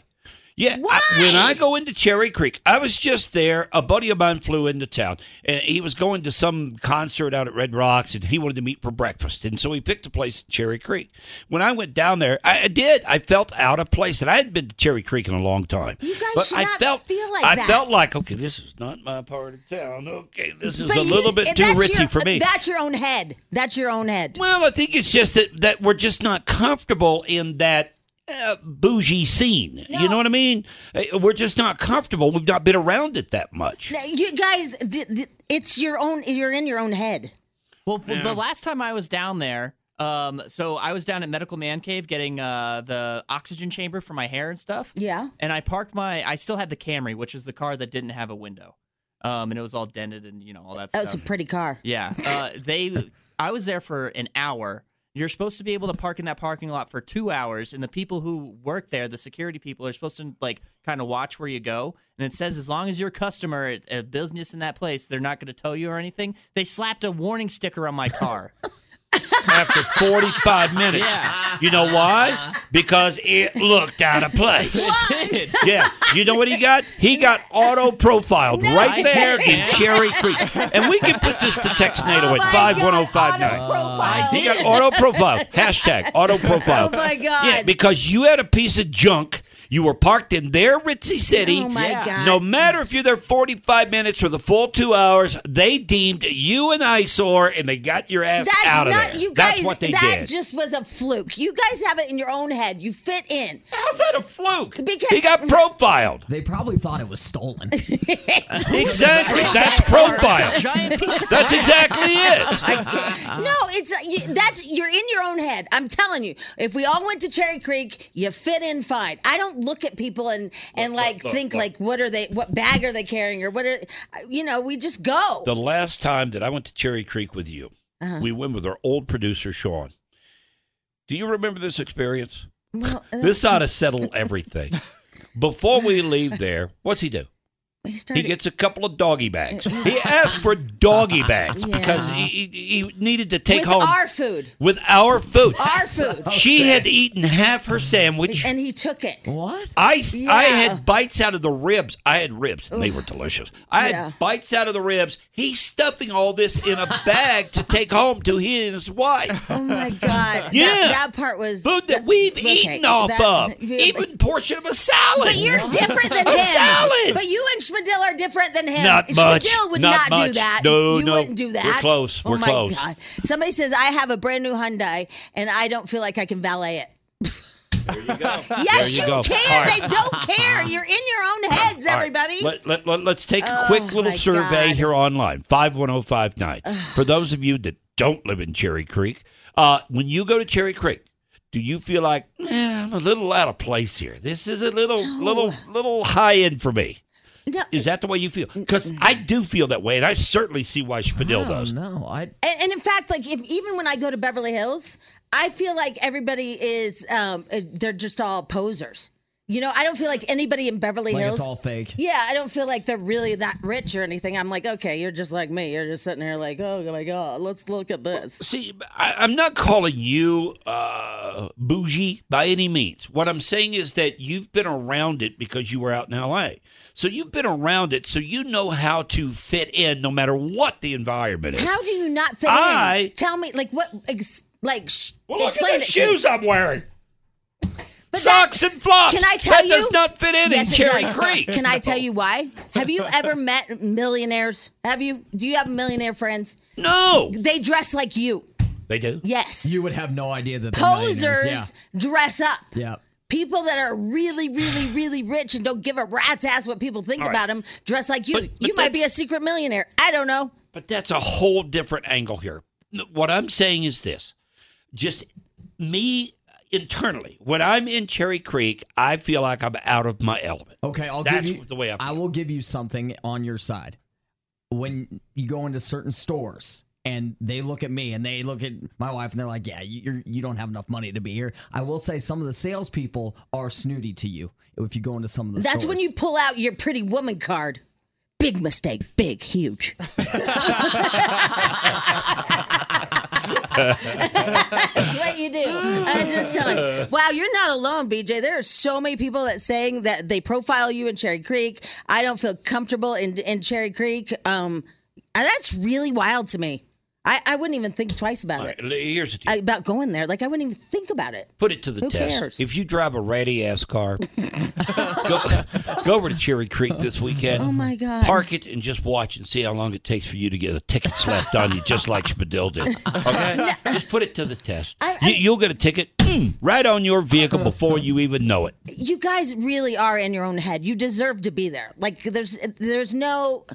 [SPEAKER 4] Yeah, I, when I go into Cherry Creek, I was just there. A buddy of mine flew into town, and he was going to some concert out at Red Rocks, and he wanted to meet for breakfast, and so he picked a place in Cherry Creek. When I went down there, I, I did. I felt out of place, and I hadn't been to Cherry Creek in a long time. You
[SPEAKER 3] guys should
[SPEAKER 4] I
[SPEAKER 3] not
[SPEAKER 4] felt,
[SPEAKER 3] feel like
[SPEAKER 4] I
[SPEAKER 3] that.
[SPEAKER 4] felt like okay, this is not my part of town. Okay, this is
[SPEAKER 3] But
[SPEAKER 4] a
[SPEAKER 3] you-
[SPEAKER 4] little bit
[SPEAKER 3] and
[SPEAKER 4] too
[SPEAKER 3] that's
[SPEAKER 4] ritzy
[SPEAKER 3] your-
[SPEAKER 4] for me.
[SPEAKER 3] That's your own head. That's your own head.
[SPEAKER 4] Well, I think it's just that, that we're just not comfortable in that uh, bougie scene. You know what I mean? Uh, We're just not comfortable. We've not been around it that much.
[SPEAKER 3] Now, You guys, th- th- it's your own. You're in your own head.
[SPEAKER 6] Well, well, the last time I was down there, um, so I was down at Medical Man Cave getting uh, the oxygen chamber for my hair and stuff.
[SPEAKER 3] Yeah.
[SPEAKER 6] And I parked my, I still had the Camry, which is the car that didn't have a window, um, and it was all dented and you know all that
[SPEAKER 3] Oh,
[SPEAKER 6] stuff.
[SPEAKER 3] it's a pretty car.
[SPEAKER 6] Yeah. Uh, they, I was there for an hour. You're supposed to be able to park in that parking lot for two hours, and the people who work there, the security people, are supposed to like kind of watch where you go. And it says as long as you're a customer at a business in that place, they're not going to tow you or anything. They slapped a warning sticker on my car.
[SPEAKER 4] After 45 minutes.
[SPEAKER 6] Yeah.
[SPEAKER 4] You know why? Because it looked out of place. yeah. You know what he got? He got auto profiled right
[SPEAKER 6] I
[SPEAKER 4] there
[SPEAKER 6] did,
[SPEAKER 4] in
[SPEAKER 6] man.
[SPEAKER 4] Cherry Creek. And we can put this to text
[SPEAKER 3] Oh
[SPEAKER 4] NATO at
[SPEAKER 6] my
[SPEAKER 4] 51059.
[SPEAKER 6] I
[SPEAKER 4] You got
[SPEAKER 6] did.
[SPEAKER 4] auto profile. Hashtag auto profile.
[SPEAKER 3] Oh my God.
[SPEAKER 4] Yeah, because you had a piece of junk. You were parked in their ritzy city.
[SPEAKER 3] Oh my Yeah. God.
[SPEAKER 4] No matter if you're there 45 minutes or the full two hours, they deemed you an eyesore and they got your ass
[SPEAKER 3] That's
[SPEAKER 4] out of
[SPEAKER 3] not
[SPEAKER 4] there.
[SPEAKER 3] you guys.
[SPEAKER 4] That's what they
[SPEAKER 3] that
[SPEAKER 4] did.
[SPEAKER 3] just was a fluke. You guys have it in your own head. You fit in.
[SPEAKER 4] How's that a fluke?
[SPEAKER 3] Because
[SPEAKER 4] he got profiled.
[SPEAKER 5] They probably thought it was stolen.
[SPEAKER 4] Exactly. That's profile. That's exactly it. Uh-uh.
[SPEAKER 3] no, it's uh, you, that's you're in your own head. I'm telling you. If we all went to Cherry Creek, you fit in fine. I don't look at people and and like
[SPEAKER 4] look,
[SPEAKER 3] think
[SPEAKER 4] look.
[SPEAKER 3] like what are they what bag are they carrying or what are uh, you know, we just go.
[SPEAKER 4] The last time that I went to Cherry Creek with you,
[SPEAKER 3] Uh-huh.
[SPEAKER 4] we went with our old producer, Sean. Do you remember this experience?
[SPEAKER 3] Well, uh,
[SPEAKER 4] This ought to settle everything. Before we leave there, what's he do?
[SPEAKER 3] he
[SPEAKER 4] He
[SPEAKER 3] started
[SPEAKER 4] gets a couple of doggy bags. He asked for doggy bags because he, he, he needed to take
[SPEAKER 3] with
[SPEAKER 4] home
[SPEAKER 3] our food.
[SPEAKER 4] with our food.
[SPEAKER 3] Our food.
[SPEAKER 4] She had eaten half her sandwich.
[SPEAKER 3] and he took it. What?
[SPEAKER 4] I, I
[SPEAKER 3] Yeah.
[SPEAKER 4] had bites out of the ribs. I had ribs. and They were delicious. I
[SPEAKER 3] Yeah.
[SPEAKER 4] had bites out of the ribs. He's stuffing all this in a bag to take home to he and his wife.
[SPEAKER 3] Oh my god.
[SPEAKER 4] Yeah.
[SPEAKER 3] That, that part was
[SPEAKER 4] Food that we've
[SPEAKER 3] okay,
[SPEAKER 4] eaten off
[SPEAKER 3] that-
[SPEAKER 4] of. Even portion of a salad.
[SPEAKER 3] But you're different than
[SPEAKER 4] a
[SPEAKER 3] him.
[SPEAKER 4] salad.
[SPEAKER 3] But you and Schmidl are different than him.
[SPEAKER 4] Not much.
[SPEAKER 3] Schmidl would
[SPEAKER 4] Not
[SPEAKER 3] not,
[SPEAKER 4] much.
[SPEAKER 3] do that.
[SPEAKER 4] No,
[SPEAKER 3] you
[SPEAKER 4] no.
[SPEAKER 3] wouldn't do
[SPEAKER 4] We're
[SPEAKER 3] that.
[SPEAKER 4] close.
[SPEAKER 3] Oh
[SPEAKER 4] We're
[SPEAKER 3] my
[SPEAKER 4] close.
[SPEAKER 3] God. Somebody says I have a brand new Hyundai and I don't feel like I can valet it. Yes,
[SPEAKER 4] There
[SPEAKER 3] you,
[SPEAKER 4] you go.
[SPEAKER 3] can.
[SPEAKER 4] All right.
[SPEAKER 3] They don't care. You're in your own heads,
[SPEAKER 4] All right,
[SPEAKER 3] everybody.
[SPEAKER 4] Let, let, let, us take a
[SPEAKER 3] Oh,
[SPEAKER 4] quick little
[SPEAKER 3] my
[SPEAKER 4] survey
[SPEAKER 3] God.
[SPEAKER 4] here online 51059. For those of you that don't live in Cherry Creek, uh, when you go to Cherry Creek, do you feel like, eh, I'm a little out of place here? This is a little, little, little high end for me. Is that the way you feel? Because I do feel that way, and I certainly see why Spadil does.
[SPEAKER 5] No, I.
[SPEAKER 3] And, and in fact, like if, even when I go to Beverly Hills, I feel like everybody is um, uh, they're just all posers. You know, I don't feel like anybody in Beverly
[SPEAKER 5] Like
[SPEAKER 3] Hills.
[SPEAKER 5] it's all fake.
[SPEAKER 3] Yeah, I don't feel like they're really that rich or anything. I'm like, okay, you're just like me. You're just sitting here like, oh my god, let's look at this.
[SPEAKER 4] See, I, I'm not calling you uh, bougie by any means. What I'm saying is that you've been around it because you were out in LA. So you've been around it, so you know how to fit in no matter what the environment is.
[SPEAKER 3] How do you not fit
[SPEAKER 4] I-
[SPEAKER 3] in? Tell me, like what? Ex- like, sh-
[SPEAKER 4] well, look
[SPEAKER 3] explain
[SPEAKER 4] at the
[SPEAKER 3] it. to me.
[SPEAKER 4] shoes I'm wearing. Socks and flops.
[SPEAKER 3] Can I tell
[SPEAKER 4] that
[SPEAKER 3] you?
[SPEAKER 4] does not fit in
[SPEAKER 3] Yes,
[SPEAKER 4] in
[SPEAKER 3] it
[SPEAKER 4] Cherry
[SPEAKER 3] does.
[SPEAKER 4] Creek.
[SPEAKER 3] Can I tell you why? Have you ever met millionaires? Have you? Do you have millionaire friends?
[SPEAKER 4] No.
[SPEAKER 3] They dress like you.
[SPEAKER 4] They do.
[SPEAKER 3] Yes.
[SPEAKER 5] You would have no idea that they're millionaires,
[SPEAKER 3] Posers dress up.
[SPEAKER 5] Yeah. yeah.
[SPEAKER 3] People that are really, really, really rich and don't give a rat's ass what people think
[SPEAKER 4] All right.
[SPEAKER 3] about them dress like you. you might be a secret millionaire. I don't know.
[SPEAKER 4] But that's a whole different angle here. What I'm saying is this just me internally, when I'm in Cherry Creek, I feel like I'm out of my element.
[SPEAKER 5] Okay, I'll
[SPEAKER 4] That's
[SPEAKER 5] give you
[SPEAKER 4] the way I feel.
[SPEAKER 5] will give you something on your side. When you go into certain stores and they look at me and they look at my wife and they're like, "Yeah, you you're, you don't have enough money to be here." I will say some of the salespeople are snooty to you if you go into some of the.
[SPEAKER 3] That's
[SPEAKER 5] stores.
[SPEAKER 3] when you pull out your pretty woman card. Big mistake. Big, huge. That's what you do. I'm just telling. you. Wow, you're not alone, BJ. There are so many people that saying that they profile you in Cherry Creek. I don't feel comfortable in in Cherry Creek. Um, and that's really wild to me. I, I wouldn't even think twice about
[SPEAKER 4] All
[SPEAKER 3] it.
[SPEAKER 4] right, here's the
[SPEAKER 3] About going there, like I wouldn't even think about it.
[SPEAKER 4] Put it to the
[SPEAKER 3] Who
[SPEAKER 4] test.
[SPEAKER 3] cares?
[SPEAKER 4] If you drive a ratty ass car, go, go over to Cherry Creek this weekend.
[SPEAKER 3] Oh my God.
[SPEAKER 4] Park it and just watch and see how long it takes for you to get a ticket slapped on you, just like Spadil did. Okay, just put it to the test. you, you'll get a ticket mm, right on your vehicle before you even know it.
[SPEAKER 3] you guys really are in your own head. You deserve to be there. Like there's there's no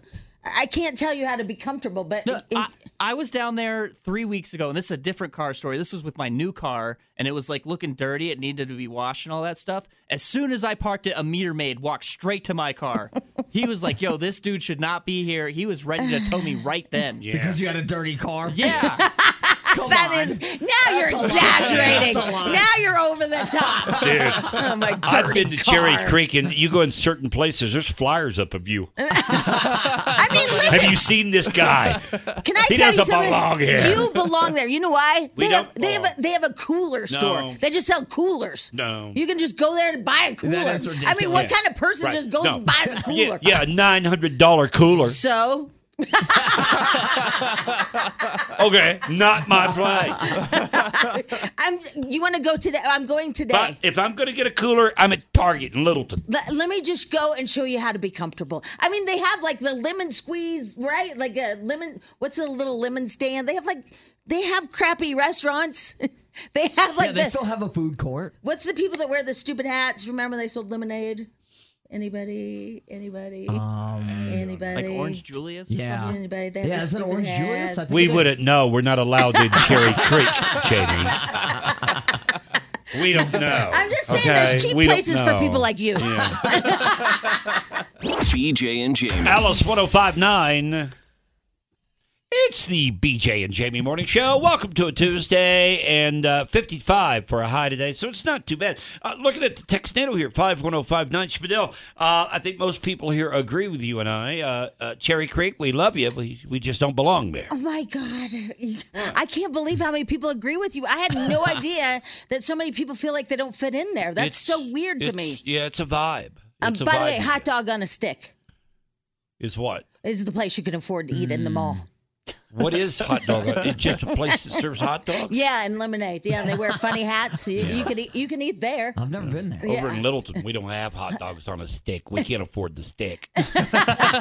[SPEAKER 3] I can't tell you how to be comfortable, but
[SPEAKER 6] I, I was down there three weeks ago, and this is a different car story. This was with my new car, and it was like looking dirty. It needed to be washed and all that stuff. As soon as I parked it, a meter maid walked straight to my car. he was like, "Yo, this dude should not be here." He was ready to tow me right then.
[SPEAKER 5] because you had a dirty car.
[SPEAKER 6] Yeah.
[SPEAKER 3] that is now you're exaggerating.
[SPEAKER 5] That's a lie.
[SPEAKER 3] Now you're over the top.
[SPEAKER 4] Dude.
[SPEAKER 3] Oh my
[SPEAKER 4] I've
[SPEAKER 3] dirty
[SPEAKER 4] been to
[SPEAKER 3] car.
[SPEAKER 4] Cherry Creek, and you go in certain places. There's flyers up of you.
[SPEAKER 3] I mean, listen.
[SPEAKER 4] Have you seen this guy?
[SPEAKER 3] Can I
[SPEAKER 4] He
[SPEAKER 3] tell you
[SPEAKER 4] doesn't
[SPEAKER 3] something?
[SPEAKER 4] belong here.
[SPEAKER 3] You belong there. You know why?
[SPEAKER 4] We
[SPEAKER 3] They have
[SPEAKER 4] don't
[SPEAKER 3] they have a, they have a cooler store. They just sell coolers.
[SPEAKER 4] No.
[SPEAKER 3] You can just go there and buy a cooler.
[SPEAKER 4] That is
[SPEAKER 3] I mean, what
[SPEAKER 4] ridiculous.
[SPEAKER 3] kind of person
[SPEAKER 4] Right.
[SPEAKER 3] just goes
[SPEAKER 4] No.
[SPEAKER 3] and buys a
[SPEAKER 4] Yeah,
[SPEAKER 3] cooler?
[SPEAKER 4] yeah, a nine hundred dollar cooler.
[SPEAKER 3] So
[SPEAKER 4] Okay, not my place.
[SPEAKER 3] I'm. You want to go today? I'm going today.
[SPEAKER 4] But if I'm gonna get a cooler, I'm at Target in Littleton.
[SPEAKER 3] Let, let me just go and show you how to be comfortable. I mean, they have like the lemon squeeze, right? Like a lemon. What's the little lemon stand? They have like they have crappy restaurants. they have like
[SPEAKER 5] yeah, they
[SPEAKER 3] the.
[SPEAKER 5] still have a food court.
[SPEAKER 3] what's the people that wear the stupid hats? Remember they sold lemonade. Anybody? Anybody? anybody?
[SPEAKER 6] like Orange Julius. Or
[SPEAKER 5] Yeah.
[SPEAKER 6] something?
[SPEAKER 3] Anybody? They have
[SPEAKER 5] Yeah,
[SPEAKER 3] the
[SPEAKER 5] is it
[SPEAKER 3] stupid
[SPEAKER 5] Orange Julius?
[SPEAKER 3] hats.
[SPEAKER 5] I think
[SPEAKER 4] We
[SPEAKER 5] it is.
[SPEAKER 4] wouldn't know. We're not allowed in Cherry Creek, Jamie. We don't know.
[SPEAKER 3] I'm just saying, there's cheap
[SPEAKER 4] We don't
[SPEAKER 3] places for
[SPEAKER 4] know.
[SPEAKER 3] people like you.
[SPEAKER 2] BJ and Jamie.
[SPEAKER 4] Alice 1059. It's the BJ and Jamie Morning Show. Welcome to a Tuesday and uh, 55 for a high today, so it's not too bad. Uh, looking at the Textnado here, 51059 Spadil. Uh, I think most people here agree with you and I. Uh, uh, Cherry Creek, we love you, we, we just don't belong there.
[SPEAKER 3] Oh my God. I can't believe how many people agree with you. I had no idea that so many people feel like they don't fit in there. That's
[SPEAKER 4] It's-
[SPEAKER 3] so weird to
[SPEAKER 4] it's-
[SPEAKER 3] me.
[SPEAKER 4] Yeah, it's a vibe.
[SPEAKER 3] Um,
[SPEAKER 4] It's a
[SPEAKER 3] by the
[SPEAKER 4] vibe
[SPEAKER 3] way,
[SPEAKER 4] here.
[SPEAKER 3] hot dog on a stick
[SPEAKER 4] is what?
[SPEAKER 3] is the place you can afford to eat in the mall.
[SPEAKER 4] What is hot dog? It's just a place that serves hot dogs.
[SPEAKER 3] Yeah, and lemonade. Yeah, they wear funny hats. You,
[SPEAKER 4] Mm. Yeah.
[SPEAKER 3] you can eat. You can eat there.
[SPEAKER 5] I've never been there.
[SPEAKER 4] Over in Littleton, we don't have hot dogs on a stick. We can't afford the stick.
[SPEAKER 3] No,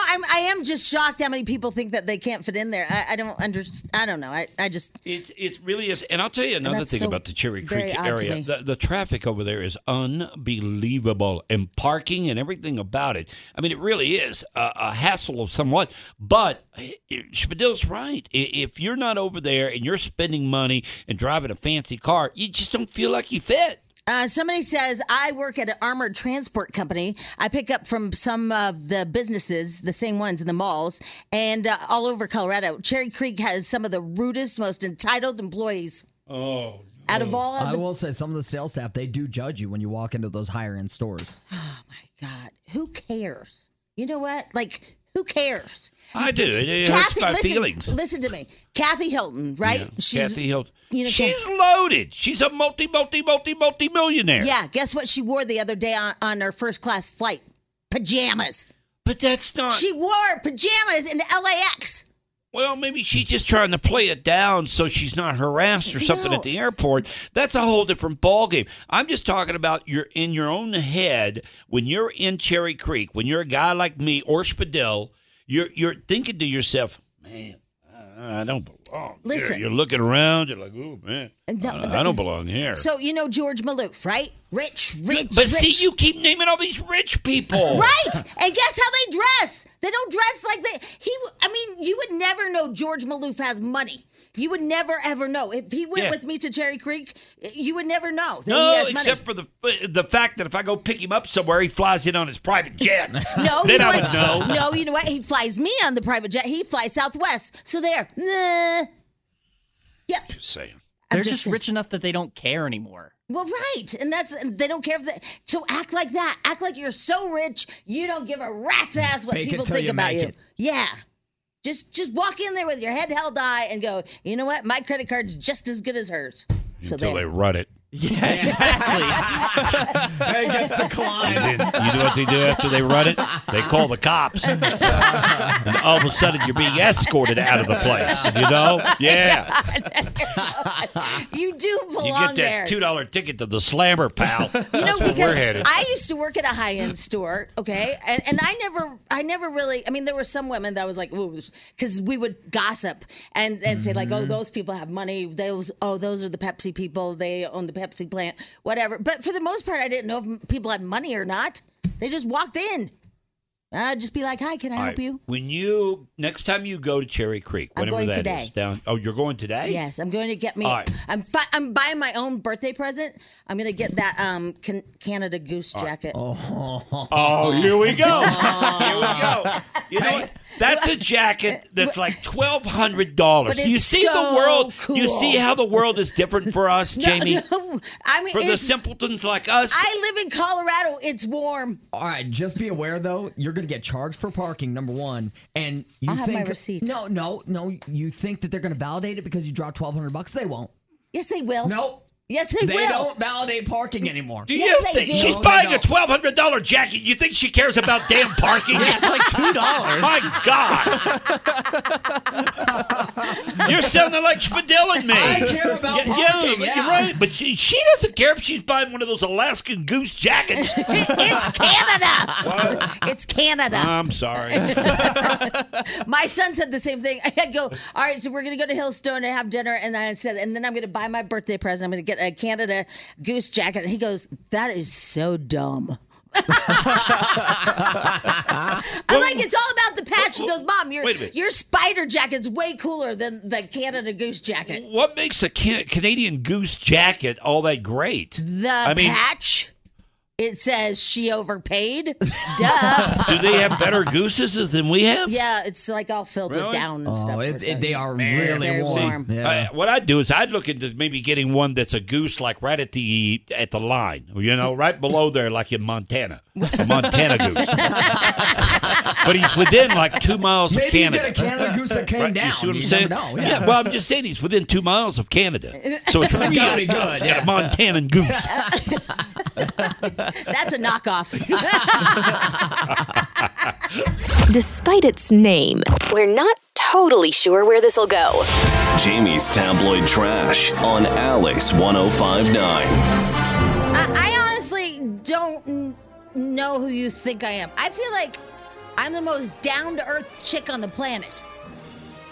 [SPEAKER 3] I'm. I am just shocked how many people think that they can't fit in there. I, I don't under. I don't know. I, I just.
[SPEAKER 4] It's it really is. And I'll tell you another
[SPEAKER 3] that's
[SPEAKER 4] thing
[SPEAKER 3] so
[SPEAKER 4] about the Cherry
[SPEAKER 3] very
[SPEAKER 4] Creek
[SPEAKER 3] odd to me.
[SPEAKER 4] area. The, the traffic over there is unbelievable, and parking and everything about it. I mean, it really is a, a hassle of somewhat. But eh, eh, Spadil's right. I- If you're not over there and you're spending money and driving a fancy car, you just don't feel like you fit.
[SPEAKER 3] Uh, somebody says I work at an armored transport company. I pick up from some of the businesses, the same ones in the malls, and uh, all over Colorado. Cherry Creek has some of the rudest, most entitled employees.
[SPEAKER 4] Oh.
[SPEAKER 3] Out of all of
[SPEAKER 5] I
[SPEAKER 3] the-
[SPEAKER 5] will say some of the sales staff they do judge you when you walk into those higher end stores.
[SPEAKER 3] God, who cares? You know what? Like, who cares?
[SPEAKER 4] I do. It, it hurts
[SPEAKER 3] Kathy,
[SPEAKER 4] my
[SPEAKER 3] listen,
[SPEAKER 4] feelings.
[SPEAKER 3] listen to me. Kathy Hilton, right?
[SPEAKER 4] Kathy Hilton.
[SPEAKER 3] you know,
[SPEAKER 4] she's loaded. She's a multi, multi, multi, multi millionaire.
[SPEAKER 3] Yeah, guess what she wore the other day on, on her first class flight? Pajamas.
[SPEAKER 4] But that's not.
[SPEAKER 3] She wore pajamas in LAX.
[SPEAKER 4] Well, maybe she's just trying to play it down so she's not harassed or something at the airport. That's a whole different ballgame. I'm just talking about you're in your own head when you're in Cherry Creek, when you're a guy like me or Spadell, you're you're thinking to yourself, man, I I don't belong. here."
[SPEAKER 3] Listen.
[SPEAKER 4] Oh, you're looking around. You're like, oh man,
[SPEAKER 3] And that-
[SPEAKER 4] I, I don't belong here.
[SPEAKER 3] So you know George Maloof, right? Rich, rich,
[SPEAKER 4] but
[SPEAKER 3] rich.
[SPEAKER 4] see, you keep naming all these rich people,
[SPEAKER 3] Right, and guess how they dress? They don't dress like they. He, w- I mean, you would never know George Maloof has money. You would never ever know if he went
[SPEAKER 4] Yeah.
[SPEAKER 3] with me to Cherry Creek. You would never know that he
[SPEAKER 4] No,
[SPEAKER 3] has money.
[SPEAKER 4] except for the the fact that if I go pick him up somewhere, he flies in on his private jet.
[SPEAKER 3] No, you
[SPEAKER 4] then
[SPEAKER 3] know
[SPEAKER 4] I would
[SPEAKER 3] what?
[SPEAKER 4] know.
[SPEAKER 3] No, you know what? He flies me on the private jet. He flies Southwest. So there. Nah.
[SPEAKER 4] Just saying.
[SPEAKER 6] They're just, rich enough that they don't care anymore.
[SPEAKER 3] Well, right, and that's they don't care if they. So act like that. Act like you're so rich you don't give a rat's ass what
[SPEAKER 6] Fake it
[SPEAKER 3] people
[SPEAKER 6] till
[SPEAKER 3] think
[SPEAKER 6] you
[SPEAKER 3] about
[SPEAKER 6] make
[SPEAKER 3] you.
[SPEAKER 6] it.
[SPEAKER 3] Yeah. Just just walk in there with your head held high and go. You know what? My credit card's just as good as hers. So
[SPEAKER 4] Until
[SPEAKER 3] there.
[SPEAKER 4] they run it.
[SPEAKER 5] Hey, gets a climb.
[SPEAKER 4] And then you know what they do after they run it? They call the cops. and all of a sudden, you're being escorted out of the place. You know? Yeah.
[SPEAKER 3] you do belong
[SPEAKER 4] You get
[SPEAKER 3] there.
[SPEAKER 4] that $2 ticket to the slammer, pal. That's
[SPEAKER 3] You know,
[SPEAKER 4] where we're
[SPEAKER 3] because
[SPEAKER 4] headed.
[SPEAKER 3] I used to work at a high end store, okay, and, and I never, I never really. I mean, there were some women that was like, ooh, because we would gossip and and say like, oh,
[SPEAKER 4] Mm-hmm.
[SPEAKER 16] Mhm.
[SPEAKER 3] those people have money. Those, oh, those are the Pepsi people. They own the Pepsi plant, whatever. But for the most part, I didn't know if people had money or not. They just walked in. I'd just be like, hi, can I
[SPEAKER 4] All
[SPEAKER 3] help
[SPEAKER 4] right.
[SPEAKER 3] you?
[SPEAKER 4] When you, next time you go to Cherry Creek,
[SPEAKER 3] I'm
[SPEAKER 4] whenever
[SPEAKER 3] going
[SPEAKER 4] that is
[SPEAKER 3] today.
[SPEAKER 4] down. Oh, you're going today?
[SPEAKER 3] Yes, I'm going to get me.
[SPEAKER 4] All right.
[SPEAKER 3] I'm fi- I'm buying my own birthday present. I'm going to get that um can- Canada Goose
[SPEAKER 4] All right.
[SPEAKER 3] jacket.
[SPEAKER 4] Oh, here we go. here we go. You know what? That's a jacket that's like twelve hundred dollars.
[SPEAKER 3] But
[SPEAKER 4] You
[SPEAKER 3] it's
[SPEAKER 4] see
[SPEAKER 3] so
[SPEAKER 4] the world. You
[SPEAKER 3] cool.
[SPEAKER 4] see how the world is different for us, Jamie.
[SPEAKER 3] no, I mean,
[SPEAKER 4] for the
[SPEAKER 3] it's-
[SPEAKER 4] simpletons like us.
[SPEAKER 3] I live in Colorado. It's warm.
[SPEAKER 5] All right, just be aware though, you're going to get charged for parking. Number one, and you
[SPEAKER 3] I'll have my
[SPEAKER 5] think
[SPEAKER 3] receipt.
[SPEAKER 5] No, no, no. You think that they're going to validate it because you dropped twelve hundred bucks? They won't.
[SPEAKER 3] Yes, they will.
[SPEAKER 5] Nope.
[SPEAKER 3] Yes, they, will.
[SPEAKER 5] don't validate parking anymore.
[SPEAKER 4] do you think she's buying a twelve hundred dollar jacket? You think she cares about damn parking?
[SPEAKER 5] Yeah, it's like $2.
[SPEAKER 4] My God, you're sounding like Spadil and me.
[SPEAKER 5] I care about
[SPEAKER 4] Yeah,
[SPEAKER 5] parking, yeah.
[SPEAKER 4] You're right, but she, she doesn't care if she's buying one of those Alaskan goose jackets.
[SPEAKER 3] it's Canada. It's Canada.
[SPEAKER 4] I'm sorry.
[SPEAKER 3] My son said the same thing. I go, all right, so we're gonna go to Hillstone and have dinner, and I said, and then I'm gonna buy my birthday present. I'm gonna get a Canada Goose jacket. And he goes, that is so dumb. I'm like, it's all about the patch. He goes, Mom, your
[SPEAKER 4] Wait a minute.
[SPEAKER 3] your spider jacket's way cooler than the Canada Goose jacket.
[SPEAKER 4] What makes a Can- Canadian goose jacket all that great?
[SPEAKER 3] The
[SPEAKER 4] I mean,
[SPEAKER 3] patch. It says she overpaid.
[SPEAKER 4] do they have better gooses than we have?
[SPEAKER 3] Yeah, it's like all filled with down and stuff.
[SPEAKER 5] Oh, it, it, they are really
[SPEAKER 3] very
[SPEAKER 5] warm.
[SPEAKER 4] See, I- what I'd do is I'd look into maybe getting one that's a goose like right at the at the line, you know, right below there, like in Montana, a Montana goose. but he's within like two miles
[SPEAKER 5] Maybe
[SPEAKER 4] of
[SPEAKER 5] you
[SPEAKER 4] Canada.
[SPEAKER 5] get a Canada goose that came
[SPEAKER 4] Right,
[SPEAKER 5] down.
[SPEAKER 4] You see what I'm
[SPEAKER 5] You
[SPEAKER 4] saying?
[SPEAKER 5] never know,
[SPEAKER 4] yeah.
[SPEAKER 5] yeah.
[SPEAKER 4] well, I'm just saying he's within two miles of Canada, so it's
[SPEAKER 5] It's
[SPEAKER 4] real.
[SPEAKER 5] gotta be good,
[SPEAKER 4] It's got
[SPEAKER 5] yeah.
[SPEAKER 4] a Montana goose.
[SPEAKER 3] That's a knockoff.
[SPEAKER 7] Despite its name, we're not totally sure where this will go.
[SPEAKER 2] Jamie's tabloid trash on Alice 1059.
[SPEAKER 3] I, I honestly don't n- know who you think I am. I feel like I'm the most down to earth chick on the planet.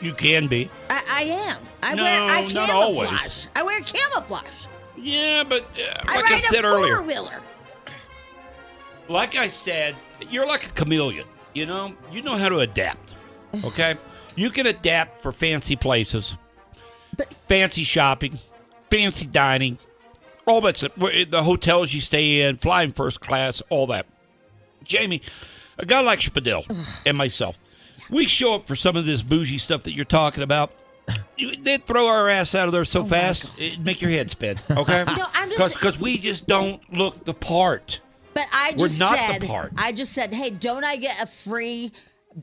[SPEAKER 4] You can be.
[SPEAKER 3] I, I am. I
[SPEAKER 4] No,
[SPEAKER 3] wear I
[SPEAKER 4] not
[SPEAKER 3] camouflage.
[SPEAKER 4] always.
[SPEAKER 3] I wear camouflage.
[SPEAKER 4] Yeah, but uh,
[SPEAKER 3] I
[SPEAKER 4] like I
[SPEAKER 3] ride a
[SPEAKER 4] said earlier,
[SPEAKER 3] four wheeler.
[SPEAKER 4] like I said, you're like a chameleon. You know, you know how to adapt. Okay, you can adapt for fancy places, fancy shopping, fancy dining, all that stuff. where- The hotels you stay in, flying first class, all that. Jamie, a guy like Spadil and myself, we show up for some of this bougie stuff that you're talking about. You, they'd throw our ass out of there so fast, it'd make your head spin. Okay,
[SPEAKER 3] Oh No, I'm just-
[SPEAKER 4] because we just don't look the part.
[SPEAKER 3] But I
[SPEAKER 4] We're
[SPEAKER 3] just
[SPEAKER 4] not the
[SPEAKER 3] said,
[SPEAKER 4] part.
[SPEAKER 3] I just said, hey, don't I get a free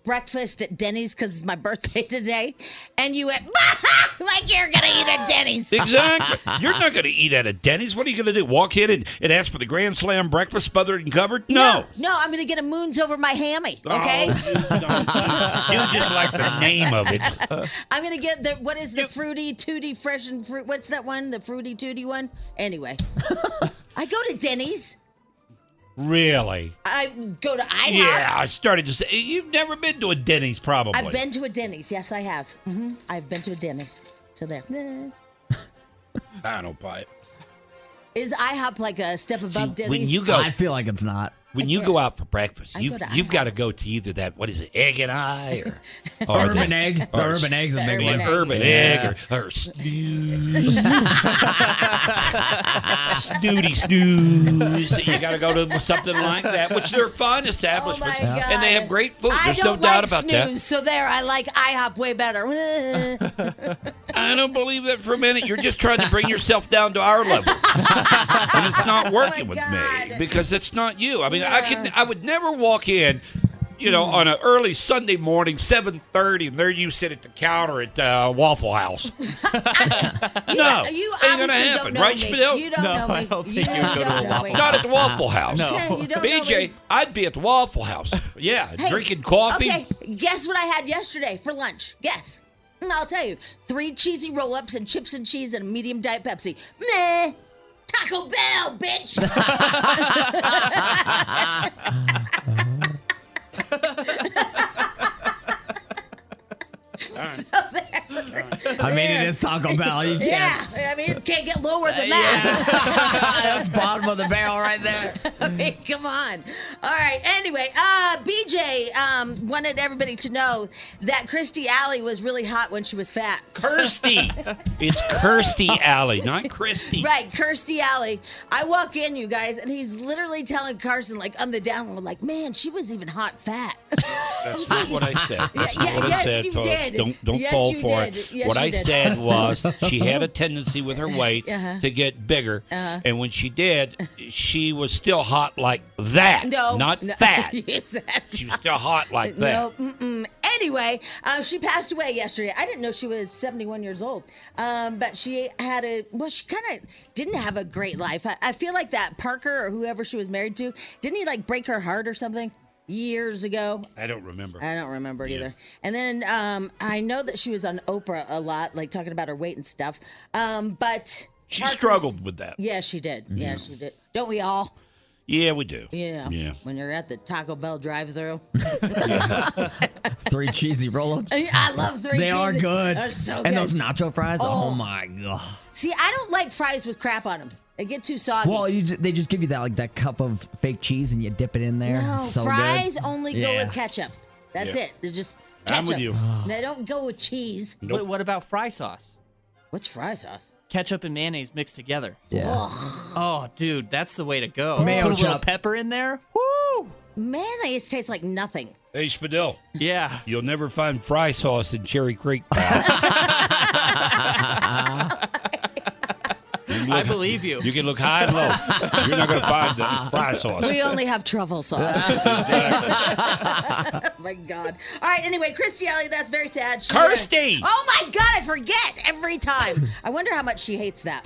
[SPEAKER 3] breakfast at Denny's because it's my birthday today? And you went, like you're gonna eat at Denny's.
[SPEAKER 4] Exactly. You're not going to eat at a Denny's. What are you going to do? Walk in and, and ask for the Grand Slam breakfast smothered and covered? No.
[SPEAKER 3] No, I'm gonna get a moons over my hammy. Okay,
[SPEAKER 4] Oh. You just like the name of it.
[SPEAKER 3] I'm gonna get the what is the fruity tooty fresh and fruit? What's that one? The fruity tooty one. Anyway, I go to Denny's.
[SPEAKER 4] Really?
[SPEAKER 3] I go to IHOP.
[SPEAKER 4] yeah, I started to say, you've never been to a Denny's, probably.
[SPEAKER 3] I've been to a Denny's. Yes, I have. hmm I've been to a Denny's. So there.
[SPEAKER 4] I don't buy it.
[SPEAKER 3] Is IHOP like a step above Denny's?
[SPEAKER 4] when you go,
[SPEAKER 5] I feel like it's not.
[SPEAKER 4] When you go out for breakfast,
[SPEAKER 3] I
[SPEAKER 4] you've,
[SPEAKER 3] go to
[SPEAKER 4] you've got to go to either that, what is it, egg and eye? Or,
[SPEAKER 5] Urban Egg. The
[SPEAKER 4] or
[SPEAKER 5] Urban Egg's a The big Urban one. Egg.
[SPEAKER 4] Urban
[SPEAKER 5] Yeah.
[SPEAKER 4] egg or, or snooze. Snooty snooze. You got to go to something like that, which they're fun establishments.
[SPEAKER 3] Oh my God.
[SPEAKER 4] and they have great food.
[SPEAKER 3] I
[SPEAKER 4] There's
[SPEAKER 3] don't
[SPEAKER 4] no doubt
[SPEAKER 3] like
[SPEAKER 4] about
[SPEAKER 3] snooze, so there I like IHOP way better.
[SPEAKER 4] that. I don't believe that for a minute. You're just trying to bring yourself down to our level. and it's
[SPEAKER 3] Oh
[SPEAKER 4] not working with me because it's not you. I mean, I could, I would never walk in, you know, on an early Sunday morning, seven thirty, and there you sit at the counter at uh, Waffle House. no,
[SPEAKER 3] you
[SPEAKER 4] ain't gonna
[SPEAKER 3] obviously don't
[SPEAKER 4] happen,
[SPEAKER 3] know
[SPEAKER 4] right,
[SPEAKER 3] me.
[SPEAKER 4] Spadil?
[SPEAKER 3] You don't No, know me. I don't You think you would go to a don't know Waffle me.
[SPEAKER 4] Not at
[SPEAKER 3] House.
[SPEAKER 4] the Waffle House.
[SPEAKER 3] No. Okay, you don't know
[SPEAKER 4] BJ,
[SPEAKER 3] me.
[SPEAKER 4] I'd be at the Waffle House. Yeah,
[SPEAKER 3] Hey,
[SPEAKER 4] drinking coffee.
[SPEAKER 3] Okay, guess what I had yesterday for lunch? Guess. Mm, I'll tell you. Three cheesy roll ups and chips and cheese and a medium diet Pepsi. Meh. Taco Bell, bitch. So there.
[SPEAKER 5] I mean, it is Taco Bell. You can't.
[SPEAKER 3] Yeah, I mean, it can't get lower than that.
[SPEAKER 5] That's bottom of the barrel right there.
[SPEAKER 3] I mean, come on. All right. Anyway, uh, BJ um, wanted everybody to know that Christy Alley was really hot when she was fat.
[SPEAKER 4] Kirsty. It's Kirsty Alley, not Christy.
[SPEAKER 3] Right, Kirsty Alley. I walk in, you guys, and he's literally telling Carson, like, on the down low, like, man, she was even hot fat.
[SPEAKER 4] That's not what I said. That's
[SPEAKER 3] yeah,
[SPEAKER 4] not what
[SPEAKER 3] yes,
[SPEAKER 4] I said,
[SPEAKER 3] you
[SPEAKER 4] folks.
[SPEAKER 3] did.
[SPEAKER 4] Don't don't
[SPEAKER 3] Yes,
[SPEAKER 4] fall
[SPEAKER 3] you
[SPEAKER 4] for
[SPEAKER 3] did.
[SPEAKER 4] it.
[SPEAKER 3] Yes,
[SPEAKER 4] what
[SPEAKER 3] you
[SPEAKER 4] I
[SPEAKER 3] did.
[SPEAKER 4] said was she had a tendency with her weight
[SPEAKER 3] Uh-huh.
[SPEAKER 4] to get bigger,
[SPEAKER 3] Uh-huh.
[SPEAKER 4] and when she did, she was still hot like that,
[SPEAKER 3] No.
[SPEAKER 4] not
[SPEAKER 3] no.
[SPEAKER 4] fat.
[SPEAKER 3] yes,
[SPEAKER 4] She was still hot like that.
[SPEAKER 3] No, mm-mm. Anyway, uh, she passed away yesterday. I didn't know she was 71 years old. Um, but she had a, well, she kind of didn't have a great life. I, I feel like that Parker or whoever she was married to, didn't he like break her heart or something years ago?
[SPEAKER 4] I don't remember.
[SPEAKER 3] I don't remember either. And then um, I know that she was on Oprah a lot, like talking about her weight and stuff. Um, but
[SPEAKER 4] She struggled with that.
[SPEAKER 3] Yeah, she did.
[SPEAKER 4] Yeah.
[SPEAKER 3] Yeah, she did. Don't we all?
[SPEAKER 4] Yeah, we do.
[SPEAKER 3] Yeah.
[SPEAKER 4] Yeah.
[SPEAKER 3] When you're at the Taco Bell drive-through.
[SPEAKER 5] Three cheesy roll ups.
[SPEAKER 3] I love three.
[SPEAKER 5] They are
[SPEAKER 3] cheeses.
[SPEAKER 5] good.
[SPEAKER 3] They're so
[SPEAKER 5] and
[SPEAKER 3] good.
[SPEAKER 5] those nacho fries. Oh,
[SPEAKER 3] Oh.
[SPEAKER 5] my god.
[SPEAKER 3] See, I don't like fries with crap on them. They get too soggy.
[SPEAKER 5] Well, you, ju- they just give you that like that cup of fake cheese and you dip it in there.
[SPEAKER 3] no,
[SPEAKER 5] It's so good.
[SPEAKER 3] fries only go
[SPEAKER 5] Yeah.
[SPEAKER 3] with ketchup. That's
[SPEAKER 5] Yeah.
[SPEAKER 3] it. They're just ketchup.
[SPEAKER 5] I'm with you.
[SPEAKER 3] They don't go with cheese.
[SPEAKER 6] Wait, what about fry sauce?
[SPEAKER 3] What's fry sauce?
[SPEAKER 6] Ketchup and mayonnaise mixed together.
[SPEAKER 5] Yeah.
[SPEAKER 6] Oh, dude, that's the way to go.
[SPEAKER 5] Mayo
[SPEAKER 6] Put a little
[SPEAKER 5] chop.
[SPEAKER 6] pepper in there.
[SPEAKER 3] Woo! Mayonnaise tastes like nothing.
[SPEAKER 4] Hey, Spadil.
[SPEAKER 6] Yeah.
[SPEAKER 4] You'll never find fry sauce in Cherry Creek. I
[SPEAKER 6] believe you.
[SPEAKER 4] You can look high and low. You're not going to find the fry sauce.
[SPEAKER 3] We only have truffle sauce. oh my god! All right. Anyway, Christy Alley, that's very sad. She- uh,
[SPEAKER 4] Kirsty!
[SPEAKER 3] Oh my god, I forget every time. I wonder how much she hates that.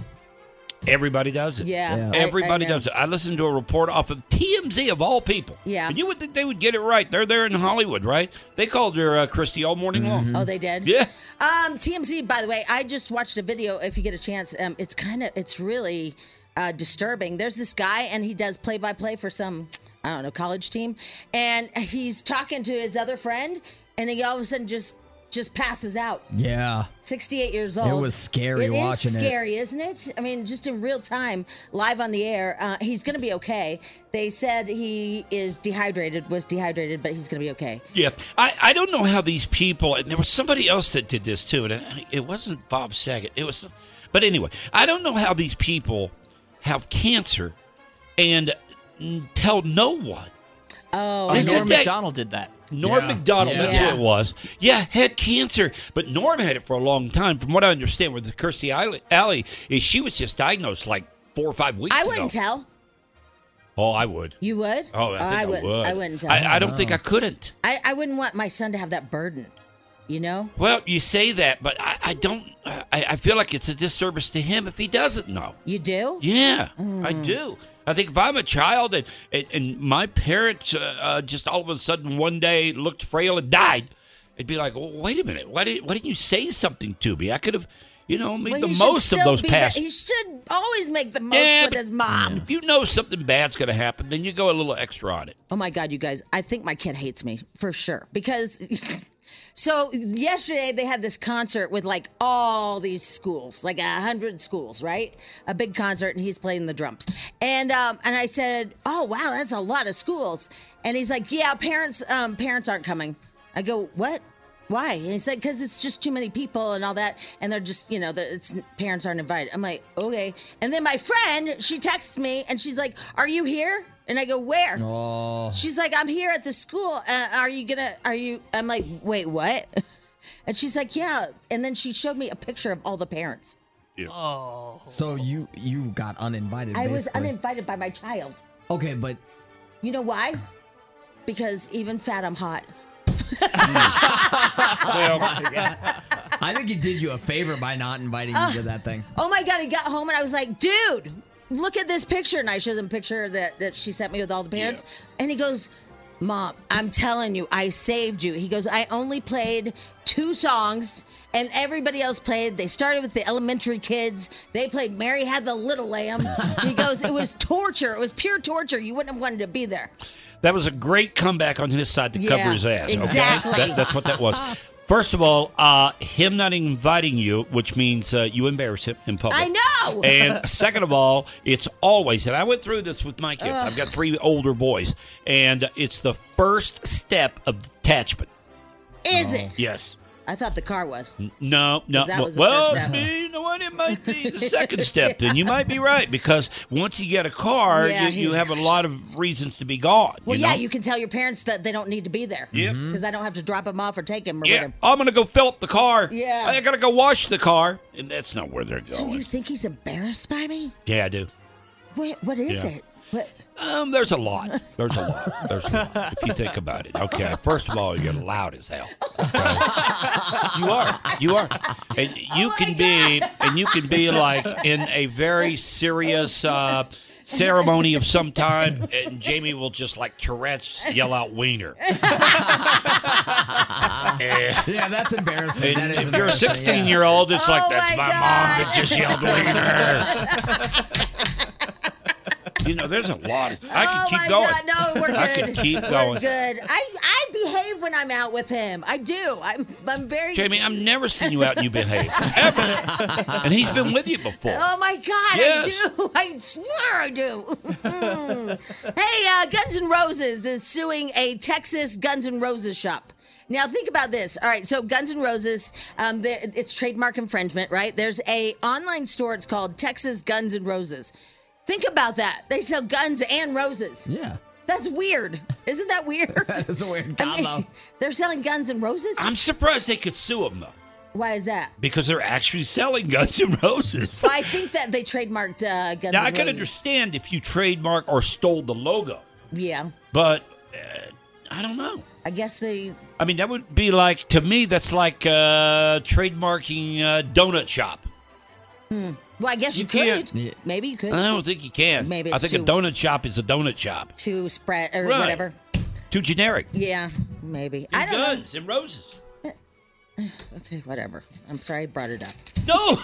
[SPEAKER 4] Everybody does it.
[SPEAKER 3] Yeah, Yeah. I- I
[SPEAKER 4] Everybody
[SPEAKER 3] know.
[SPEAKER 4] does it. I listened to a report off of TMZ of all people.
[SPEAKER 3] Yeah.
[SPEAKER 4] And you would think they would get it right. They're there in Hollywood, right? They called her uh, Christie all morning long.
[SPEAKER 3] Oh, they did.
[SPEAKER 4] Yeah.
[SPEAKER 3] Um, TMZ, by the way, I just watched a video. If you get a chance, um, it's kind of, it's really uh, disturbing. There's this guy, and he does play by play for some, I don't know, college team, and he's talking to his other friend, and he all of a sudden just just passes out.
[SPEAKER 5] Yeah.
[SPEAKER 3] 68 years
[SPEAKER 5] It
[SPEAKER 3] old.
[SPEAKER 5] was scary
[SPEAKER 3] It is
[SPEAKER 5] watching it.
[SPEAKER 3] scary, isn't it? I mean, just in real time, live on the air. Uh, he's going to be okay. They said he is dehydrated, was dehydrated, but he's going to be okay.
[SPEAKER 4] Yeah, I, I don't know how these people, and there was somebody else that did this too, and I- it wasn't Bob Saget. It was, but anyway, I don't know how these people have cancer and tell no one.
[SPEAKER 3] Oh,
[SPEAKER 6] Norm
[SPEAKER 4] This is that-
[SPEAKER 6] McDonald did that.
[SPEAKER 4] Norm
[SPEAKER 6] Yeah.
[SPEAKER 4] McDonald,
[SPEAKER 6] Yeah.
[SPEAKER 4] that's who it was. Yeah, had cancer, but Norm had it for a long time. From what I understand, with the Kirstie Alley, Alley is she was just diagnosed like four or five weeks
[SPEAKER 3] I
[SPEAKER 4] ago.
[SPEAKER 3] wouldn't tell.
[SPEAKER 4] Oh, I would.
[SPEAKER 3] You would?
[SPEAKER 4] Oh, I think I,
[SPEAKER 3] wouldn't.
[SPEAKER 4] would.
[SPEAKER 3] I wouldn't tell.
[SPEAKER 4] I, I don't
[SPEAKER 6] Oh.
[SPEAKER 4] think I couldn't.
[SPEAKER 3] I, I wouldn't want my son to have that burden, you know?
[SPEAKER 4] Well, you say that, but I, I don't. I, I feel like it's a disservice to him if he doesn't know.
[SPEAKER 3] You Mm. do?
[SPEAKER 4] Yeah, I do. I think if I'm a child and and, and my parents uh, uh, just all of a sudden one day looked frail and died, it'd be like, well, wait a minute, why did why didn't you say something to me? I could have, you know, made
[SPEAKER 3] Well,
[SPEAKER 4] the
[SPEAKER 3] he should
[SPEAKER 4] most of
[SPEAKER 3] still
[SPEAKER 4] those
[SPEAKER 3] be the-
[SPEAKER 4] past.
[SPEAKER 3] he should always make the most
[SPEAKER 4] Yeah,
[SPEAKER 3] with
[SPEAKER 4] but-
[SPEAKER 3] his mom.
[SPEAKER 4] If you know something bad's going to happen, then you go a little extra on it.
[SPEAKER 3] Oh my God, you guys, I think my kid hates me for sure. Because, so yesterday they had this concert with like all these schools, like a hundred schools, right? A big concert, and he's playing the drums. And um, and I said, "Oh wow, that's a lot of schools." And he's like, "Yeah, parents, um, parents aren't coming." I go, "What?" Why? And he said, because it's just too many people and all that. And they're just, you know, the, it's parents aren't invited. I'm like, okay. And then my friend, she texts me and she's like, are you here? And I go, where?
[SPEAKER 5] Oh.
[SPEAKER 3] She's like, I'm here at the school. Uh, are you gonna? Are you? I'm like, wait, what? And she's like, yeah. And then she showed me a picture of all the parents.
[SPEAKER 6] Oh.
[SPEAKER 5] So you you got uninvited.
[SPEAKER 3] I was
[SPEAKER 5] basically.
[SPEAKER 3] uninvited by my child.
[SPEAKER 5] Okay, but
[SPEAKER 3] You know why? Because even fat, I'm hot. Oh
[SPEAKER 5] I think he did you a favor by not inviting you to that thing.
[SPEAKER 3] Oh my god! I got home and I was like, dude, look at this picture. And I showed him a picture that that she sent me with all the parents. And he goes, Mom, I'm telling you, I saved you. He goes, I only played two songs and everybody else played. They started with the elementary kids. They played Mary Had the Little Lamb. he goes, It was torture. It was pure torture. You wouldn't have wanted to be there.
[SPEAKER 4] That was a great comeback on his side to
[SPEAKER 3] Yeah,
[SPEAKER 4] cover his ass. okay?
[SPEAKER 3] exactly.
[SPEAKER 4] That- that's what that was. First of all, uh, him not inviting you, which means uh, you embarrass him in public.
[SPEAKER 3] I know!
[SPEAKER 4] And second of all, it's always, and I went through this with my kids. I've got three older boys, and it's the first step of detachment.
[SPEAKER 3] Is it?
[SPEAKER 4] Yes.
[SPEAKER 3] I thought the car was.
[SPEAKER 4] No, Oh. no.
[SPEAKER 3] 'Cause that was the
[SPEAKER 4] well,
[SPEAKER 3] first step.
[SPEAKER 4] maybe you know what? It might be the second step, and you might be right because once you get a car,
[SPEAKER 3] Yeah, he-
[SPEAKER 4] you, you have a lot of reasons to be gone.
[SPEAKER 3] Well,
[SPEAKER 4] you
[SPEAKER 3] yeah,
[SPEAKER 4] know?
[SPEAKER 3] you can tell your parents that they don't need to be there.
[SPEAKER 4] Yep.
[SPEAKER 3] Because I don't have to drop them off or take them or
[SPEAKER 4] Yeah,
[SPEAKER 3] whatever.
[SPEAKER 4] I'm gonna go fill up the car.
[SPEAKER 3] Yeah.
[SPEAKER 4] I gotta go wash the car, and that's not where they're
[SPEAKER 3] So
[SPEAKER 4] going.
[SPEAKER 3] you think he's embarrassed by me?
[SPEAKER 4] yeah, I do.
[SPEAKER 3] What, what is
[SPEAKER 4] Yeah.
[SPEAKER 3] it? What?
[SPEAKER 4] Um, there's a lot. There's a lot. There's a lot. If you think about it, okay. First of all, you're loud as hell. Okay? You are. You are. And
[SPEAKER 3] Oh
[SPEAKER 4] you can be. And you can be like in a very serious. Uh, Ceremony of some time, and Jamie will just like Tourette's yell out "wiener." Eh.
[SPEAKER 5] Yeah, that's embarrassing.
[SPEAKER 4] And
[SPEAKER 5] That is
[SPEAKER 4] if you're a
[SPEAKER 5] embarrassing,
[SPEAKER 4] 16 year old, it's
[SPEAKER 3] Oh
[SPEAKER 4] like, that's my, mom that just yelled wiener. you know, there's a lot. Of, I can
[SPEAKER 3] oh
[SPEAKER 4] keep
[SPEAKER 3] my
[SPEAKER 4] going.
[SPEAKER 3] God, no, we're good.
[SPEAKER 4] I can keep going.
[SPEAKER 3] We're good. I, I behave when I'm out with him. I do. I'm, I'm very.
[SPEAKER 4] Jamie, I've never seen you out and you behave. Ever. And he's been with you before.
[SPEAKER 3] Oh my God,
[SPEAKER 4] Yes.
[SPEAKER 3] I do. I swear I do. Mm. hey, uh, Guns N' Roses is suing a Texas Guns N' Roses shop. Now think about this. All right, so Guns N' Roses, um, there- it's trademark infringement, right? There's a online store. It's called Texas Guns N' Roses. Think about that. They sell guns and roses.
[SPEAKER 5] Yeah.
[SPEAKER 3] That's weird. Isn't that weird?
[SPEAKER 5] That's a weird
[SPEAKER 3] I mean, they're selling guns and roses?
[SPEAKER 4] I'm surprised they could sue him, though,
[SPEAKER 3] Why is that?
[SPEAKER 4] because they're actually selling Guns N' Roses.
[SPEAKER 3] Well, I think that they trademarked uh, guns
[SPEAKER 4] Now,
[SPEAKER 3] and
[SPEAKER 4] I can
[SPEAKER 3] roses.
[SPEAKER 4] understand if you trademark or stole the logo,
[SPEAKER 3] Yeah.
[SPEAKER 4] but uh, I don't know.
[SPEAKER 3] I guess they
[SPEAKER 4] I mean, that would be like to me. That's like uh, trademarking uh, donut shop.
[SPEAKER 3] hmm. Well, I guess you,
[SPEAKER 4] can't-
[SPEAKER 3] could. Maybe you could.
[SPEAKER 4] I don't think you can.
[SPEAKER 3] Maybe
[SPEAKER 4] I
[SPEAKER 3] it's
[SPEAKER 4] think a
[SPEAKER 3] too-
[SPEAKER 4] donut shop is a donut shop.
[SPEAKER 3] Too spread or
[SPEAKER 4] Right.
[SPEAKER 3] whatever.
[SPEAKER 4] Too generic.
[SPEAKER 3] Yeah, maybe. I don't
[SPEAKER 4] Guns and roses.
[SPEAKER 3] know. Okay, whatever. I'm sorry I brought it up.
[SPEAKER 4] No,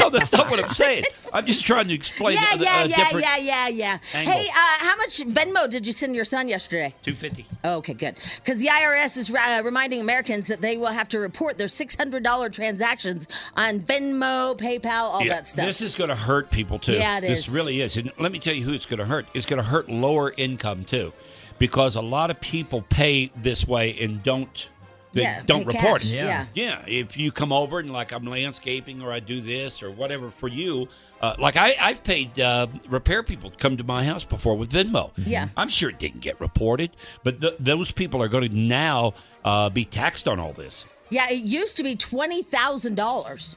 [SPEAKER 4] no, that's not what I'm saying. I'm just trying to explain.
[SPEAKER 3] yeah,
[SPEAKER 4] a-
[SPEAKER 3] yeah,
[SPEAKER 4] a
[SPEAKER 3] yeah,
[SPEAKER 4] different-
[SPEAKER 3] yeah, yeah, yeah.
[SPEAKER 4] angle.
[SPEAKER 3] Hey, uh, how much Venmo did you send your son yesterday? Oh,
[SPEAKER 4] 250.
[SPEAKER 3] Okay, good. Because the IRS is uh, reminding Americans that they will have to report their $600 transactions on Venmo, PayPal, all
[SPEAKER 4] Yeah,
[SPEAKER 3] that stuff.
[SPEAKER 4] This is going to hurt people too.
[SPEAKER 3] Yeah, it
[SPEAKER 4] this
[SPEAKER 3] is.
[SPEAKER 4] really is. And let me tell you who it's going to hurt. It's going to hurt lower income too, because a lot of people pay this way and don't. They
[SPEAKER 16] Yeah,
[SPEAKER 4] don't
[SPEAKER 16] pay
[SPEAKER 4] report
[SPEAKER 16] cash,
[SPEAKER 4] it.
[SPEAKER 16] yeah.
[SPEAKER 4] yeah. If you come over and like I'm landscaping or I do this or whatever for you, uh, like I, I've paid uh, repair people to come to my house before with Venmo.
[SPEAKER 3] Yeah.
[SPEAKER 4] I'm sure it didn't get reported, but th- those people are going to now uh, be taxed on all this.
[SPEAKER 3] Yeah, it used to be twenty thousand dollars.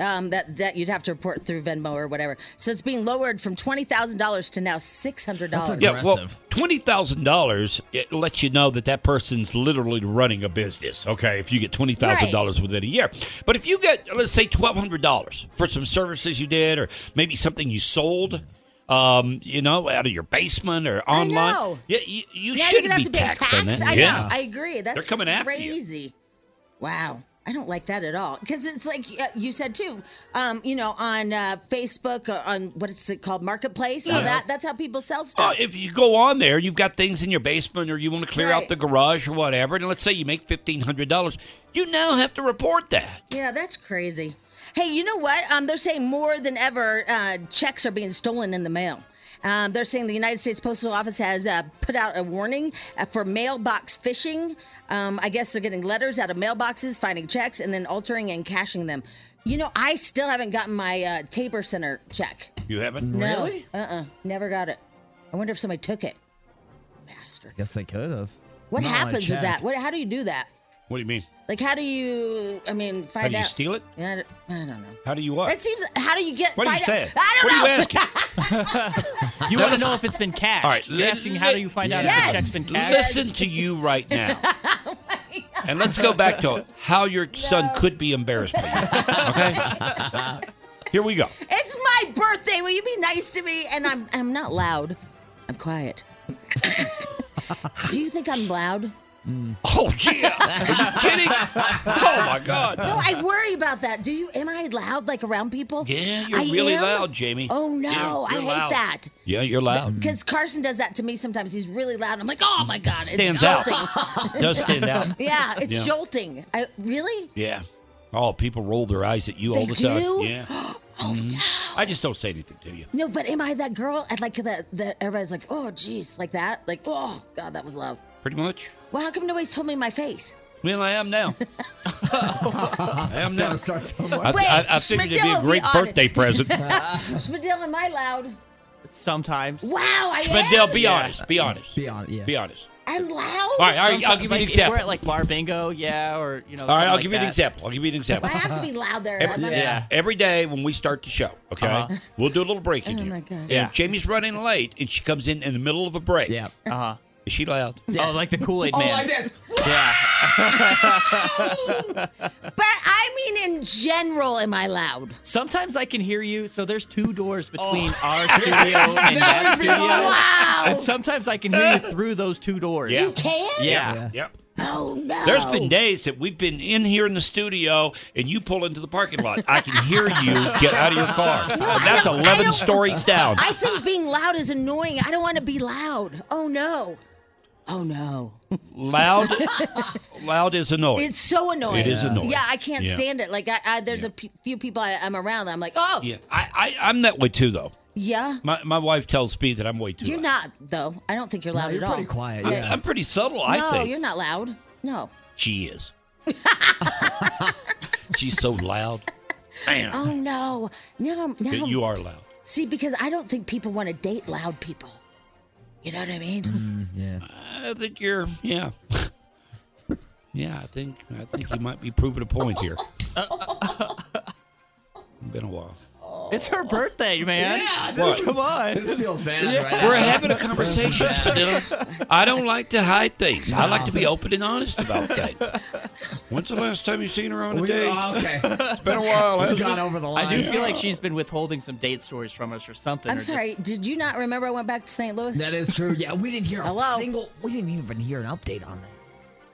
[SPEAKER 3] Um, that that you'd have to report through Venmo or whatever. So it's being lowered from twenty thousand dollars to now six hundred dollars.
[SPEAKER 4] Yeah, well, twenty thousand dollars it lets you know that that person's literally running a business. Okay, if you get twenty thousand dollars within a year, but if you get let's say twelve hundred dollars for some services you did, or maybe something you sold, um, you know, out of your basement or online,
[SPEAKER 3] know.
[SPEAKER 4] yeah, you, you
[SPEAKER 3] now you're
[SPEAKER 4] should
[SPEAKER 3] gonna have
[SPEAKER 4] be
[SPEAKER 3] to pay
[SPEAKER 4] taxed
[SPEAKER 3] tax.
[SPEAKER 4] on that.
[SPEAKER 3] I
[SPEAKER 4] yeah.
[SPEAKER 3] know. I agree. That's
[SPEAKER 4] coming after you.
[SPEAKER 3] crazy. Wow, I don't like that at all. Because it's like uh, you said too. Um, you know, on uh, Facebook, uh, on what is it called, Marketplace, all
[SPEAKER 4] Yeah.
[SPEAKER 3] that. That's how people sell stuff.
[SPEAKER 4] Oh, if you go on there, you've got things in your basement, or you want to clear
[SPEAKER 3] Right.
[SPEAKER 4] out the garage, or whatever. And let's say you make fifteen hundred dollars, you now have to report that.
[SPEAKER 3] Yeah, that's crazy. Hey, you know what? Um, they're saying more than ever, uh, checks are being stolen in the mail. Um, they're saying the United States Postal Office has uh, put out a warning uh, for mailbox phishing. Um, I guess they're getting letters out of mailboxes, finding checks, and then altering and cashing them. You know, I still haven't gotten my uh, Tabor Center check.
[SPEAKER 4] You haven't
[SPEAKER 3] No. Uh-uh. Never got it. I wonder if somebody took it.
[SPEAKER 5] Guess they could have.
[SPEAKER 3] What
[SPEAKER 5] Not on a
[SPEAKER 3] happens with
[SPEAKER 5] check.
[SPEAKER 3] that? What? How do you do that?
[SPEAKER 4] What do you mean?
[SPEAKER 3] Like, how do you? I mean, find
[SPEAKER 4] How do
[SPEAKER 3] out.
[SPEAKER 4] you steal it?
[SPEAKER 3] Yeah, I don't- I don't know.
[SPEAKER 4] How do you what?
[SPEAKER 3] That seems. How do you get?
[SPEAKER 4] What are you
[SPEAKER 3] find out-
[SPEAKER 4] saying?
[SPEAKER 3] I don't
[SPEAKER 4] What are
[SPEAKER 3] know.
[SPEAKER 4] you asking?
[SPEAKER 6] You want to know if it's been cashed.
[SPEAKER 4] All right,
[SPEAKER 6] You're
[SPEAKER 4] let-
[SPEAKER 6] asking how do you find out if the check's been cashed?
[SPEAKER 4] Listen to you right now. and let's go back to how your son could be embarrassed by you. Okay? Here we go.
[SPEAKER 3] it's my birthday. Will you be nice to me? And I'm. I'm not loud. I'm quiet. do you think I'm loud?
[SPEAKER 4] Oh yeah! Are you kidding? Oh my God!
[SPEAKER 3] No, I worry about that. Do you? Am I loud? Like around people?
[SPEAKER 4] Yeah, you're
[SPEAKER 3] I
[SPEAKER 4] really
[SPEAKER 3] am?
[SPEAKER 4] loud, Jamie.
[SPEAKER 3] Oh no,
[SPEAKER 4] Yeah,
[SPEAKER 3] I
[SPEAKER 4] you're
[SPEAKER 3] hate
[SPEAKER 4] loud.
[SPEAKER 3] that.
[SPEAKER 4] Yeah, you're loud.
[SPEAKER 3] Because Carson does that to me sometimes. He's really loud. I'm like, oh my god, it's
[SPEAKER 4] Stands out.
[SPEAKER 3] jolting.
[SPEAKER 4] Does stand out.
[SPEAKER 3] Yeah, it's
[SPEAKER 4] Yeah.
[SPEAKER 3] jolting. I, really?
[SPEAKER 4] Yeah. Oh, people roll their eyes at you all
[SPEAKER 3] They
[SPEAKER 4] the time.
[SPEAKER 3] do? Oh,
[SPEAKER 4] Yeah. Mhm. I just don't say anything to you.
[SPEAKER 3] No, but am I that girl? I'd like that. That everybody's like, oh geez, like that. Like, oh god, that was loud.
[SPEAKER 4] Pretty much.
[SPEAKER 3] Well, how come nobody's told me my face?
[SPEAKER 4] Well, I am now. I am now. I,
[SPEAKER 3] Wait,
[SPEAKER 4] I, I figured it'd be
[SPEAKER 3] Schmidl
[SPEAKER 4] a
[SPEAKER 3] will
[SPEAKER 4] great
[SPEAKER 3] on it.
[SPEAKER 4] birthday present.
[SPEAKER 3] Schmidl, am I loud?
[SPEAKER 6] Sometimes.
[SPEAKER 3] Wow, I
[SPEAKER 4] Schmidl,
[SPEAKER 3] am.
[SPEAKER 4] be honest. Be honest. Be honest. Yeah. Be honest.
[SPEAKER 3] I'm loud.
[SPEAKER 4] All right, all right, I'll
[SPEAKER 6] Sometimes,
[SPEAKER 4] give you an
[SPEAKER 6] like, If
[SPEAKER 4] example.
[SPEAKER 6] we're at like bar bingo, yeah, or you know.
[SPEAKER 4] All right,
[SPEAKER 6] something
[SPEAKER 4] I'll
[SPEAKER 6] like
[SPEAKER 4] give you an
[SPEAKER 6] that.
[SPEAKER 4] example. I'll give you an example.
[SPEAKER 3] I have to be loud there.
[SPEAKER 4] Every,
[SPEAKER 3] I'm not-
[SPEAKER 4] yeah. every day when we start the show, okay,
[SPEAKER 3] Uh-huh.
[SPEAKER 4] we'll do a little break in
[SPEAKER 3] Oh
[SPEAKER 4] here.
[SPEAKER 3] my God.
[SPEAKER 4] And
[SPEAKER 3] Yeah.
[SPEAKER 4] Jamie's running late, and she comes in in the middle of a break. Yeah.
[SPEAKER 6] Uh huh.
[SPEAKER 4] Is she loud?
[SPEAKER 6] Oh, like the Kool Aid
[SPEAKER 4] Oh,
[SPEAKER 6] Man.
[SPEAKER 4] like this.
[SPEAKER 6] Yeah.
[SPEAKER 3] but I mean, in general, am I loud?
[SPEAKER 6] Sometimes I can hear you. So there's two
[SPEAKER 4] Oh.
[SPEAKER 6] doors between our studio and
[SPEAKER 3] That
[SPEAKER 6] that
[SPEAKER 3] would be
[SPEAKER 6] studio.
[SPEAKER 3] awesome.
[SPEAKER 6] And sometimes I can hear you through those two doors.
[SPEAKER 4] Yeah.
[SPEAKER 6] You
[SPEAKER 3] can?
[SPEAKER 6] Yeah.
[SPEAKER 4] Yep.
[SPEAKER 3] Oh no.
[SPEAKER 4] There's been days that we've been in here in the studio, and you pull into the parking lot. I can hear you get out of your car.
[SPEAKER 3] No,
[SPEAKER 4] and
[SPEAKER 3] I
[SPEAKER 4] that's
[SPEAKER 3] don't- I
[SPEAKER 4] 11
[SPEAKER 3] don't-
[SPEAKER 4] stories down.
[SPEAKER 3] I think being loud is annoying. I don't want to be loud. Oh no. Oh no.
[SPEAKER 4] loud, loud is annoying.
[SPEAKER 3] It's so annoying.
[SPEAKER 4] It is annoying.
[SPEAKER 3] Yeah, I can't
[SPEAKER 4] Yeah.
[SPEAKER 3] stand it. Like, I, I there's a p- few people I, I'm around. that I'm like, oh, yeah.
[SPEAKER 4] Yeah, I, I, I'm that way too, though. My, my wife tells me that I'm way too.
[SPEAKER 3] You're not though. I don't think you're loud
[SPEAKER 4] you're
[SPEAKER 3] at all.
[SPEAKER 4] pretty quiet, I'm- yeah. I'm pretty subtle,
[SPEAKER 3] No,
[SPEAKER 4] I think.
[SPEAKER 3] you're not loud. No.
[SPEAKER 4] She is. She's so loud. Man,
[SPEAKER 3] Oh no. Now, I'm- now
[SPEAKER 4] that
[SPEAKER 3] I'm-
[SPEAKER 4] you are loud.
[SPEAKER 3] See, because I don't think people want to date loud people. You know what I mean?
[SPEAKER 4] Yeah. I think you're. Mm, Yeah. Uh, yeah, I think I think you might be proving a point here. Been a while.
[SPEAKER 6] It's her birthday, man. Yeah,
[SPEAKER 4] this
[SPEAKER 6] come on. This
[SPEAKER 5] feels bad.
[SPEAKER 6] Right
[SPEAKER 4] We're having a conversation. you know? I don't like to hide things. I like to be open and honest about things. When's the last time you seen her on a
[SPEAKER 6] We-
[SPEAKER 4] date?
[SPEAKER 6] oh, okay.
[SPEAKER 4] It's been a while. hasn't it?
[SPEAKER 6] I do feel like she's been withholding some date stories from us or something.
[SPEAKER 3] I'm
[SPEAKER 6] or just-
[SPEAKER 3] sorry. Did you not remember I went back to St. Louis?
[SPEAKER 5] That is true. Yeah, we didn't hear a
[SPEAKER 3] Hello?
[SPEAKER 5] single. We didn't even hear an update on that.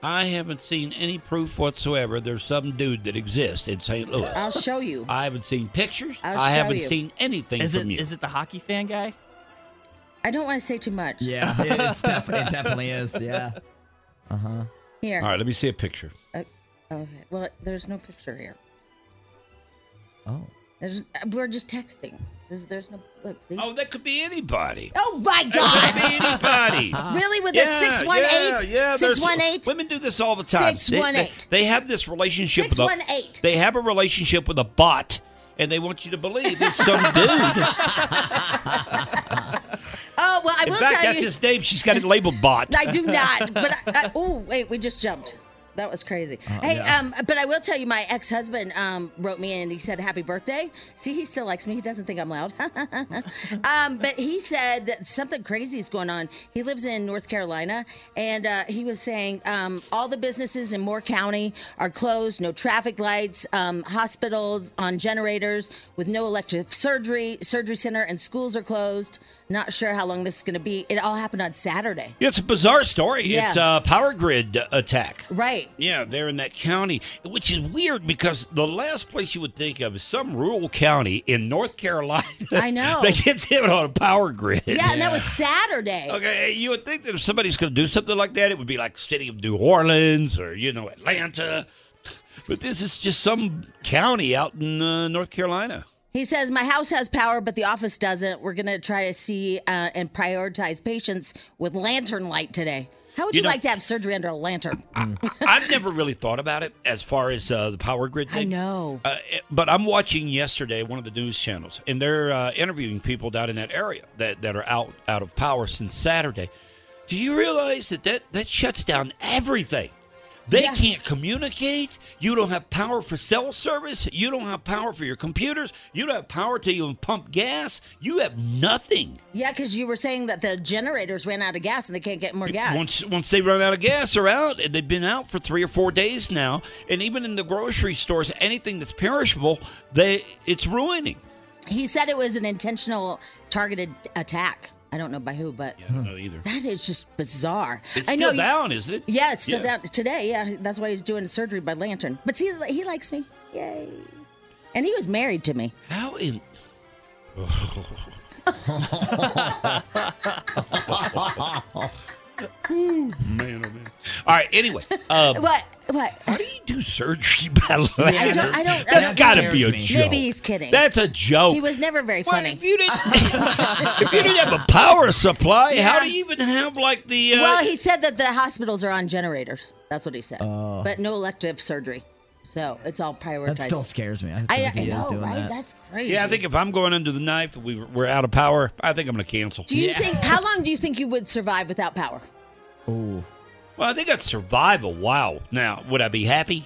[SPEAKER 4] I haven't seen any proof whatsoever. There's some dude that exists in St. Louis.
[SPEAKER 3] I'll show you.
[SPEAKER 4] I haven't seen pictures.
[SPEAKER 3] I'll
[SPEAKER 4] I
[SPEAKER 3] show
[SPEAKER 4] haven't
[SPEAKER 3] you.
[SPEAKER 4] seen anything
[SPEAKER 6] Is
[SPEAKER 4] from
[SPEAKER 6] it
[SPEAKER 4] you.
[SPEAKER 6] is it the hockey fan guy?
[SPEAKER 3] I don't want to say too much.
[SPEAKER 5] Yeah, it's def- it definitely is. Yeah. Uh huh.
[SPEAKER 3] Here.
[SPEAKER 4] All right, let me see a picture.
[SPEAKER 3] Uh, okay. Well, there's no picture here.
[SPEAKER 5] Oh.
[SPEAKER 3] There's, uh, we're just texting. There's, there's no. Look, see?
[SPEAKER 4] Oh, that could be anybody.
[SPEAKER 3] Oh my God!
[SPEAKER 4] Anybody.
[SPEAKER 3] Really? With a 618?
[SPEAKER 4] Yeah, yeah, there's-
[SPEAKER 3] 618?
[SPEAKER 4] Women do this all the time. They- they-
[SPEAKER 3] 618.
[SPEAKER 4] They, have this relationship with a,
[SPEAKER 3] 618.
[SPEAKER 4] They have a relationship with a bot, and they want you to believe it's some dude.
[SPEAKER 3] Oh well, I
[SPEAKER 4] In
[SPEAKER 3] will
[SPEAKER 4] fact,
[SPEAKER 3] tell
[SPEAKER 4] that's
[SPEAKER 3] you.
[SPEAKER 4] his name. She's got it labeled bot.
[SPEAKER 3] I do not. But I, I, oh wait, we just jumped. That was crazy. hey, um, but I will tell you, my ex husband um, wrote me and he said happy birthday. See, he still likes me. He doesn't think I'm loud. um, but he said that something crazy is going on. He lives in North Carolina, and uh, he was saying um, all the businesses in Moore County are closed. No traffic lights. Um, hospitals on generators with no elective surgery. Surgery center and schools are closed. Not sure how long this is going to be. It all happened on Saturday.
[SPEAKER 4] It's a bizarre story.
[SPEAKER 3] Yeah.
[SPEAKER 4] It's a power grid attack.
[SPEAKER 3] Right.
[SPEAKER 4] Yeah, they're in that county, which is weird because the last place you would think of is some rural county in North Carolina.
[SPEAKER 3] I know.
[SPEAKER 4] that gets hit on a power grid.
[SPEAKER 3] Yeah, and that was Saturday.
[SPEAKER 4] Okay, you would think that if somebody's going to do something like that, it would be like city of New Orleans or you know Atlanta, but this is just some county out in uh, North Carolina.
[SPEAKER 3] He says, My house has power, but the office doesn't. We're going to try to see uh, and prioritize patients with lantern light today. How would
[SPEAKER 4] You
[SPEAKER 3] you,
[SPEAKER 4] know-
[SPEAKER 3] like to have surgery under a lantern?
[SPEAKER 4] I've never really thought about it as far as uh, the power grid. Thing.
[SPEAKER 3] I know.
[SPEAKER 4] Uh, it- but I'm watching yesterday one of the news channels, and they're uh, interviewing people down in that area that, that are out out of power since Saturday. Do you realize that that, that shuts down everything? They can't communicate. You don't have power for cell service. You don't have power for your computers. You don't have power to even pump gas. You have nothing.
[SPEAKER 3] Yeah, because you were saying that the generators ran out of gas and they can't get more gas.
[SPEAKER 4] Once once they run out of gas, they're out. And They've been out for three or four days now, and even in the grocery stores, anything that's perishable, they it's ruining.
[SPEAKER 3] he said it was an intentional targeted attack. I don't know by who, but
[SPEAKER 4] I don't know either.
[SPEAKER 3] that is just bizarre.
[SPEAKER 4] It's
[SPEAKER 3] I
[SPEAKER 4] still
[SPEAKER 3] know you-
[SPEAKER 4] down, isn't it?
[SPEAKER 3] Yeah, it's still down today. Yeah, that's why he's doing surgery by lantern. But see, he likes me. Yay. And he was married to me.
[SPEAKER 4] How in? Ooh, man, oh man. All right. Anyway, um,
[SPEAKER 3] What? What?
[SPEAKER 4] do surgery by ladder.
[SPEAKER 3] I don't. I don't
[SPEAKER 4] That's
[SPEAKER 3] I-
[SPEAKER 4] got to be a joke.
[SPEAKER 3] Maybe he's kidding.
[SPEAKER 4] That's a joke.
[SPEAKER 3] He was never very funny.
[SPEAKER 4] if you didn't have a power supply, how
[SPEAKER 3] Yeah.
[SPEAKER 4] do you even have like the? Uh,
[SPEAKER 3] well, he said that the hospitals are on generators. That's what he said.
[SPEAKER 5] Oh.
[SPEAKER 3] But no elective surgery, so it's all prioritized.
[SPEAKER 5] That still scares me. I,
[SPEAKER 3] I,
[SPEAKER 5] think
[SPEAKER 3] I
[SPEAKER 5] he is
[SPEAKER 3] know,
[SPEAKER 5] doing
[SPEAKER 3] right?
[SPEAKER 5] that.
[SPEAKER 3] That's crazy.
[SPEAKER 4] yeah, I think if I'm going under the knife, we we're out of power. I think I'm going to cancel.
[SPEAKER 3] Do you think? How long do you think you would survive without power?
[SPEAKER 4] Ooh. Well, I think I'd survive a while. Now, would I be happy?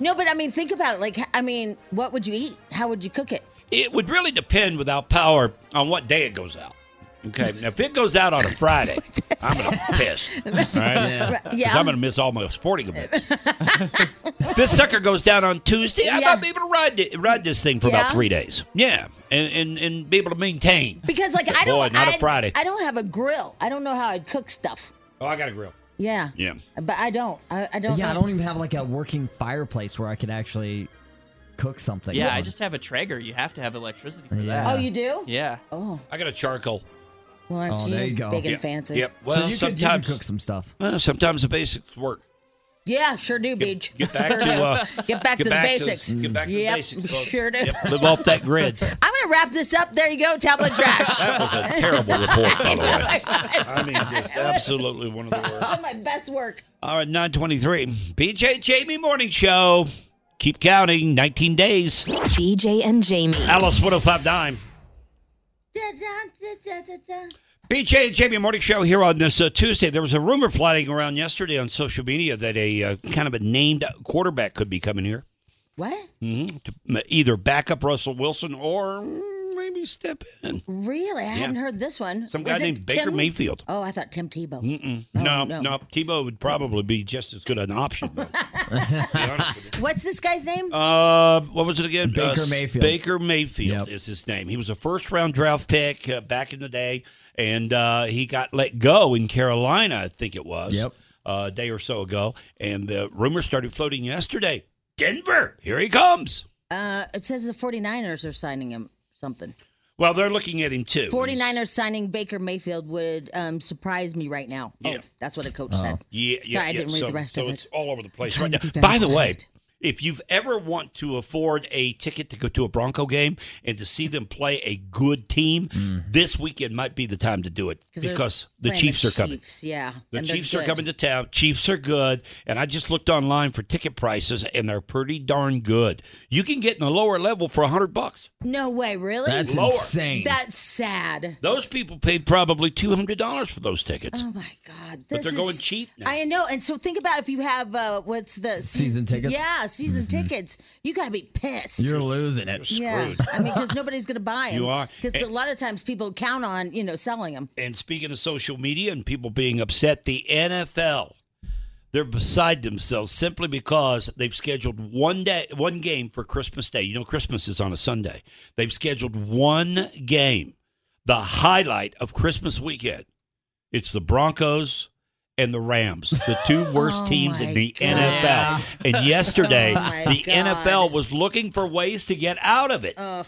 [SPEAKER 3] No, but I mean, think about it. Like, I mean, what would you eat? How would you cook it?
[SPEAKER 4] It would really depend without power on what day it goes out. Okay, now if it goes out on a Friday, I'm gonna piss. All right,
[SPEAKER 3] Yeah. Yeah.
[SPEAKER 4] 'Cause I'm gonna miss all my sporting events. if this sucker goes down on Tuesday, I might be able to ride thi- ride this thing for
[SPEAKER 3] Yeah.
[SPEAKER 4] about three days. Yeah, and and, and be able to maintain.
[SPEAKER 3] Because like I don't.
[SPEAKER 4] Boy, not a
[SPEAKER 3] I-
[SPEAKER 4] Friday.
[SPEAKER 3] I don't have a grill. I don't know how I'd cook stuff.
[SPEAKER 4] Oh, I got a grill.
[SPEAKER 3] Yeah.
[SPEAKER 4] Yeah.
[SPEAKER 3] But I don't. I, I don't.
[SPEAKER 5] yeah,
[SPEAKER 3] know.
[SPEAKER 5] I don't e- even have like a working fireplace where I could actually cook something.
[SPEAKER 6] yeah, I
[SPEAKER 5] on.
[SPEAKER 6] just have a Traeger. You have to have electricity for
[SPEAKER 5] Yeah.
[SPEAKER 6] that.
[SPEAKER 5] Oh, you
[SPEAKER 3] do?
[SPEAKER 6] Yeah.
[SPEAKER 3] Oh.
[SPEAKER 4] I got a charcoal.
[SPEAKER 3] Well, aren't
[SPEAKER 5] Oh, there you go.
[SPEAKER 3] Big and fancy.
[SPEAKER 4] Yep. Well,
[SPEAKER 5] so you could, you could
[SPEAKER 4] sometimes
[SPEAKER 5] cook some stuff.
[SPEAKER 4] well, sometimes the basics work.
[SPEAKER 3] Yeah, sure do, Beach.
[SPEAKER 4] Get back to uh,
[SPEAKER 3] get back to the basics.
[SPEAKER 4] get back to
[SPEAKER 3] Yep,
[SPEAKER 4] the basics. folks.
[SPEAKER 3] Sure do.
[SPEAKER 4] Yep, live off that grid.
[SPEAKER 3] I'm gonna wrap this up. There you go, tablet trash.
[SPEAKER 4] That was a terrible report, by the way.
[SPEAKER 3] I
[SPEAKER 4] mean, just absolutely one of the worst.
[SPEAKER 3] my best work.
[SPEAKER 4] All right, 923. BJ Jamie Morning Show. Keep counting. 19 days.
[SPEAKER 7] BJ and Jamie.
[SPEAKER 4] Alice 1059. BJ and Jamie Morning Show here on this uh, Tuesday. There was a rumor flying around yesterday on social media that a uh, kind of a named quarterback could be coming here.
[SPEAKER 3] What?
[SPEAKER 4] hmm to m- either back up Russell Wilson or mm, maybe step in.
[SPEAKER 3] Really? I
[SPEAKER 4] Yeah.
[SPEAKER 3] hadn't heard this one.
[SPEAKER 4] Some guy
[SPEAKER 3] Was it
[SPEAKER 4] named Baker
[SPEAKER 3] Tim-
[SPEAKER 4] Mayfield.
[SPEAKER 3] Oh, I thought Tim Tebow.
[SPEAKER 4] Mm-mm.
[SPEAKER 3] Oh,
[SPEAKER 4] No,
[SPEAKER 3] no.
[SPEAKER 4] no, Tebow would probably be just as good an option. though. Be honest with
[SPEAKER 3] What's this guy's name?
[SPEAKER 4] you. uh, what was it again?
[SPEAKER 5] Baker
[SPEAKER 4] Uh, S-
[SPEAKER 5] Mayfield.
[SPEAKER 4] Baker Mayfield is his name. He was a first round draft pick uh, back in the day, and uh, he got let go in Carolina, I think it was. Yep. A day or so ago, and the rumor started floating yesterday. Denver, here he comes.
[SPEAKER 3] Uh, it says the 49ers are signing him something.
[SPEAKER 4] Well, they're looking at him too.
[SPEAKER 3] 49ers signing Baker Mayfield would um, surprise me right now.
[SPEAKER 4] Yeah. Oh.
[SPEAKER 3] Oh, that's what the coach said.
[SPEAKER 4] Yeah, yeah,
[SPEAKER 3] Sorry, I
[SPEAKER 4] yeah.
[SPEAKER 3] didn't read
[SPEAKER 4] so,
[SPEAKER 3] the rest
[SPEAKER 4] so
[SPEAKER 3] of
[SPEAKER 4] It's
[SPEAKER 3] it.
[SPEAKER 4] all over the place
[SPEAKER 3] Trying
[SPEAKER 4] right
[SPEAKER 3] to
[SPEAKER 4] now.
[SPEAKER 3] be
[SPEAKER 4] By
[SPEAKER 3] very
[SPEAKER 4] the way, if you've ever want to afford a ticket to go to a Bronco game and to see them play a good team, this weekend might be the time to do it
[SPEAKER 3] Mm-hmm. 'Cause they're
[SPEAKER 4] because the
[SPEAKER 3] playing
[SPEAKER 4] Chiefs are coming.
[SPEAKER 3] Chiefs, yeah.
[SPEAKER 4] The
[SPEAKER 3] and they're
[SPEAKER 4] Chiefs are
[SPEAKER 3] good.
[SPEAKER 4] coming to town. Chiefs are good, and I just looked online for ticket prices, and they're pretty darn good. You can get in the lower level for a hundred bucks.
[SPEAKER 3] No way, really?
[SPEAKER 4] That's Lower. insane.
[SPEAKER 3] That's sad.
[SPEAKER 4] Those people paid probably two hundred dollars for those tickets.
[SPEAKER 3] Oh my God.
[SPEAKER 4] But
[SPEAKER 3] This
[SPEAKER 4] they're going
[SPEAKER 3] is-
[SPEAKER 4] cheap
[SPEAKER 3] I know. And so think about if you have uh, what's the
[SPEAKER 4] Season tickets? Mm-hmm.
[SPEAKER 3] Yeah, season tickets. You got to be pissed.
[SPEAKER 5] You're losing it.
[SPEAKER 3] Yeah, I mean, because nobody's going to buy them.
[SPEAKER 4] You are.
[SPEAKER 3] because a lot of times people count on you know selling them.
[SPEAKER 4] And speaking of social media and people being upset, the NFL they're beside themselves simply because they've scheduled one day one game for Christmas Day. You know Christmas is on a Sunday. They've scheduled one game, the highlight of Christmas weekend. It's the Broncos and the Rams, the two worst teams in the
[SPEAKER 3] Oh God.
[SPEAKER 4] NFL. And yesterday,
[SPEAKER 3] Oh, my
[SPEAKER 4] the
[SPEAKER 3] God.
[SPEAKER 4] NFL was looking for ways to get out of it.
[SPEAKER 3] Oh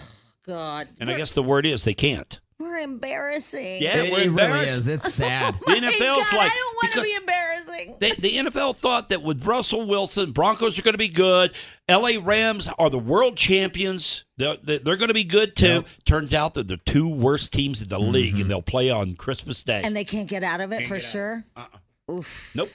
[SPEAKER 3] God,
[SPEAKER 4] and I guess the word is they can't.
[SPEAKER 3] we're embarrassing.
[SPEAKER 4] Yeah, we're embarrassed. It's sad. the NFL's like
[SPEAKER 3] I don't want to be embarrassing.
[SPEAKER 4] They, the NFL thought that with Russell Wilson, Broncos are going to be good. LA Rams are the world champions. They're, they're going to be good too. Turns out they're the two worst teams in the league, and they'll play on Christmas Day.
[SPEAKER 3] And they can't get out of it
[SPEAKER 4] Can't
[SPEAKER 3] for
[SPEAKER 4] get out.
[SPEAKER 3] sure.
[SPEAKER 4] nope.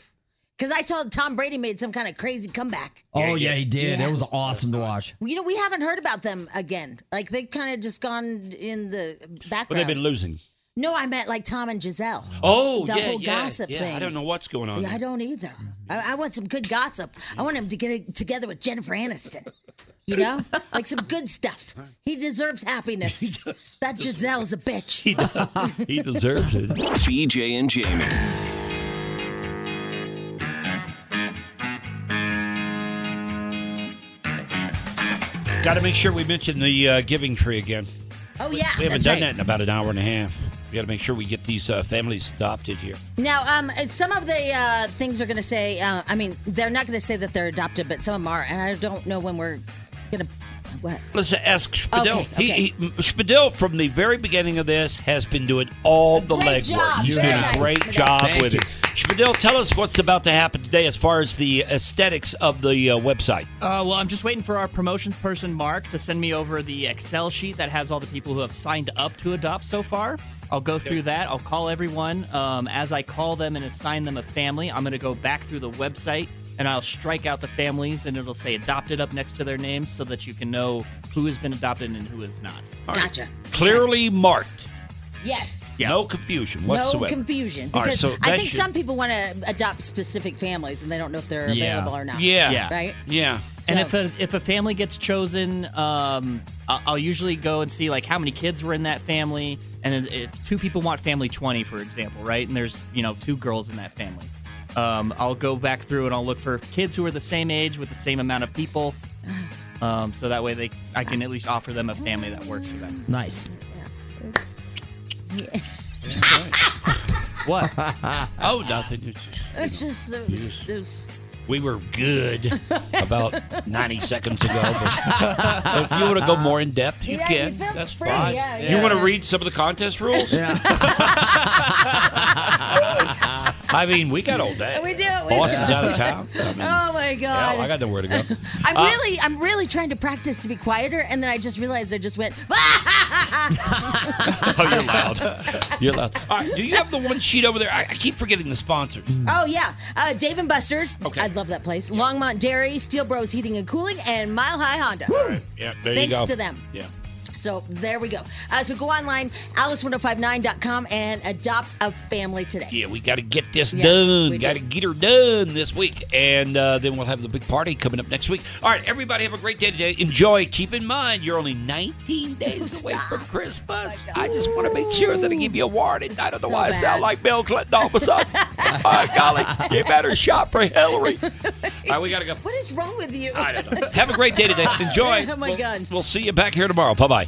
[SPEAKER 3] Because I saw Tom Brady made some kind of crazy comeback.
[SPEAKER 5] Oh yeah, he did.
[SPEAKER 3] Yeah.
[SPEAKER 5] It was awesome to watch.
[SPEAKER 3] You know, we haven't heard about them again. Like they've kind of just gone in the background.
[SPEAKER 4] But they've been losing.
[SPEAKER 3] no, I meant like Tom and Giselle.
[SPEAKER 4] Oh,
[SPEAKER 3] the
[SPEAKER 4] yeah,
[SPEAKER 3] whole
[SPEAKER 4] yeah,
[SPEAKER 3] gossip
[SPEAKER 4] yeah.
[SPEAKER 3] thing.
[SPEAKER 4] I don't know what's going on.
[SPEAKER 3] Yeah, I
[SPEAKER 4] there.
[SPEAKER 3] don't either. I, I want some good gossip. I want him to get it together with Jennifer Aniston. You know, like some good stuff. He deserves happiness. That Giselle's a bitch. He does.
[SPEAKER 4] he deserves it.
[SPEAKER 2] BJ and Jamie.
[SPEAKER 4] Got to make sure we mention the uh, Giving Tree again.
[SPEAKER 3] Oh yeah,
[SPEAKER 4] We haven't
[SPEAKER 3] that's
[SPEAKER 4] done
[SPEAKER 3] right.
[SPEAKER 4] that in about an hour and a half. We got to make sure we get these uh, families adopted here.
[SPEAKER 3] Now, um, some of the uh, things are going to say. Uh, I mean, they're not going to say that they're adopted, but some of them are, and I don't know when we're going to. What?
[SPEAKER 4] Let's ask Spadil.
[SPEAKER 3] Okay,
[SPEAKER 4] He-
[SPEAKER 3] okay.
[SPEAKER 4] He, Spadil, from the very beginning of this, has been doing all the
[SPEAKER 3] Great
[SPEAKER 4] legwork.
[SPEAKER 3] job.
[SPEAKER 4] He's
[SPEAKER 3] Very
[SPEAKER 4] doing
[SPEAKER 3] nice,
[SPEAKER 4] a great
[SPEAKER 3] Spadil.
[SPEAKER 4] job
[SPEAKER 3] Thank
[SPEAKER 4] with
[SPEAKER 3] you.
[SPEAKER 4] it. Spadil, tell us what's about to happen today as far as the aesthetics of the uh, website.
[SPEAKER 6] Uh, well, I'm just waiting for our promotions person, Mark, to send me over the Excel sheet that has all the people who have signed up to adopt so far. I'll go through that. I'll call everyone. Um, as I call them and assign them a family, I'm going to go back through the website and I'll strike out the families and it'll say adopted up next to their names so that you can know who has been adopted and who has not.
[SPEAKER 3] Gotcha.
[SPEAKER 4] Clearly marked.
[SPEAKER 3] Yes.
[SPEAKER 4] No confusion whatsoever.
[SPEAKER 3] No confusion.
[SPEAKER 4] All right,
[SPEAKER 3] Because
[SPEAKER 4] so
[SPEAKER 3] I
[SPEAKER 4] that
[SPEAKER 3] think
[SPEAKER 4] should-
[SPEAKER 3] some people want to adopt specific families and they don't know if they're available or not.
[SPEAKER 4] Yeah.
[SPEAKER 3] Right?
[SPEAKER 4] Yeah.
[SPEAKER 6] And if a, if a family gets chosen, um, I- I'll usually go and see like how many kids were in that family. And then if two people want family 20, for example, right? And there's, you know, two girls in that family. Um, I'll go back through and I'll look for kids who are the same age with the same amount of people. Um, so that way they I can at least offer them a family that works for them.
[SPEAKER 5] Nice.
[SPEAKER 6] What?
[SPEAKER 4] oh, nothing. It's-
[SPEAKER 3] It's just those. those
[SPEAKER 4] We were good about 90 seconds ago. But if you want to go more in depth, you
[SPEAKER 3] Yeah, you
[SPEAKER 4] can.
[SPEAKER 3] felt
[SPEAKER 4] That's
[SPEAKER 3] free,
[SPEAKER 4] fine.
[SPEAKER 3] yeah,
[SPEAKER 4] You
[SPEAKER 3] yeah.
[SPEAKER 4] want to read some of the contest rules? Yeah. I mean, we got all day.
[SPEAKER 3] we do. it, We
[SPEAKER 4] Boston's
[SPEAKER 3] do. it.
[SPEAKER 4] out of town. I mean,
[SPEAKER 3] oh my god.
[SPEAKER 4] hell, I got nowhere to go.
[SPEAKER 3] I'm
[SPEAKER 4] Uh,
[SPEAKER 3] really, I'm really trying to practice to be quieter, and then I just realized I just went.
[SPEAKER 4] Oh, you're loud. You're loud. All right, do you have the one sheet over there? I, I keep forgetting the sponsors.
[SPEAKER 3] Oh yeah, uh, Dave and Buster's. I love that place. Longmont Dairy, Steel Bros Heating and Cooling, and Mile High Honda.
[SPEAKER 4] Yeah, there you
[SPEAKER 3] Thanks
[SPEAKER 4] go.
[SPEAKER 3] to them.
[SPEAKER 4] Yeah.
[SPEAKER 3] So there we go. Uh, so go online, alice1059.com, and adopt a family today.
[SPEAKER 4] Yeah, we got to get this
[SPEAKER 3] Yeah, we
[SPEAKER 4] done.
[SPEAKER 3] do.
[SPEAKER 4] Got to get her done this week. And uh, then we'll have the big party coming up next week. All right, everybody, have a great day today. Enjoy. Keep in mind, you're only 19 days away from Christmas.
[SPEAKER 3] Oh
[SPEAKER 4] I just want to make sure that I give you a warning. I don't know
[SPEAKER 16] So
[SPEAKER 4] why I
[SPEAKER 16] bad.
[SPEAKER 4] sound like Bill Clinton all of a sudden. oh, golly, you better shop for Hillary. All right, we got to go.
[SPEAKER 3] What is wrong with you?
[SPEAKER 4] I don't know. Have a great day today. Enjoy.
[SPEAKER 3] Oh, my
[SPEAKER 4] We'll-
[SPEAKER 3] God.
[SPEAKER 4] We'll see you back here tomorrow. Bye bye.